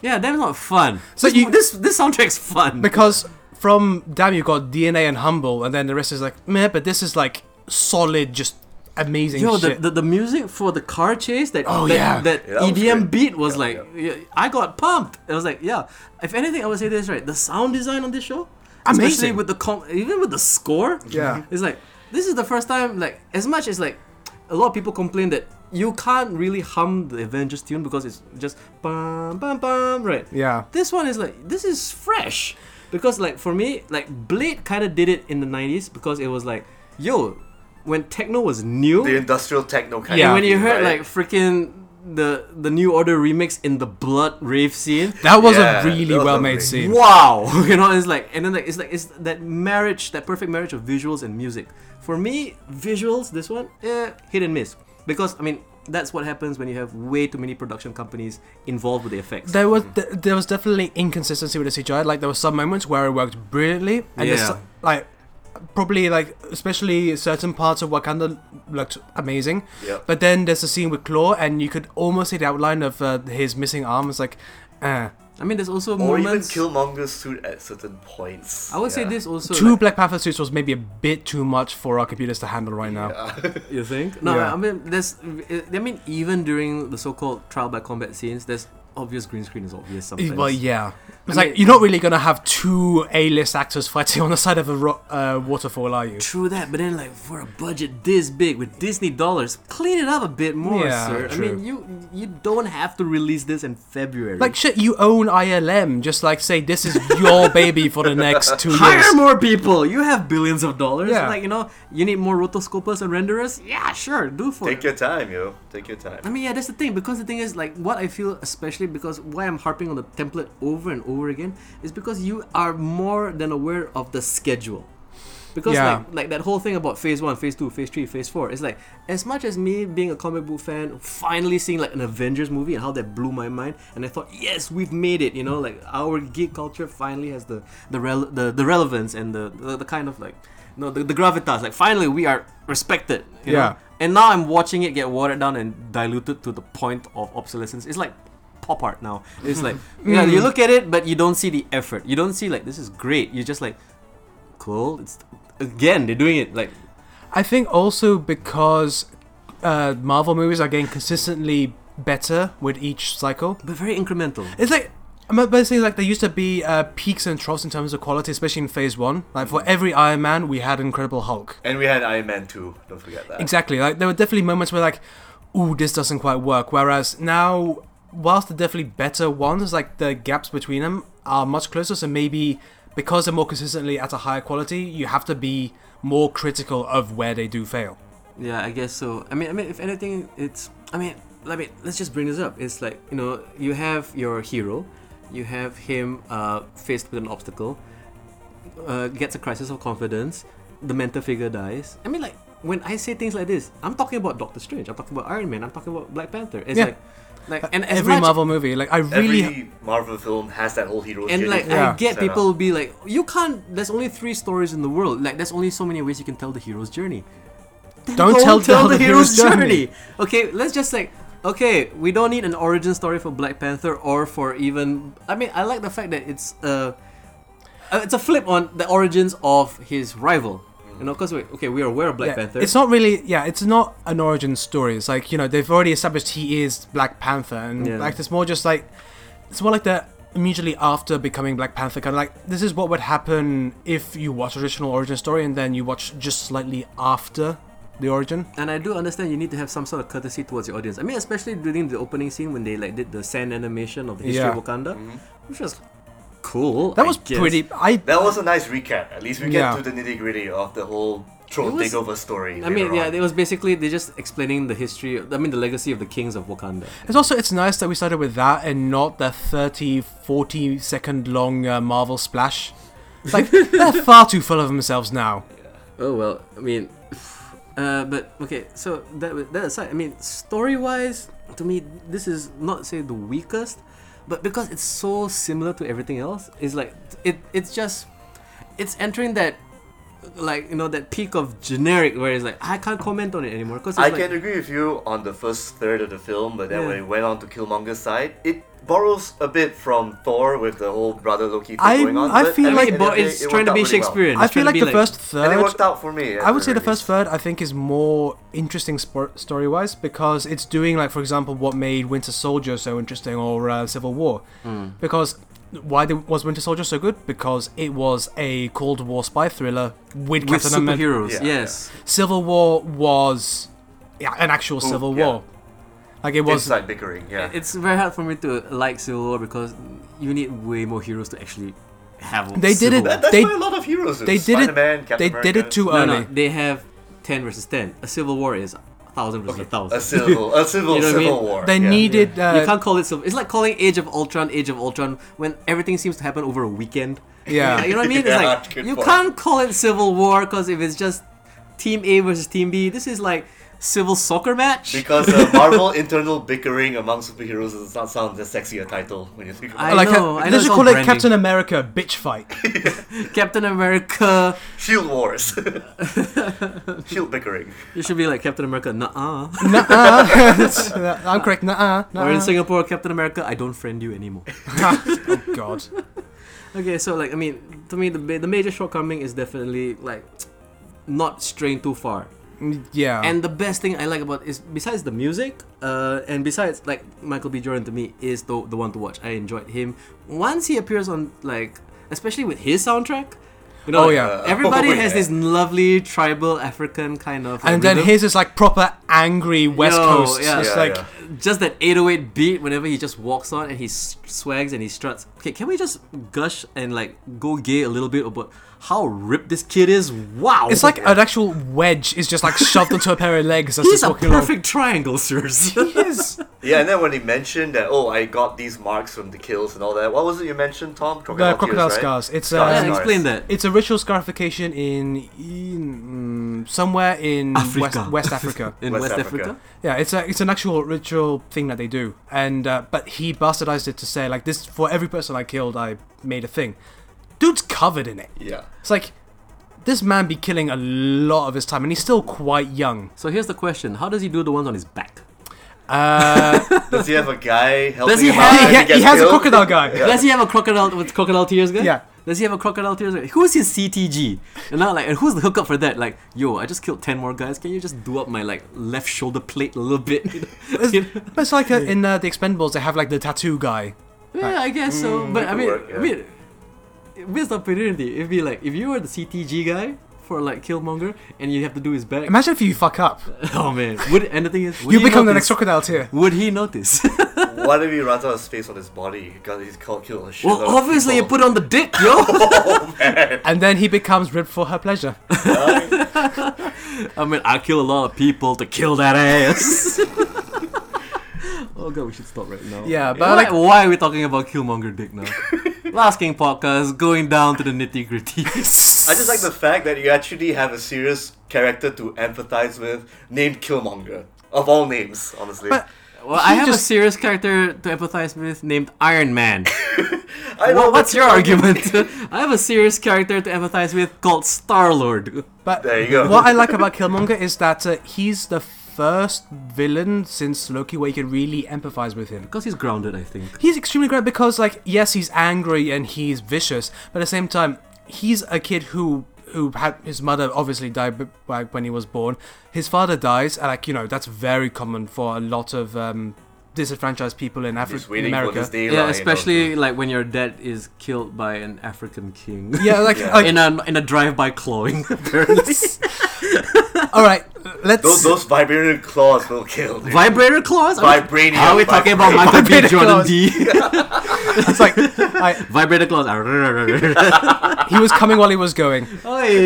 Speaker 1: Yeah, damn's not fun.
Speaker 2: So
Speaker 1: this,
Speaker 2: you-
Speaker 1: this this soundtrack's fun.
Speaker 2: Because from Damn you got DNA and Humble, and then the rest is like meh. But this is like solid, just amazing
Speaker 1: Yo, the,
Speaker 2: shit.
Speaker 1: the, the music for the car chase that
Speaker 2: Oh,
Speaker 1: that,
Speaker 2: yeah.
Speaker 1: that
Speaker 3: Yeah, that was
Speaker 1: EDM
Speaker 3: great.
Speaker 1: beat was
Speaker 3: Yeah,
Speaker 1: like yeah, I got pumped. It was like yeah. If anything, I would say this right. The sound design on this show, especially
Speaker 2: Amazing.
Speaker 1: with the com- even with the score,
Speaker 2: Yeah.
Speaker 1: it's like this is the first time like as much as like a lot of people complain that you can't really hum the Avengers tune because it's just bum bum bum right.
Speaker 2: yeah.
Speaker 1: This one is like this is fresh because like for me like Blade kind of did it in the 90s because it was like yo when techno was new
Speaker 3: The industrial techno kind.
Speaker 2: Yeah.
Speaker 3: of
Speaker 1: when you
Speaker 3: thing,
Speaker 1: heard
Speaker 3: right?
Speaker 1: like freaking the the new order remix in the blood rave scene
Speaker 2: That was
Speaker 3: Yeah,
Speaker 2: a really
Speaker 3: that was
Speaker 2: well made
Speaker 3: amazing.
Speaker 2: scene.
Speaker 1: wow you know it's like and then like it's like it's that marriage that perfect marriage of visuals and music for me visuals this one eh, hit and miss because i mean that's what happens when you have way too many production companies involved with the effects
Speaker 2: There was th- there was definitely inconsistency with the CGI. Like there were some moments where it worked brilliantly, and there's
Speaker 1: Yeah.
Speaker 2: so- like probably like especially certain parts of Wakanda looked amazing.
Speaker 3: Yep.
Speaker 2: But then there's a scene with Claw, and you could almost see the outline of uh, his missing arm. It's like, eh.
Speaker 1: i mean there's also
Speaker 3: or even
Speaker 1: moments
Speaker 3: Killmonger's suit at certain points.
Speaker 1: i would say
Speaker 3: Yeah.
Speaker 1: this also
Speaker 2: two
Speaker 1: like-
Speaker 2: Black Panther suits was maybe a bit too much for our computers to handle right now.
Speaker 1: You think? No,
Speaker 2: Yeah.
Speaker 1: eh, I mean, there's. I mean, even during the so-called trial by combat scenes, there's obvious green screen is obvious
Speaker 2: Y-
Speaker 1: sometimes.
Speaker 2: Well, yeah. It's
Speaker 1: I
Speaker 2: like
Speaker 1: mean-
Speaker 2: you're not really gonna have two A-list actors fighting on the side of a ro- uh, waterfall, are you?
Speaker 1: True that, but then like for a budget this big with Disney dollars, clean it up a bit more,
Speaker 2: Yeah,
Speaker 1: sir.
Speaker 2: true.
Speaker 1: I mean, you you don't have to release this in February.
Speaker 2: Like shit, you own ILM. Just like say this is your baby for the next two
Speaker 1: hire
Speaker 2: years.
Speaker 1: more people. You have billions of dollars.
Speaker 2: Yeah.
Speaker 1: Like you know, you need more rotoscopers and renderers. Yeah, sure, do for
Speaker 3: Take
Speaker 1: it.
Speaker 3: your time, yo. Take your time.
Speaker 1: I mean, yeah, that's the thing. Because the thing is, like, what I feel, especially because why I'm harping on the template over and over again, is because you are more than aware of the schedule. Because
Speaker 2: Yeah.
Speaker 1: like, like that whole thing about phase one, phase two, phase three, phase four. It's like as much as me being a comic book fan, finally seeing like an Avengers movie and how that blew my mind, and I thought, yes, we've made it. You know, like our geek culture finally has the the rel- the, the relevance and the, the the kind of like no the, the gravitas. Like finally we are respected. You
Speaker 2: Yeah.
Speaker 1: Know? And now I'm watching it get watered down and diluted to the point of obsolescence. It's like pop art now. It's like yeah, you look at it, but you don't see the effort. You don't see like this is great. You're just like cool. It's again they're doing it like
Speaker 2: I think also because uh, Marvel movies are getting consistently better with each cycle.
Speaker 1: but very incremental.
Speaker 2: It's like I'm not basically like there used to be uh, peaks and troughs in terms of quality, especially in Phase One. Like for every Iron Man, we had Incredible Hulk.
Speaker 3: And we had Iron Man 2. Don't forget that.
Speaker 2: Exactly. Like there were definitely moments where like, ooh, this doesn't quite work. Whereas now, whilst they're definitely better ones, like the gaps between them are much closer. So maybe because they're more consistently at a higher quality, you have to be more critical of where they do fail.
Speaker 1: Yeah, I guess so. I mean, I mean, if anything, it's. I mean, I mean, let's just bring this up. It's like you know, you have your hero, you have him uh, faced with an obstacle, uh, gets a crisis of confidence, the mentor figure dies. I mean, like when I say things like this, I'm talking about Doctor Strange, I'm talking about Iron Man, I'm talking about Black Panther. It's
Speaker 2: Yeah.
Speaker 1: like, like, and as
Speaker 2: Every
Speaker 1: much-
Speaker 2: Marvel movie, like I really,
Speaker 3: Every Marvel film has that whole hero
Speaker 1: and
Speaker 3: journey
Speaker 1: like
Speaker 3: thing
Speaker 2: Yeah.
Speaker 1: I get
Speaker 3: set up.
Speaker 1: people will be like, you can't. There's only three stories in the world. Like there's only so many ways you can tell the hero's journey. Then
Speaker 2: Don't tell the hero's journey.
Speaker 1: Okay, let's just like. Okay, we don't need an origin story for Black Panther or for even. I mean, I like the fact that it's uh, uh, it's a flip on the origins of his rival. You know, because okay, we are aware of Black
Speaker 2: yeah,
Speaker 1: Panther.
Speaker 2: it's not really, yeah, it's not an origin story. It's like you know they've already established he is Black Panther, and
Speaker 1: Yeah.
Speaker 2: like it's more just like it's more like the immediately after becoming Black Panther, kind of like this is what would happen if you watch original origin story and then you watch just slightly after the origin.
Speaker 1: And I do understand you need to have some sort of courtesy towards your audience. I mean, especially during the opening scene when they like did the sand animation of the history
Speaker 2: Yeah.
Speaker 1: of Wakanda,
Speaker 3: Mm-hmm.
Speaker 1: which was cool.
Speaker 2: That
Speaker 1: I
Speaker 2: was
Speaker 1: guess.
Speaker 2: pretty. I
Speaker 3: That was a nice recap. At least we get
Speaker 2: Yeah.
Speaker 3: to the nitty gritty of the whole throne
Speaker 1: It was-
Speaker 3: takeover story.
Speaker 1: I mean,
Speaker 3: later
Speaker 1: yeah,
Speaker 3: on.
Speaker 1: it was basically they're just explaining the history. I mean, the legacy of the kings of Wakanda.
Speaker 2: It's also it's nice that we started with that and not the 30 40 second long uh, Marvel splash. Like they're far too full of themselves now.
Speaker 1: Oh well, I mean, uh, but okay. So that that aside, I mean, story wise, to me, this is not say the weakest, but because it's so similar to everything else, it's like it it's just it's entering that like you know that peak of generic where it's like I can't comment on it anymore because
Speaker 3: I
Speaker 1: like,
Speaker 3: can agree with you on the first third of the film, but then
Speaker 1: Yeah.
Speaker 3: when it went on to Killmonger's side, it borrows a bit from Thor with the whole brother Loki thing
Speaker 2: I-
Speaker 3: going on.
Speaker 2: I
Speaker 3: but
Speaker 2: feel
Speaker 3: at
Speaker 2: like
Speaker 3: the end
Speaker 1: Bo-
Speaker 3: of the day,
Speaker 1: it's
Speaker 3: it
Speaker 1: trying
Speaker 3: worked
Speaker 1: to
Speaker 3: out
Speaker 1: be
Speaker 3: really well.
Speaker 1: Shakespearean.
Speaker 2: I
Speaker 1: It's
Speaker 2: feel
Speaker 1: trying to be
Speaker 2: like the first
Speaker 3: And it
Speaker 2: third
Speaker 3: worked out for me. at
Speaker 2: I would say the
Speaker 3: very
Speaker 2: first third I think is more interesting spor- story-wise because it's doing like for example what made Winter Soldier so interesting or uh, Civil War.
Speaker 3: Hmm.
Speaker 2: Because why did, was Winter Soldier so good? Because it was a Cold War spy thriller with,
Speaker 1: with
Speaker 2: Captain America.
Speaker 1: superheroes.
Speaker 3: Yeah,
Speaker 1: yes,
Speaker 2: Civil War was yeah, an actual Civil
Speaker 3: yeah.
Speaker 2: War. Like it
Speaker 3: least.
Speaker 2: was
Speaker 3: Inside bickering, yeah.
Speaker 1: it's very hard for me to like Civil War because you need way more heroes to actually have. a
Speaker 2: They did
Speaker 1: Civil
Speaker 2: it-
Speaker 1: War.
Speaker 3: That- that's
Speaker 2: they-
Speaker 3: why a lot of heroes do.
Speaker 2: they did it-
Speaker 3: Spider-Man, Captain
Speaker 2: they did
Speaker 3: America.
Speaker 2: it too
Speaker 1: No,
Speaker 2: early.
Speaker 1: no, they have 10 versus 10. A civil war is 1,000 versus a 1,000.
Speaker 3: A civil, a civil,
Speaker 1: You know what I
Speaker 3: civil
Speaker 1: mean?
Speaker 3: war.
Speaker 2: They
Speaker 3: yeah.
Speaker 2: needed uh,
Speaker 1: you can't call it civil. It's like calling Age of Ultron Age of Ultron when everything seems to happen over a weekend.
Speaker 2: Yeah.
Speaker 1: you know what I mean? It's
Speaker 3: Yeah,
Speaker 1: like
Speaker 3: good
Speaker 1: you
Speaker 3: point.
Speaker 1: can't call it civil war because if it's just team A versus team B, this is like civil soccer match.
Speaker 3: Because uh, Marvel internal bickering among superheroes does not sound as sexy a title when you think about
Speaker 1: I
Speaker 3: it.
Speaker 2: like
Speaker 1: know, I
Speaker 2: they
Speaker 1: know
Speaker 2: should
Speaker 1: it's all
Speaker 2: call it
Speaker 1: branding.
Speaker 2: Captain America bitch fight.
Speaker 1: Captain America,
Speaker 3: Shield wars. Shield bickering.
Speaker 1: it should be like Captain America, nah.
Speaker 2: Nuh-uh. uh, I'm correct. Nuh-uh.
Speaker 1: Or in
Speaker 2: nuh-uh.
Speaker 1: Singapore, Captain America, I don't friend you anymore.
Speaker 2: oh God.
Speaker 1: Okay, so like I mean, to me the ma- the major shortcoming is definitely like not straying too far.
Speaker 2: Yeah.
Speaker 1: And the best thing I like about is besides the music, uh, and besides like Michael B. Jordan to me is the the one to watch. I enjoyed him once he appears on like especially with his soundtrack. You know,
Speaker 2: Oh,
Speaker 1: like,
Speaker 2: yeah.
Speaker 1: everybody
Speaker 3: Oh,
Speaker 1: has
Speaker 3: yeah.
Speaker 1: this lovely tribal African kind of. like,
Speaker 2: and then
Speaker 1: rhythm.
Speaker 2: his is like proper angry West
Speaker 1: Yo,
Speaker 2: Coast.
Speaker 1: yeah.
Speaker 2: It's
Speaker 3: Yeah,
Speaker 2: like
Speaker 3: yeah.
Speaker 1: just that 808 beat whenever he just walks on and he s- swags and he struts. Okay, can we just gush and like go gay a little bit about how ripped this kid is? Wow,
Speaker 2: it's like an actual wedge is just like shoved into a pair of legs as
Speaker 1: he's
Speaker 2: it's
Speaker 1: a
Speaker 2: walking along.
Speaker 1: perfect triangle, sirs.
Speaker 2: He is.
Speaker 3: Yeah, and then when he mentioned that, oh, I got these marks from the kills and all that. What was it you mentioned, Tom?
Speaker 2: The
Speaker 3: tears,
Speaker 2: crocodile
Speaker 3: right?
Speaker 2: scars. It's
Speaker 3: Scars,
Speaker 1: Yeah,
Speaker 2: um,
Speaker 3: scars.
Speaker 1: explain that.
Speaker 2: It's a ritual scarification in, in mm, somewhere in
Speaker 1: Africa.
Speaker 2: West, West Africa.
Speaker 1: In West,
Speaker 3: West
Speaker 1: Africa.
Speaker 3: Africa.
Speaker 2: yeah, it's a, it's an actual ritual thing that they do, and uh, but he bastardized it to say like this for every person I killed, I made a thing. Dude's covered in it.
Speaker 3: Yeah.
Speaker 2: It's like this man be killing a lot of his time, and he's still quite young.
Speaker 1: So here's the question: How does he do the ones on his back?
Speaker 2: Uh,
Speaker 3: Does he have a guy helping
Speaker 1: he
Speaker 3: him
Speaker 1: have-
Speaker 3: out
Speaker 2: he,
Speaker 3: when
Speaker 2: ha- he
Speaker 3: gets
Speaker 2: has a
Speaker 3: killed?
Speaker 2: crocodile guy.
Speaker 1: Does he have a crocodile with crocodile tears guy?
Speaker 2: Yeah.
Speaker 1: Does he have a crocodile tears guy? Who's his CTG? And now like, and who's the hookup for that? Like, yo, I just killed ten more guys. Can you just do up my like left shoulder plate a little bit?
Speaker 2: It's, but it's like uh in uh, the Expendables, they have like the tattoo guy.
Speaker 1: Yeah, I guess so. But I
Speaker 3: Mm, could
Speaker 1: mean,
Speaker 3: work, yeah.
Speaker 1: I mean, missed opportunity. It'd be like if you were the CTG guy for like Killmonger and you have to do his back.
Speaker 2: Imagine if you fuck up,
Speaker 1: oh man, would and the thing is, would
Speaker 2: you
Speaker 1: he
Speaker 2: become the next
Speaker 1: notice?
Speaker 2: crocodile tier.
Speaker 1: Would he notice?
Speaker 3: Why did he run out of space on his body? Because he's called kill a shit.
Speaker 1: well, obviously you put on the dick, yo.
Speaker 2: And then he becomes ripped for her pleasure.
Speaker 1: I mean, I kill a lot of people to kill that ass. oh god, we should stop right now.
Speaker 2: Yeah, but
Speaker 1: why,
Speaker 2: like-
Speaker 1: why are we talking about Killmonger dick now? Last King podcast going down to the nitty gritty.
Speaker 3: I just like the fact that you actually have a serious character to empathize with named Killmonger. Of all names, honestly.
Speaker 2: But
Speaker 1: Well, I
Speaker 2: He
Speaker 1: have a
Speaker 2: just-
Speaker 1: serious character to empathize with named Iron Man.
Speaker 3: I
Speaker 1: Well,
Speaker 3: know
Speaker 1: what's
Speaker 3: that's
Speaker 1: your
Speaker 3: not-
Speaker 1: argument? I have a serious character to empathize with called Star Lord.
Speaker 2: But
Speaker 3: There you go.
Speaker 2: what I like about Killmonger is that uh, he's the first villain since Loki where you can really empathize with him.
Speaker 1: Because he's grounded, I think.
Speaker 2: He's extremely great because, like, yes, he's angry and he's vicious, but at the same time, he's a kid who who had his mother obviously died b- by- when he was born. His father dies, and like you know, that's very common for a lot of um, disenfranchised people in
Speaker 3: Just
Speaker 2: Africa,
Speaker 3: waiting for
Speaker 2: America.
Speaker 3: this day.
Speaker 1: Yeah,
Speaker 3: line, you know.
Speaker 1: especially like when your dad is killed by an African king.
Speaker 2: Yeah, like,
Speaker 3: Yeah.
Speaker 2: like
Speaker 1: in a in a drive-by clawing. apparently.
Speaker 2: all right, let's.
Speaker 3: Those, those vibranium claws will kill. dude.
Speaker 1: Vibrator claws? I mean,
Speaker 3: Vibranium,
Speaker 1: Are we talking about
Speaker 3: vibranium.
Speaker 1: Michael B.
Speaker 2: Vibrator
Speaker 1: Jordan
Speaker 2: claws.
Speaker 1: D?
Speaker 2: It's like I,
Speaker 1: Vibrator claws.
Speaker 2: he was coming while he was going.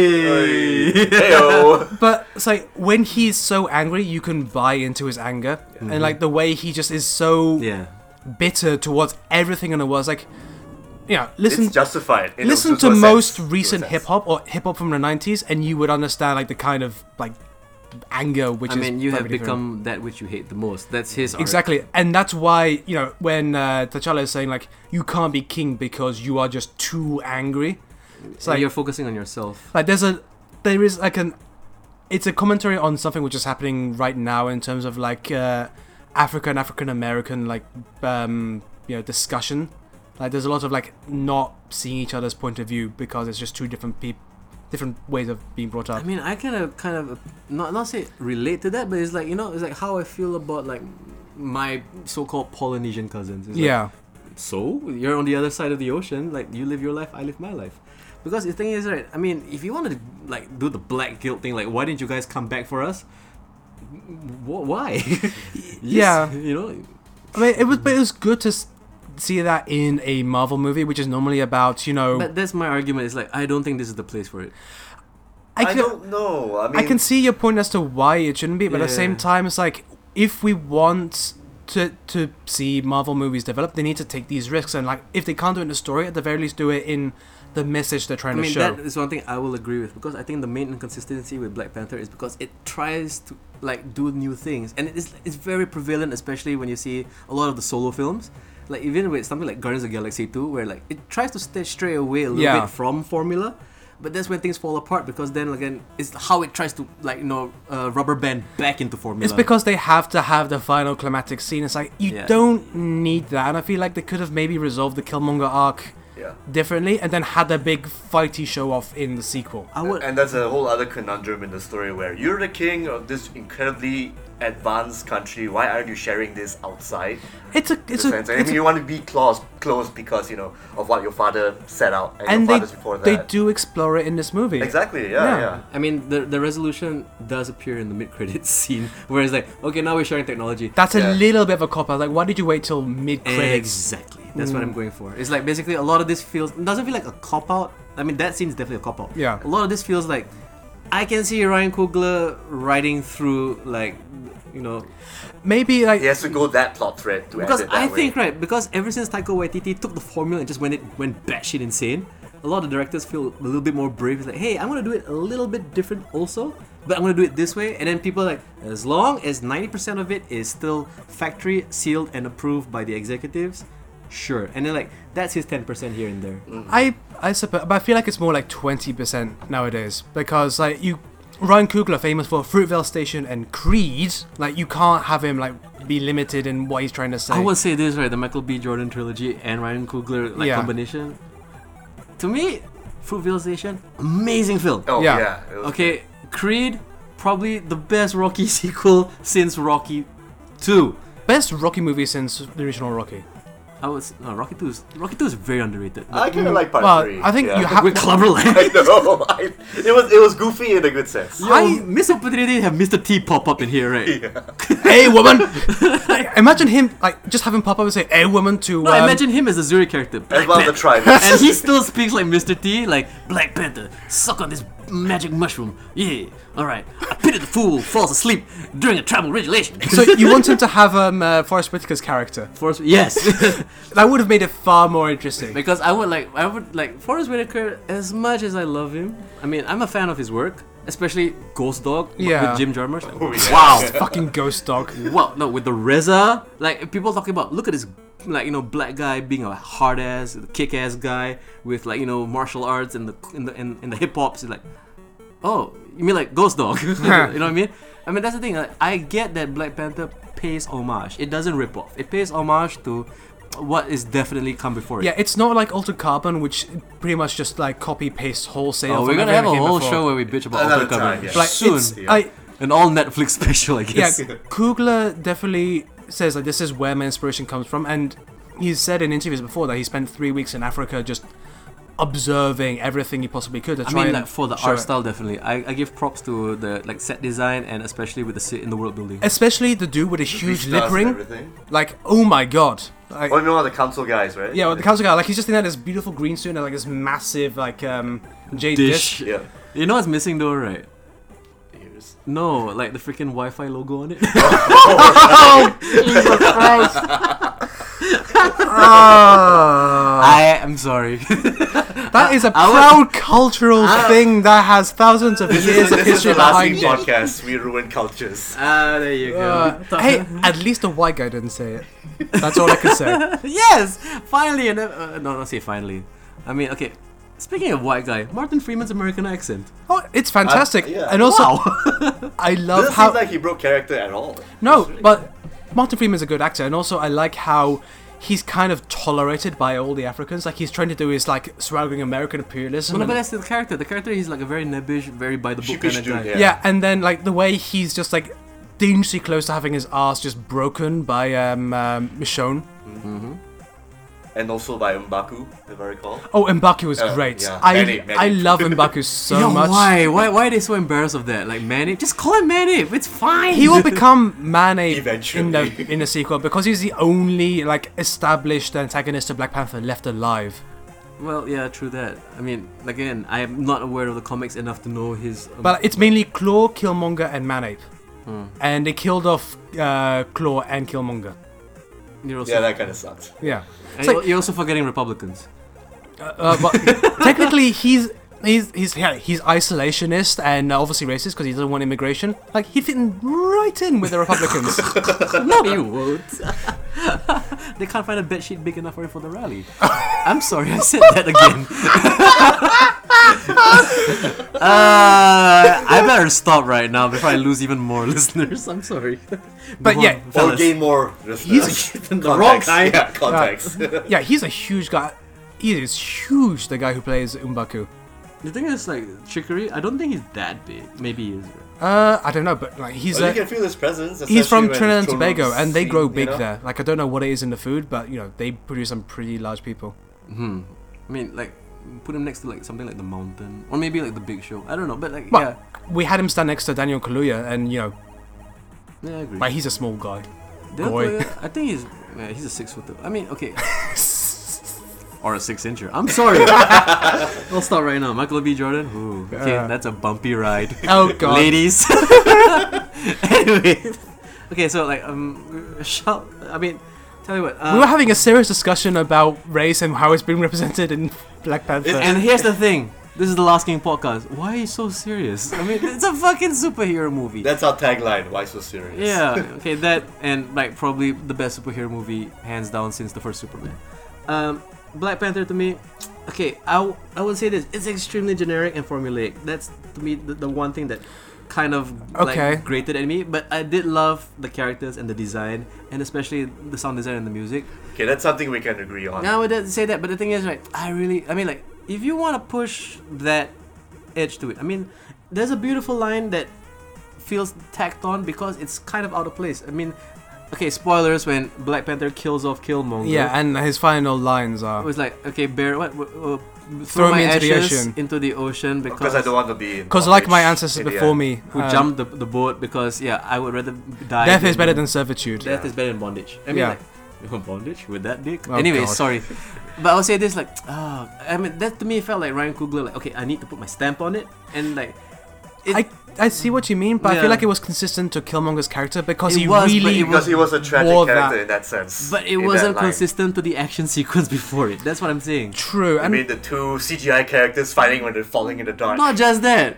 Speaker 1: Oi.
Speaker 3: Heyo.
Speaker 2: But it's like when he's so angry, you can buy into his anger, and like the way he just is so
Speaker 1: Mm-hmm. Yeah.
Speaker 2: bitter towards everything in the world. It's like, you know, listen,
Speaker 3: It's justified. in a
Speaker 2: listen to
Speaker 3: super
Speaker 2: most
Speaker 3: sense,
Speaker 2: recent
Speaker 3: super sense.
Speaker 2: hip hop or hip hop from the '90s, and you would understand like the kind of like anger which
Speaker 1: I
Speaker 2: is.
Speaker 1: mean, you have
Speaker 2: perpetrated.
Speaker 1: become that which you hate the most. That's his arc.
Speaker 2: Exactly, and that's why you know when uh, T'Challa is saying like you can't be king because you are just too angry. It's
Speaker 1: So
Speaker 2: like
Speaker 1: you're focusing on yourself.
Speaker 2: like there's a there is like an it's a commentary on something which is happening right now in terms of like uh, Africa and African American like um, you know discussion. Like there's a lot of like not seeing each other's point of view because it's just two different people, different ways of being brought up.
Speaker 1: I mean, I kind of, kind of, not not say relate to that, but it's like you know, it's like how I feel about like my so-called Polynesian cousins. It's like,
Speaker 2: yeah,
Speaker 1: so you're on the other side of the ocean. Like you live your life, I live my life. Because the thing is, right? I mean, if you want to like do the black guilt thing, like why didn't you guys come back for us? Wh- Why? Yes,
Speaker 2: Yeah.
Speaker 1: you know.
Speaker 2: I mean it was
Speaker 1: mm-hmm.
Speaker 2: but it was good to s- see that in a Marvel movie, which is normally about you know.
Speaker 1: But that's my argument. Is like I don't think this is the place for it.
Speaker 2: I
Speaker 3: I
Speaker 2: can-
Speaker 3: don't know. I mean,
Speaker 2: I can see your point as to why it shouldn't be, but at the same
Speaker 1: Yeah.
Speaker 2: time, it's like if we want to to see Marvel movies develop, they need to take these risks, and like if they can't do it in the story, at the very least, do it in the message they're
Speaker 1: I
Speaker 2: trying
Speaker 1: mean,
Speaker 2: to show.
Speaker 1: that is one thing I will agree with because I think the main inconsistency with Black Panther is because it tries to like do new things, and it's it's very prevalent, especially when you see a lot of the solo films. Like even with something like Guardians of the Galaxy Two, where like it tries to stay stray away a little
Speaker 2: Yeah.
Speaker 1: bit from formula, but that's when things fall apart because then again, it's how it tries to like you know uh, rubber band back into formula.
Speaker 2: It's because they have to have the final climactic scene. It's like you
Speaker 1: Yeah.
Speaker 2: don't need that, and I feel like they could have maybe resolved the Killmonger arc
Speaker 3: Yeah.
Speaker 2: differently, and then had a big fighty show off in the sequel.
Speaker 1: I would.
Speaker 3: And that's a whole other conundrum in the story where you're the king of this incredibly advanced country. Why aren't you sharing this outside?
Speaker 2: It's a it's a
Speaker 3: defense? I
Speaker 2: it's
Speaker 3: mean,
Speaker 2: a
Speaker 3: you want to be close, close because you know of what your father set out and,
Speaker 2: and
Speaker 3: your
Speaker 2: they
Speaker 3: fathers before that.
Speaker 2: they do explore it in this movie.
Speaker 3: Exactly. Yeah.
Speaker 2: Yeah.
Speaker 3: Yeah.
Speaker 1: I mean, the, the resolution does appear in the mid credits scene, where it's like, okay, now we're sharing technology.
Speaker 2: That's a
Speaker 3: Yeah.
Speaker 2: little bit of a cop out. Like, why did you wait till mid credits?
Speaker 1: Exactly. That's what I'm going for. It's like basically a lot of this feels doesn't feel like a cop out. I mean that scene's definitely a cop out.
Speaker 2: Yeah.
Speaker 1: A lot of this feels like I can see Ryan Coogler riding through like you know
Speaker 2: Maybe like
Speaker 3: He has to go that plot thread to
Speaker 1: because
Speaker 3: end it that
Speaker 1: I
Speaker 3: way.
Speaker 1: think right because ever since Taika Waititi took the formula and just went it went batshit insane, a lot of directors feel a little bit more brave. It's like hey, I'm gonna do it a little bit different also, but I'm gonna do it this way. And then people are like as long as 90% of it is still factory sealed and approved by the executives. Sure, and then like that's his ten percent here and there.
Speaker 3: Mm.
Speaker 2: I I suppose, but I feel like it's more like twenty percent nowadays because like you, Ryan Coogler famous for Fruitvale Station and Creed. Like you can't have him like be limited in what he's trying to say.
Speaker 1: I would say this right: the Michael B. Jordan trilogy and Ryan Coogler like
Speaker 2: Yeah.
Speaker 1: combination. To me, Fruitvale Station, amazing film.
Speaker 3: Oh
Speaker 2: Yeah.
Speaker 3: yeah. it was-
Speaker 1: Okay, Creed, probably the best Rocky sequel since Rocky Two.
Speaker 2: best Rocky movie since the original Rocky.
Speaker 1: I was no, Rocky Two is Rocky Two is very underrated.
Speaker 3: I kind of like part
Speaker 2: Mm-hmm. well,
Speaker 3: three.
Speaker 2: I think
Speaker 3: yeah.
Speaker 2: you have.
Speaker 1: We're collaborating.
Speaker 3: I know. I, it was it was goofy in a good sense.
Speaker 1: Yo, I miss opportunity to have Mr. T pop up in here, right?
Speaker 2: hey woman! Like, imagine him like just having pop up and say "Hey woman" to.
Speaker 1: No,
Speaker 2: um,
Speaker 1: imagine him as a Zuri character.
Speaker 3: As
Speaker 1: Black
Speaker 3: well as the
Speaker 1: Panther.
Speaker 3: tribe.
Speaker 1: and he still speaks like Mr. T, like Black Panther. Suck on this magic mushroom. Yeah. All right. I pity the fool falls asleep during a tribal regulation.
Speaker 2: So you want him to have um uh, Forrest Whitaker's character?
Speaker 1: Forrest, yes,
Speaker 2: That would have made it far more interesting.
Speaker 1: because I would like I would like Forrest Whitaker as much as I love him. I mean, I'm a fan of his work, especially Ghost Dog with-
Speaker 2: Yeah.
Speaker 1: with Jim Jarmusch. Like,
Speaker 3: yeah.
Speaker 1: Wow.
Speaker 2: Fucking ghost dog.
Speaker 1: well, no, with the Reza, like people talking about, look at this, like you know, black guy being a hard ass, kick ass guy with like you know martial arts and the and the and, and the hip hops. Like, oh, you mean like Ghost Dog? you know what I mean? I mean that's the thing. Like, I get that Black Panther pays homage. It doesn't rip off. It pays homage to what is definitely come before it.
Speaker 2: Yeah, it's not like Altered Carbon, which pretty much just like copy paste wholesale.
Speaker 1: Oh,
Speaker 2: from
Speaker 1: we're gonna
Speaker 2: every
Speaker 1: have a
Speaker 2: other game
Speaker 1: whole
Speaker 2: before.
Speaker 1: show where we bitch about
Speaker 3: Another
Speaker 1: Altered Carbon
Speaker 3: time, yeah.
Speaker 2: Like,
Speaker 1: soon.
Speaker 2: it's- I,
Speaker 1: An all Netflix special, I
Speaker 2: yeah,
Speaker 1: guess.
Speaker 2: Kugler definitely says like this is where my inspiration comes from, and he's said in interviews before that he spent three weeks in Africa just observing everything he possibly could to
Speaker 1: I
Speaker 2: try
Speaker 1: mean,
Speaker 2: and
Speaker 1: like for the
Speaker 2: show
Speaker 1: art
Speaker 2: it.
Speaker 1: style, definitely. I, I give props to the like set design and especially with the sit in the world building.
Speaker 2: Especially the dude with a
Speaker 3: Beach
Speaker 2: huge
Speaker 3: stars
Speaker 2: lip
Speaker 3: and
Speaker 2: ring,
Speaker 3: everything.
Speaker 2: like oh my god, like,
Speaker 3: Oh no, the council guys, right?
Speaker 2: yeah, well, the council guy, like he's just in that this beautiful green suit and like this massive like um jade dish.
Speaker 3: Yeah.
Speaker 1: You know what's missing though, right?
Speaker 3: Ears.
Speaker 1: No, like the freaking Wi-Fi logo on it.
Speaker 2: Ah.
Speaker 1: I am sorry.
Speaker 2: That is a
Speaker 1: I would-
Speaker 2: proud cultural thing that has thousands of years of
Speaker 3: this is
Speaker 2: history
Speaker 3: the last
Speaker 2: behind
Speaker 3: week
Speaker 2: it.
Speaker 3: podcast. We ruin cultures.
Speaker 1: Ah, there you go.
Speaker 2: Uh, hey, at least a white guy didn't say it. That's all I can say.
Speaker 1: yes, finally. And uh, no, not say finally. I mean, okay. Speaking of white guy, Martin Freeman's American accent.
Speaker 2: Oh, it's fantastic,
Speaker 3: Uh, yeah.
Speaker 2: and also
Speaker 1: Wow.
Speaker 2: I love
Speaker 3: Doesn't seem
Speaker 2: how
Speaker 3: like he broke character at all.
Speaker 2: no, but Martin Freeman's a good actor, and also I like how he's kind of tolerated by all the Africans. Like he's trying to do his like swaggering American imperialism.
Speaker 1: no, but
Speaker 2: and-
Speaker 1: that's the character. The character he's like a very nebbish, very by the book
Speaker 3: Sheepish
Speaker 1: kind of
Speaker 3: dude,
Speaker 1: guy.
Speaker 3: yeah.
Speaker 2: yeah. and then like the way he's just like dangerously close to having his ass just broken by um, um Michonne.
Speaker 3: and also by Mbaku, if I recall.
Speaker 2: Oh, Mbaku was
Speaker 3: Uh,
Speaker 2: great.
Speaker 3: yeah.
Speaker 2: I
Speaker 3: Manny, Manny.
Speaker 2: I love Mbaku so
Speaker 1: Yo,
Speaker 2: much.
Speaker 1: why? Why? Why are they so embarrassed of that? Like Manip, just call him Manip. It's fine.
Speaker 2: He will become Mane in the
Speaker 3: Eventually.
Speaker 2: in the sequel because he's the only like established antagonist of Black Panther left alive.
Speaker 1: Well, yeah, true that. I mean, again, I am not aware of the comics enough to know his. um,
Speaker 2: But it's mainly Claw, Killmonger, and Manape,
Speaker 3: Hmm.
Speaker 2: and they killed off uh, Claw and Killmonger.
Speaker 1: you're also,
Speaker 3: Yeah, that kind of sucks.
Speaker 2: Yeah,
Speaker 1: and
Speaker 2: like-
Speaker 1: you're- you're also forgetting Republicans.
Speaker 2: uh, but technically he's. He's he's yeah, he's isolationist and uh, obviously racist because he doesn't want immigration. Like he'd fit in right in with the Republicans.
Speaker 1: no, you won't. they can't find a bed sheet big enough for him for the rally. I'm sorry, I said that again. uh, I better stop right now before I lose even more listeners. I'm sorry.
Speaker 2: But
Speaker 1: Move
Speaker 2: yeah,
Speaker 1: on,
Speaker 3: Or
Speaker 1: fellas.
Speaker 3: gain more.
Speaker 2: He's-
Speaker 3: the wrong kind. Yeah, context.
Speaker 2: yeah, he's a huge guy. He is huge, the guy who plays Umbaku.
Speaker 1: The thing is, like Chicory, I don't think he's that big. Maybe he is.
Speaker 2: Uh, I don't know, but like he's a,
Speaker 3: Well, you can feel his presence.
Speaker 2: he's
Speaker 3: especially
Speaker 2: from
Speaker 3: when
Speaker 2: Trinidad and
Speaker 3: Toru's
Speaker 2: Tobago, and they grow
Speaker 3: seen, you
Speaker 2: big
Speaker 3: know?
Speaker 2: there. Like I don't know what it is in the food, but you know they produce some pretty large people.
Speaker 1: Hmm. I mean, like put him next to like something like the mountain, or maybe like the Big Show. I don't know, but like
Speaker 2: But we had him stand next to Daniel Kaluuya, and you know,
Speaker 1: yeah, yeah, I agree.
Speaker 2: like he's a small guy.
Speaker 1: Daniel
Speaker 2: boy.
Speaker 1: Kaluuya, I think he's yeah, he's a six foot. I mean, okay. Or a six incher. I'm sorry. I'll stop right now. Michael B. Jordan. Ooh, okay,
Speaker 2: Uh.
Speaker 1: that's a bumpy ride.
Speaker 2: Oh god,
Speaker 1: ladies. anyway, okay, so like, um, shall I mean, tell you what, uh,
Speaker 2: we were having a serious discussion about race and how it's being represented in Black Panther.
Speaker 1: and here's the thing. This is the Last King podcast. Why are you so serious? I mean, it's a fucking superhero movie.
Speaker 3: That's our tagline. Why so serious?
Speaker 1: yeah, okay, that and like probably the best superhero movie hands down since the first Superman. Um, Black Panther to me, okay, I, w- I would say this. It's extremely generic and formulaic. That's to me the, the one thing that kind of
Speaker 2: Okay.
Speaker 1: like grated at me. But I did love the characters and the design, and especially the sound design and the music.
Speaker 3: Okay, that's something we can agree on.
Speaker 1: Now I would say that, but the thing is, right? I really, I mean, like, if you want to push that edge to it, I mean, there's a beautiful line that feels tacked on because it's kind of out of place. I mean, okay, spoilers when Black Panther kills off Killmonger.
Speaker 2: yeah, and his final lines
Speaker 1: it
Speaker 2: are
Speaker 1: was like, okay, bear, what? what- what-
Speaker 2: Throw
Speaker 1: throw
Speaker 2: me
Speaker 1: my
Speaker 2: into the
Speaker 1: ashes
Speaker 2: ocean." Oh,
Speaker 1: into the ocean because
Speaker 3: Because I don't want to be. in
Speaker 2: because like my
Speaker 3: bondage
Speaker 2: ancestors
Speaker 3: in the
Speaker 2: before
Speaker 3: end.
Speaker 2: me,
Speaker 1: who
Speaker 2: um,
Speaker 1: jumped the, the boat because yeah, I would rather die.
Speaker 2: death is better than servitude.
Speaker 1: Death is better than bondage. I mean,
Speaker 2: Yeah.
Speaker 1: like, bondage with that dick.
Speaker 2: Oh,
Speaker 1: anyway,
Speaker 2: God.
Speaker 1: sorry, but I'll say this like, ah, I mean, that to me felt like Ryan Coogler. Like, okay, I need to put my stamp on it, and like, it,
Speaker 2: I I see what you mean, but I
Speaker 1: Yeah.
Speaker 2: feel like it was consistent to Killmonger's character because
Speaker 1: It
Speaker 2: he
Speaker 1: was, but
Speaker 2: really
Speaker 1: it
Speaker 3: Because he was a tragic
Speaker 2: wore
Speaker 3: character
Speaker 2: that.
Speaker 3: in that sense.
Speaker 1: but it
Speaker 3: in that
Speaker 1: wasn't
Speaker 3: line.
Speaker 1: consistent to the action sequence before it. That's what I'm saying.
Speaker 2: true.
Speaker 3: I
Speaker 2: And
Speaker 3: mean, the two CGI characters fighting when they're falling in the dark.
Speaker 1: Not just that.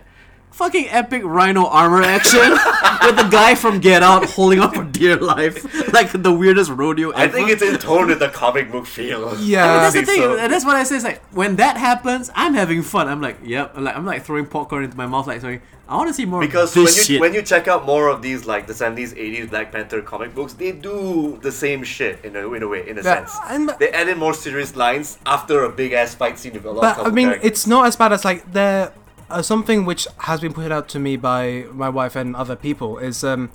Speaker 1: Fucking epic rhino armor action with the guy from Get Out holding on for dear life, like the weirdest rodeo ever.
Speaker 3: I think it's in tone with the comic book feel.
Speaker 2: Yeah.
Speaker 1: I mean,
Speaker 2: I
Speaker 1: that's the
Speaker 3: think
Speaker 1: thing.
Speaker 3: so.
Speaker 1: and That's what I say. It's like when that happens, I'm having fun. I'm like, yep. I'm like, I'm like throwing popcorn into my mouth. Like, sorry, I want to see more
Speaker 3: Because
Speaker 1: of this
Speaker 3: when you
Speaker 1: shit.
Speaker 3: when you check out more of these like the 70s, 80s Black Panther comic books, they do the same shit in a, in a way, in a
Speaker 2: Yeah,
Speaker 3: sense.
Speaker 2: I'm-
Speaker 3: They added more serious lines after a big ass fight scene with a lot of
Speaker 2: but I
Speaker 3: couple
Speaker 2: mean,
Speaker 3: characters.
Speaker 2: it's not as bad as like there. Uh, something which has been pointed out to me by my wife and other people is um,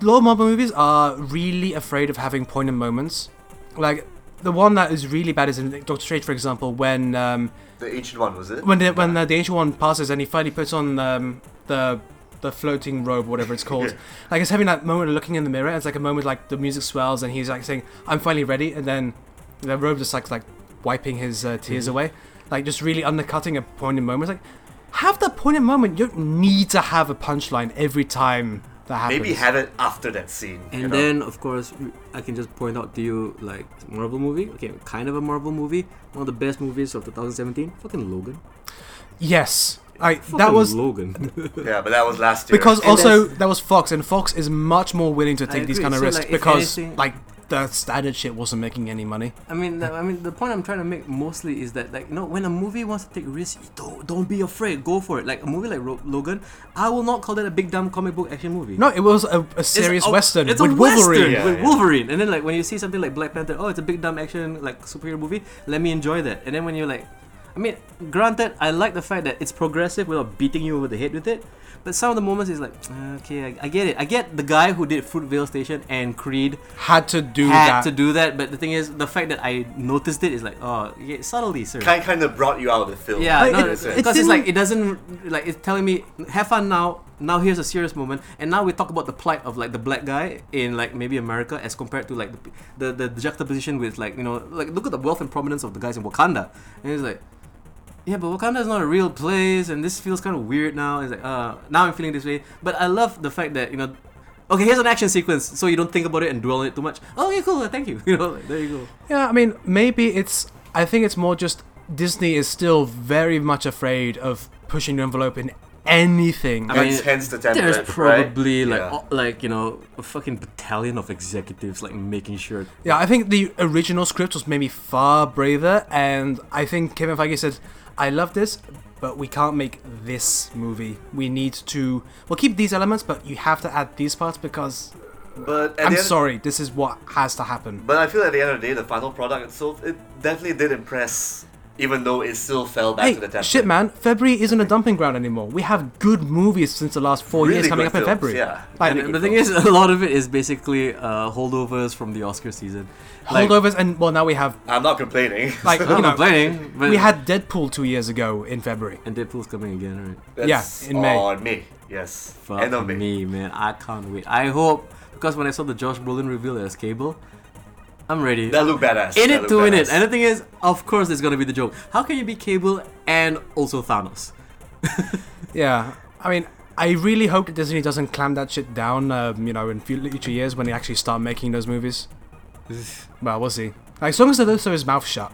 Speaker 2: Lord Marvel movies are really afraid of having poignant moments. Like the one that is really bad is in Doctor Strange, for example, when um,
Speaker 3: the ancient one was it?
Speaker 2: when the, when uh, the ancient one passes and he finally puts on um, the the floating robe, whatever it's called. Like it's having that moment of looking in the mirror. It's like a moment like the music swells and he's like saying, "I'm finally ready," and then the robe just like like wiping his uh, tears
Speaker 1: Mm-hmm.
Speaker 2: away, like just really undercutting a poignant moment. It's like have that poignant moment. You don't need to have a punchline every time that happens.
Speaker 3: Maybe have it after that scene. you
Speaker 1: and
Speaker 3: know?
Speaker 1: then, of course, I can just point out to you like Marvel movie. Okay, kind of a Marvel movie. One of the best movies of 2017. Fucking Logan.
Speaker 2: yes, like that
Speaker 1: Fucking
Speaker 2: was.
Speaker 1: Logan.
Speaker 3: Yeah, but that was last year.
Speaker 2: Because
Speaker 1: And
Speaker 2: also
Speaker 1: that's-
Speaker 2: that was Fox, and Fox is much more willing to take these
Speaker 1: agree.
Speaker 2: kind of
Speaker 1: So,
Speaker 2: risks
Speaker 1: like, if
Speaker 2: because
Speaker 1: anything-
Speaker 2: like the standard shit wasn't making any money.
Speaker 1: I mean, the, I mean, the point I'm trying to make mostly is that, like, you know, when a movie wants to take risks, you don't don't be afraid. Go for it. Like a movie like Ro- Logan, I will not call that a big dumb comic book action movie.
Speaker 2: No, it was a, a serious
Speaker 1: a-
Speaker 2: western
Speaker 1: It's
Speaker 2: with
Speaker 1: a
Speaker 2: Wolverine.
Speaker 1: western
Speaker 3: Yeah,
Speaker 1: with
Speaker 3: yeah.
Speaker 1: Wolverine, and then like when you see something like Black Panther, oh, it's a big dumb action like superhero movie. Let me enjoy that. And then when you're like, I mean, granted, I like the fact that it's progressive without beating you over the head with it. But some of the moments is like, uh, okay, I, I get it. I get the guy who did Fruitvale Station and Creed
Speaker 2: Had to do
Speaker 1: had
Speaker 2: that.
Speaker 1: to do that. But the thing is, the fact that I noticed it is like, oh, yeah, subtlety, sir.
Speaker 3: kind kind of brought you out of the film.
Speaker 1: Yeah,
Speaker 2: Like,
Speaker 1: no,
Speaker 2: it-
Speaker 1: because
Speaker 2: it
Speaker 1: it's
Speaker 2: didn't-
Speaker 1: like it doesn't like it's telling me have fun now. Now here's a serious moment, and now we talk about the plight of like the black guy in like maybe America as compared to like the the, the juxtaposition with like you know like look at the wealth and prominence of the guys in Wakanda, and it's like. Yeah, but Wakanda is not a real place, and this feels kind of weird now. It's like, uh, now I'm feeling this way. But I love the fact that you know, okay, here's an action sequence, so you don't think about it and dwell on it too much. Oh, yeah, cool, thank you. You know, like, there you go.
Speaker 2: Yeah, I mean, maybe it's. I think it's more just Disney is still very much afraid of pushing the envelope in anything.
Speaker 1: I mean,
Speaker 3: Hence, hence the template.
Speaker 1: There's probably
Speaker 3: right?
Speaker 1: like
Speaker 3: Yeah.
Speaker 1: o- like you know a fucking battalion of executives like making sure.
Speaker 2: yeah, I think the original script was maybe far braver, and I think Kevin Feige said, "I love this." But we can't make this movie. We need to. We'll keep these elements, but you have to add these parts because
Speaker 3: But at
Speaker 2: I'm
Speaker 3: the end,
Speaker 2: sorry, this is what has to happen.
Speaker 3: But I feel at the end of the day, the final product itself, it definitely did impress, even though it still fell back to the
Speaker 2: Hey,
Speaker 3: template.
Speaker 2: shit, man, February isn't a dumping ground anymore. We have good movies since the last four years
Speaker 3: Really
Speaker 2: coming up
Speaker 3: good
Speaker 2: in
Speaker 3: films,
Speaker 2: February.
Speaker 3: yeah.
Speaker 2: Like,
Speaker 1: And the thing is, a lot of it is basically uh, holdovers from the Oscar season. Like,
Speaker 2: holdovers, and well, now we have
Speaker 3: I'm not complaining.
Speaker 2: like you
Speaker 1: I'm
Speaker 2: know,
Speaker 1: not complaining, but
Speaker 2: we had Deadpool two years ago in February.
Speaker 1: and Deadpool's coming again, right?
Speaker 3: That's
Speaker 2: yeah, in May.
Speaker 3: On May, yes.
Speaker 1: Fuck
Speaker 3: end of May.
Speaker 1: me, man. I can't wait. I hope because when I saw the Josh Brolin reveal as Cable, I'm ready.
Speaker 3: That looked badass.
Speaker 1: in
Speaker 3: That
Speaker 1: it
Speaker 3: looked
Speaker 1: to win it.
Speaker 3: badass.
Speaker 1: And the thing is, of course, there's gonna be the joke. How can you be Cable and also Thanos?
Speaker 2: Yeah, I mean, I really hope that Disney doesn't clam that shit down. Um, you know, in future years when they actually start making those movies. well, we'll see. Like, as long as they don't sew his mouth shut.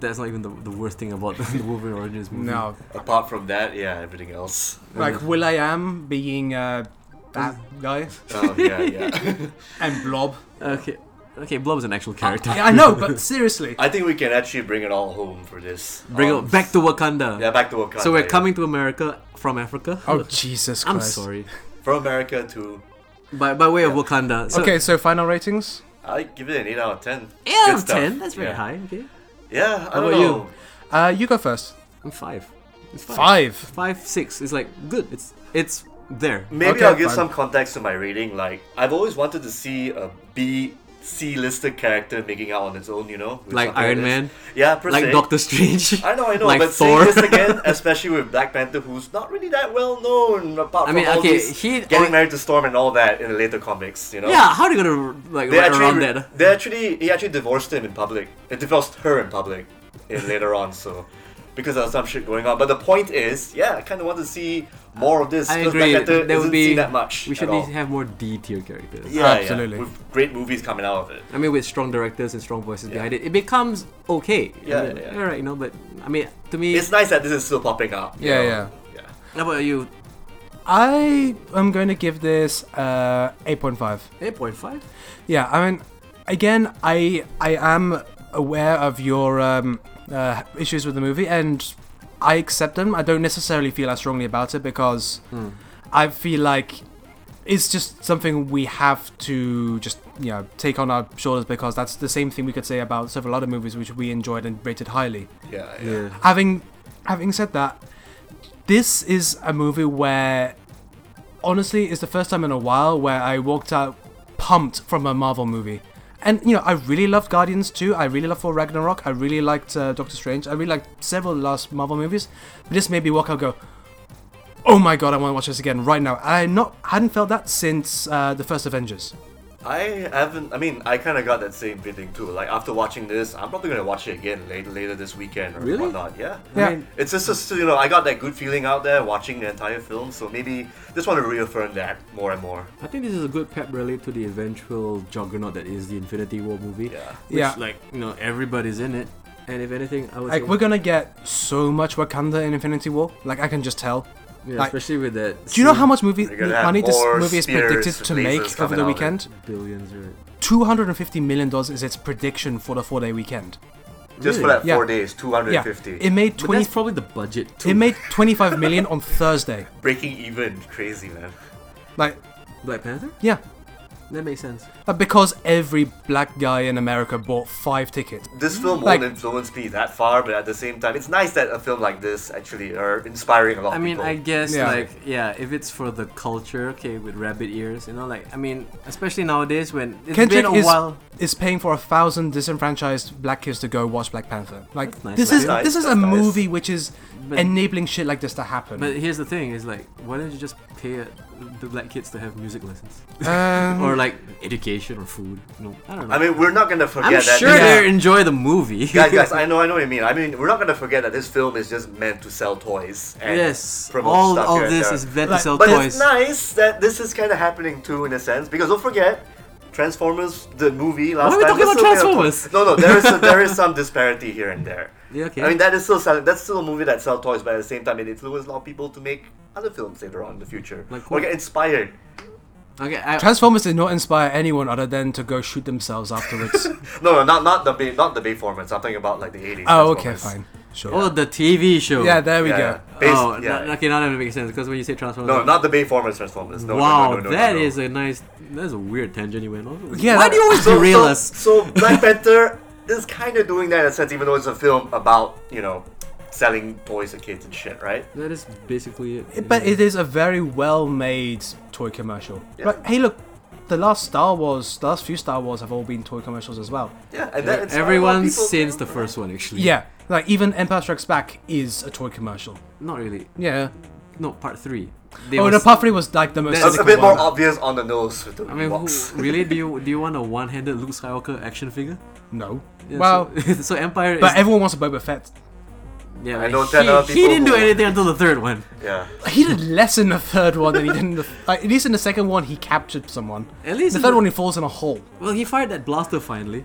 Speaker 1: That's not even the, the worst thing about the Wolverine Origins
Speaker 3: Mm-hmm.
Speaker 1: movie.
Speaker 2: No,
Speaker 3: Apart from that, yeah, everything else.
Speaker 2: like Will I Am being uh, that guy
Speaker 3: Oh yeah, yeah.
Speaker 2: and Blob.
Speaker 1: Okay. Okay, Blob's an actual character.
Speaker 2: Yeah, I know, but seriously,
Speaker 3: I think we can actually bring it all home for this.
Speaker 1: Bring
Speaker 3: Um,
Speaker 1: it back to Wakanda.
Speaker 3: Yeah, back to Wakanda.
Speaker 1: so we're
Speaker 3: yeah.
Speaker 1: coming to America from Africa.
Speaker 2: oh Jesus Christ!
Speaker 1: I'm sorry.
Speaker 3: from America to.
Speaker 1: By, by way of Wakanda. So,
Speaker 2: okay, so final ratings.
Speaker 3: I give it an eight out of ten.
Speaker 1: Eight out
Speaker 3: Good
Speaker 1: of
Speaker 3: stuff.
Speaker 1: ten. That's very
Speaker 3: Yeah.
Speaker 1: high. Okay.
Speaker 3: Yeah, I
Speaker 1: How
Speaker 3: don't
Speaker 1: about you?
Speaker 3: know.
Speaker 2: Uh, you go first.
Speaker 1: I'm five. It's five.
Speaker 2: Five.
Speaker 1: Five, six. It's like good. It's it's there.
Speaker 3: Maybe
Speaker 2: Okay,
Speaker 3: I'll give
Speaker 2: fine.
Speaker 3: some context to my rating. Like I've always wanted to see a B, C listed character making out on its own. You know, with
Speaker 1: Like
Speaker 3: something
Speaker 1: Iron
Speaker 3: this.
Speaker 1: Man?
Speaker 3: Yeah, per
Speaker 1: Like
Speaker 3: se.
Speaker 1: Doctor Strange.
Speaker 3: I know, I know,
Speaker 1: like
Speaker 3: but
Speaker 1: Thor.
Speaker 3: seeing this again, especially with Black Panther, who's not really that well known apart
Speaker 1: I
Speaker 3: from
Speaker 1: mean,
Speaker 3: all
Speaker 1: okay,
Speaker 3: these
Speaker 1: he-
Speaker 3: getting
Speaker 1: I-
Speaker 3: married to Storm and all that in the later comics. You know,
Speaker 1: yeah, how are you gonna like
Speaker 3: they
Speaker 1: run around
Speaker 3: actually,
Speaker 1: that?
Speaker 3: they actually, he actually divorced him in public. It divorced her in public, in later on. So, because there was some shit going on. But the point is, yeah, I kind of want to see more of this.
Speaker 1: I
Speaker 3: 'cause
Speaker 1: agree.
Speaker 3: Black Panther
Speaker 1: There
Speaker 3: isn't
Speaker 1: would be
Speaker 3: seen that much.
Speaker 1: We should
Speaker 3: at all.
Speaker 1: need to have more D tier characters.
Speaker 3: yeah,
Speaker 2: Absolutely.
Speaker 3: Yeah, with great movies coming out of it.
Speaker 1: I mean, with strong directors and strong voices
Speaker 3: Yeah.
Speaker 1: behind it, it becomes okay.
Speaker 3: Yeah,
Speaker 1: I mean,
Speaker 3: yeah.
Speaker 1: all right, you know. But I mean, to me,
Speaker 3: It's nice that this is still popping up. you
Speaker 2: Yeah,
Speaker 3: know?
Speaker 2: yeah.
Speaker 3: yeah.
Speaker 1: how about you?
Speaker 2: I am going to give this uh, 8.5.
Speaker 1: Eight point five.
Speaker 2: Yeah, I mean, again, I I am aware of your um, uh, issues with the movie, and I accept them. I don't necessarily feel as strongly about it because I feel like it's just something we have to just you know take on our shoulders because that's the same thing we could say about several other movies which we enjoyed and rated highly
Speaker 3: Yeah, yeah.
Speaker 1: Yeah.
Speaker 2: having having said that, this is a movie where honestly it's the first time in a while where I walked out pumped from a Marvel movie. And you know, I really loved Guardians too. I really loved Thor Ragnarok. I really liked uh, Doctor Strange. I really liked several of the last Marvel movies. But this made me walk out and go, "Oh my god, I want to watch this again right now." I not hadn't felt that since uh, the first Avengers.
Speaker 3: I haven't. I mean, I kind of got that same feeling too. Like after watching this, I'm probably gonna watch it again later, later this weekend or
Speaker 1: Really?
Speaker 3: whatnot. Yeah.
Speaker 2: Yeah.
Speaker 1: mean-
Speaker 3: It's just, just you know, I got that good feeling out there watching the entire film. So maybe just want to reaffirm that more and more.
Speaker 1: I think this is a good pep rally to the eventual juggernaut that is the Infinity War movie.
Speaker 3: Yeah.
Speaker 1: Which,
Speaker 2: Yeah.
Speaker 1: Like you know, everybody's in it, and if anything, I would
Speaker 2: Like
Speaker 1: say,
Speaker 2: we're gonna get so much Wakanda in Infinity War. Like I can just tell.
Speaker 1: yeah,
Speaker 2: like-
Speaker 1: especially with that.
Speaker 2: Do you know how much movie
Speaker 3: They're gonna have
Speaker 2: money this
Speaker 3: more
Speaker 2: movie is
Speaker 3: spears,
Speaker 2: predicted to
Speaker 3: lasers
Speaker 2: make over
Speaker 3: coming
Speaker 2: the
Speaker 3: out of it.
Speaker 2: weekend?
Speaker 1: billions, right?
Speaker 2: Two hundred and fifty million dollars is its prediction for the four-day weekend.
Speaker 3: Just for
Speaker 1: Really?
Speaker 3: that four
Speaker 2: Yeah.
Speaker 3: days, two
Speaker 2: Yeah,
Speaker 3: hundred fifty.
Speaker 2: it made
Speaker 1: But that's
Speaker 2: twenty.
Speaker 1: probably the budget too.
Speaker 2: It made twenty-five million on Thursday.
Speaker 3: Breaking even, crazy man.
Speaker 2: Like,
Speaker 1: Black Panther.
Speaker 2: yeah,
Speaker 1: That makes sense.
Speaker 2: Like, because every black guy in America bought five tickets.
Speaker 3: This film
Speaker 2: Like-
Speaker 3: won't influence me that far, but at the same time, it's nice that a film like this actually are inspiring a lot
Speaker 1: I
Speaker 3: of
Speaker 1: mean,
Speaker 3: people.
Speaker 1: I guess
Speaker 2: Yeah.
Speaker 1: like yeah, if it's for the culture, okay, with rabbit ears, you know, like I mean, especially nowadays when it's
Speaker 2: Kendrick
Speaker 1: been a
Speaker 2: is
Speaker 1: while.
Speaker 2: is paying for a thousand disenfranchised black kids to go watch Black Panther. Like,
Speaker 1: That's nice,
Speaker 2: this
Speaker 1: man.
Speaker 2: is
Speaker 3: That's
Speaker 2: this is
Speaker 3: nice,
Speaker 2: a
Speaker 3: that's nice.
Speaker 2: movie which is
Speaker 1: But-
Speaker 2: enabling shit like this to happen.
Speaker 1: But here's the thing: is like, why don't you just pay uh the black kids to have music lessons
Speaker 2: um,
Speaker 1: or like education or food? You know, I don't know.
Speaker 3: I mean, we're not gonna
Speaker 1: I'm
Speaker 3: forget that.
Speaker 1: sure
Speaker 2: yeah.
Speaker 1: they enjoy the movie.
Speaker 3: guys, guys, I know, I know what you mean. I mean, we're not gonna forget that this film is just meant to sell toys. And
Speaker 1: yes,
Speaker 3: promote
Speaker 1: all
Speaker 3: stuff
Speaker 1: of
Speaker 3: here and
Speaker 1: this
Speaker 3: there.
Speaker 1: is meant
Speaker 2: Like-
Speaker 1: to sell
Speaker 3: But
Speaker 1: toys.
Speaker 3: it's nice that this is kind of happening too, in a sense, because don't forget. Transformers, the movie last
Speaker 1: are we
Speaker 3: time.
Speaker 1: talking
Speaker 3: was
Speaker 1: about
Speaker 3: still kind of-
Speaker 1: Transformers?
Speaker 3: No, no, there is a, there is some disparity here and there.
Speaker 1: Yeah, okay.
Speaker 3: I mean, that is still selling. That's still a movie that sells toys, but at the same time, it influenced a lot of people to make other films later on in the future,
Speaker 1: Like
Speaker 3: or
Speaker 1: what?
Speaker 3: get inspired.
Speaker 1: okay, I,
Speaker 2: Transformers did not inspire anyone other than to go shoot themselves afterwards.
Speaker 3: No, no, not not the Bay, not the Bay Foreman. I'm talking about like the 80s.
Speaker 2: oh, okay,
Speaker 3: Transformers.
Speaker 2: fine. Sure.
Speaker 1: Oh, the TV show.
Speaker 2: yeah, there we
Speaker 3: yeah.
Speaker 2: go.
Speaker 3: Based-
Speaker 1: oh,
Speaker 3: yeah.
Speaker 1: no- okay, now that makes sense because when you say Transformers,
Speaker 3: No, not the Bayformers Transformers. No,
Speaker 1: wow,
Speaker 3: no, no, no, no,
Speaker 1: that
Speaker 3: no.
Speaker 1: is a nice. That's a weird tangent you went on.
Speaker 2: Yeah,
Speaker 1: Why
Speaker 2: that-
Speaker 1: do you always
Speaker 3: so,
Speaker 1: derail
Speaker 3: so,
Speaker 1: us?
Speaker 3: so Black Panther is kind of doing that in a sense, even though it's a film about you know selling toys to kids and shit, right?
Speaker 1: That is basically it.
Speaker 2: But it is a very well-made toy commercial.
Speaker 3: Yeah.
Speaker 2: Like, hey, look, the last Star Wars, the last few Star Wars have all been toy commercials as well.
Speaker 3: Yeah, and that inspired a lot of
Speaker 1: Everyone
Speaker 3: people-
Speaker 1: since the first one, actually.
Speaker 2: Yeah, like even Empire Strikes Back is a toy commercial. Oh,
Speaker 1: Not really.
Speaker 2: Yeah.
Speaker 1: No, part three. They
Speaker 2: oh,
Speaker 1: was-
Speaker 2: no, Part Three was like the most.
Speaker 1: That's
Speaker 3: It's a
Speaker 2: cynical
Speaker 3: bit more
Speaker 2: one.
Speaker 3: obvious on the nose with the
Speaker 1: I mean, who,
Speaker 3: Ewoks.
Speaker 1: really? Do you do you want a one-handed Luke Skywalker action figure?
Speaker 2: No.
Speaker 1: Yeah,
Speaker 2: well,
Speaker 1: so, so Empire.
Speaker 2: but
Speaker 1: is,
Speaker 2: everyone wants a Boba Fett.
Speaker 1: yeah,
Speaker 3: I
Speaker 1: like,
Speaker 3: know
Speaker 1: he,
Speaker 3: ten other
Speaker 1: he
Speaker 3: people
Speaker 1: didn't do
Speaker 3: who-
Speaker 1: anything until the third one.
Speaker 3: yeah.
Speaker 2: He did less in the third one than he did in the. Like, at least in the second one, he captured someone.
Speaker 1: At least
Speaker 2: The
Speaker 1: in
Speaker 2: third one, he falls in a hole.
Speaker 1: Well, he fired that blaster finally.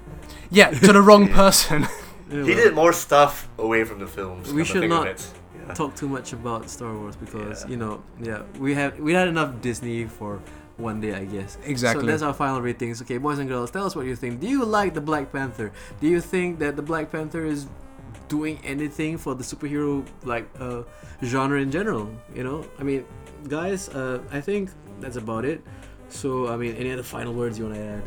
Speaker 2: Yeah, to the wrong person.
Speaker 1: Yeah,
Speaker 3: He
Speaker 1: well,
Speaker 3: did more stuff away from the
Speaker 1: We
Speaker 3: films. come to
Speaker 1: should
Speaker 3: think of
Speaker 1: not
Speaker 3: it. Yeah.
Speaker 1: talk too much about Star Wars because
Speaker 3: Yeah.
Speaker 1: you know, yeah, we have we had enough Disney for one day, I guess.
Speaker 2: Exactly.
Speaker 1: So that's our final ratings. Okay, boys and girls, tell us what you think. Do you like the Black Panther? Do you think that the Black Panther is doing anything for the superhero like uh, genre in general? You know, I mean, guys, uh, I think that's about it. So, I mean, any other final words you want to add?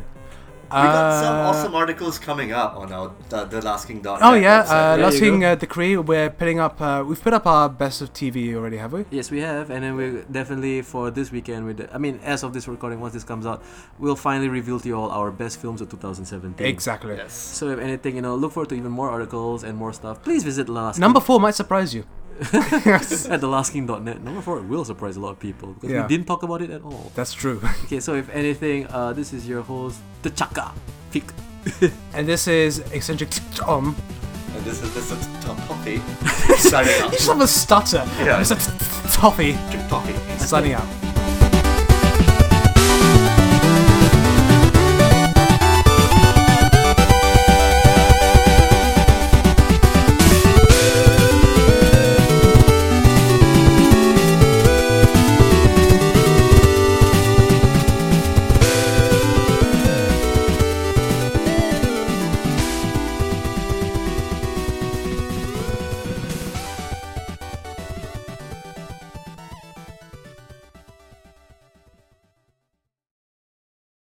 Speaker 3: We got some
Speaker 2: Uh,
Speaker 3: awesome articles coming up on our the, the Last King dot.
Speaker 2: Oh yeah, uh,
Speaker 1: There
Speaker 2: last
Speaker 1: you
Speaker 2: thing,
Speaker 1: go.
Speaker 2: uh, the Cree. We're putting up. Uh, we've put up our best of TV already, have we?
Speaker 1: Yes, we have, and then we definitely for this weekend. With I mean, as of this recording, once this comes out, we'll finally reveal to you all our best films of 2017.
Speaker 2: Exactly.
Speaker 3: yes.
Speaker 1: So if anything, you know, look forward to even more articles and more stuff. Please visit last
Speaker 2: Number four might surprise you.
Speaker 1: at thelastking.net. Number four will surprise a lot of people because
Speaker 2: Yeah.
Speaker 1: we didn't talk about it at all.
Speaker 2: That's true.
Speaker 1: Okay, so if anything, uh, this is your host, the Chaka. Fik.
Speaker 2: and this is eccentric Tom.
Speaker 3: And this is this is top toppy. Signing
Speaker 2: You
Speaker 3: out.
Speaker 2: just have a stutter.
Speaker 3: Yeah.
Speaker 2: It's a toffee.
Speaker 3: Tick toppy.
Speaker 2: Signing out.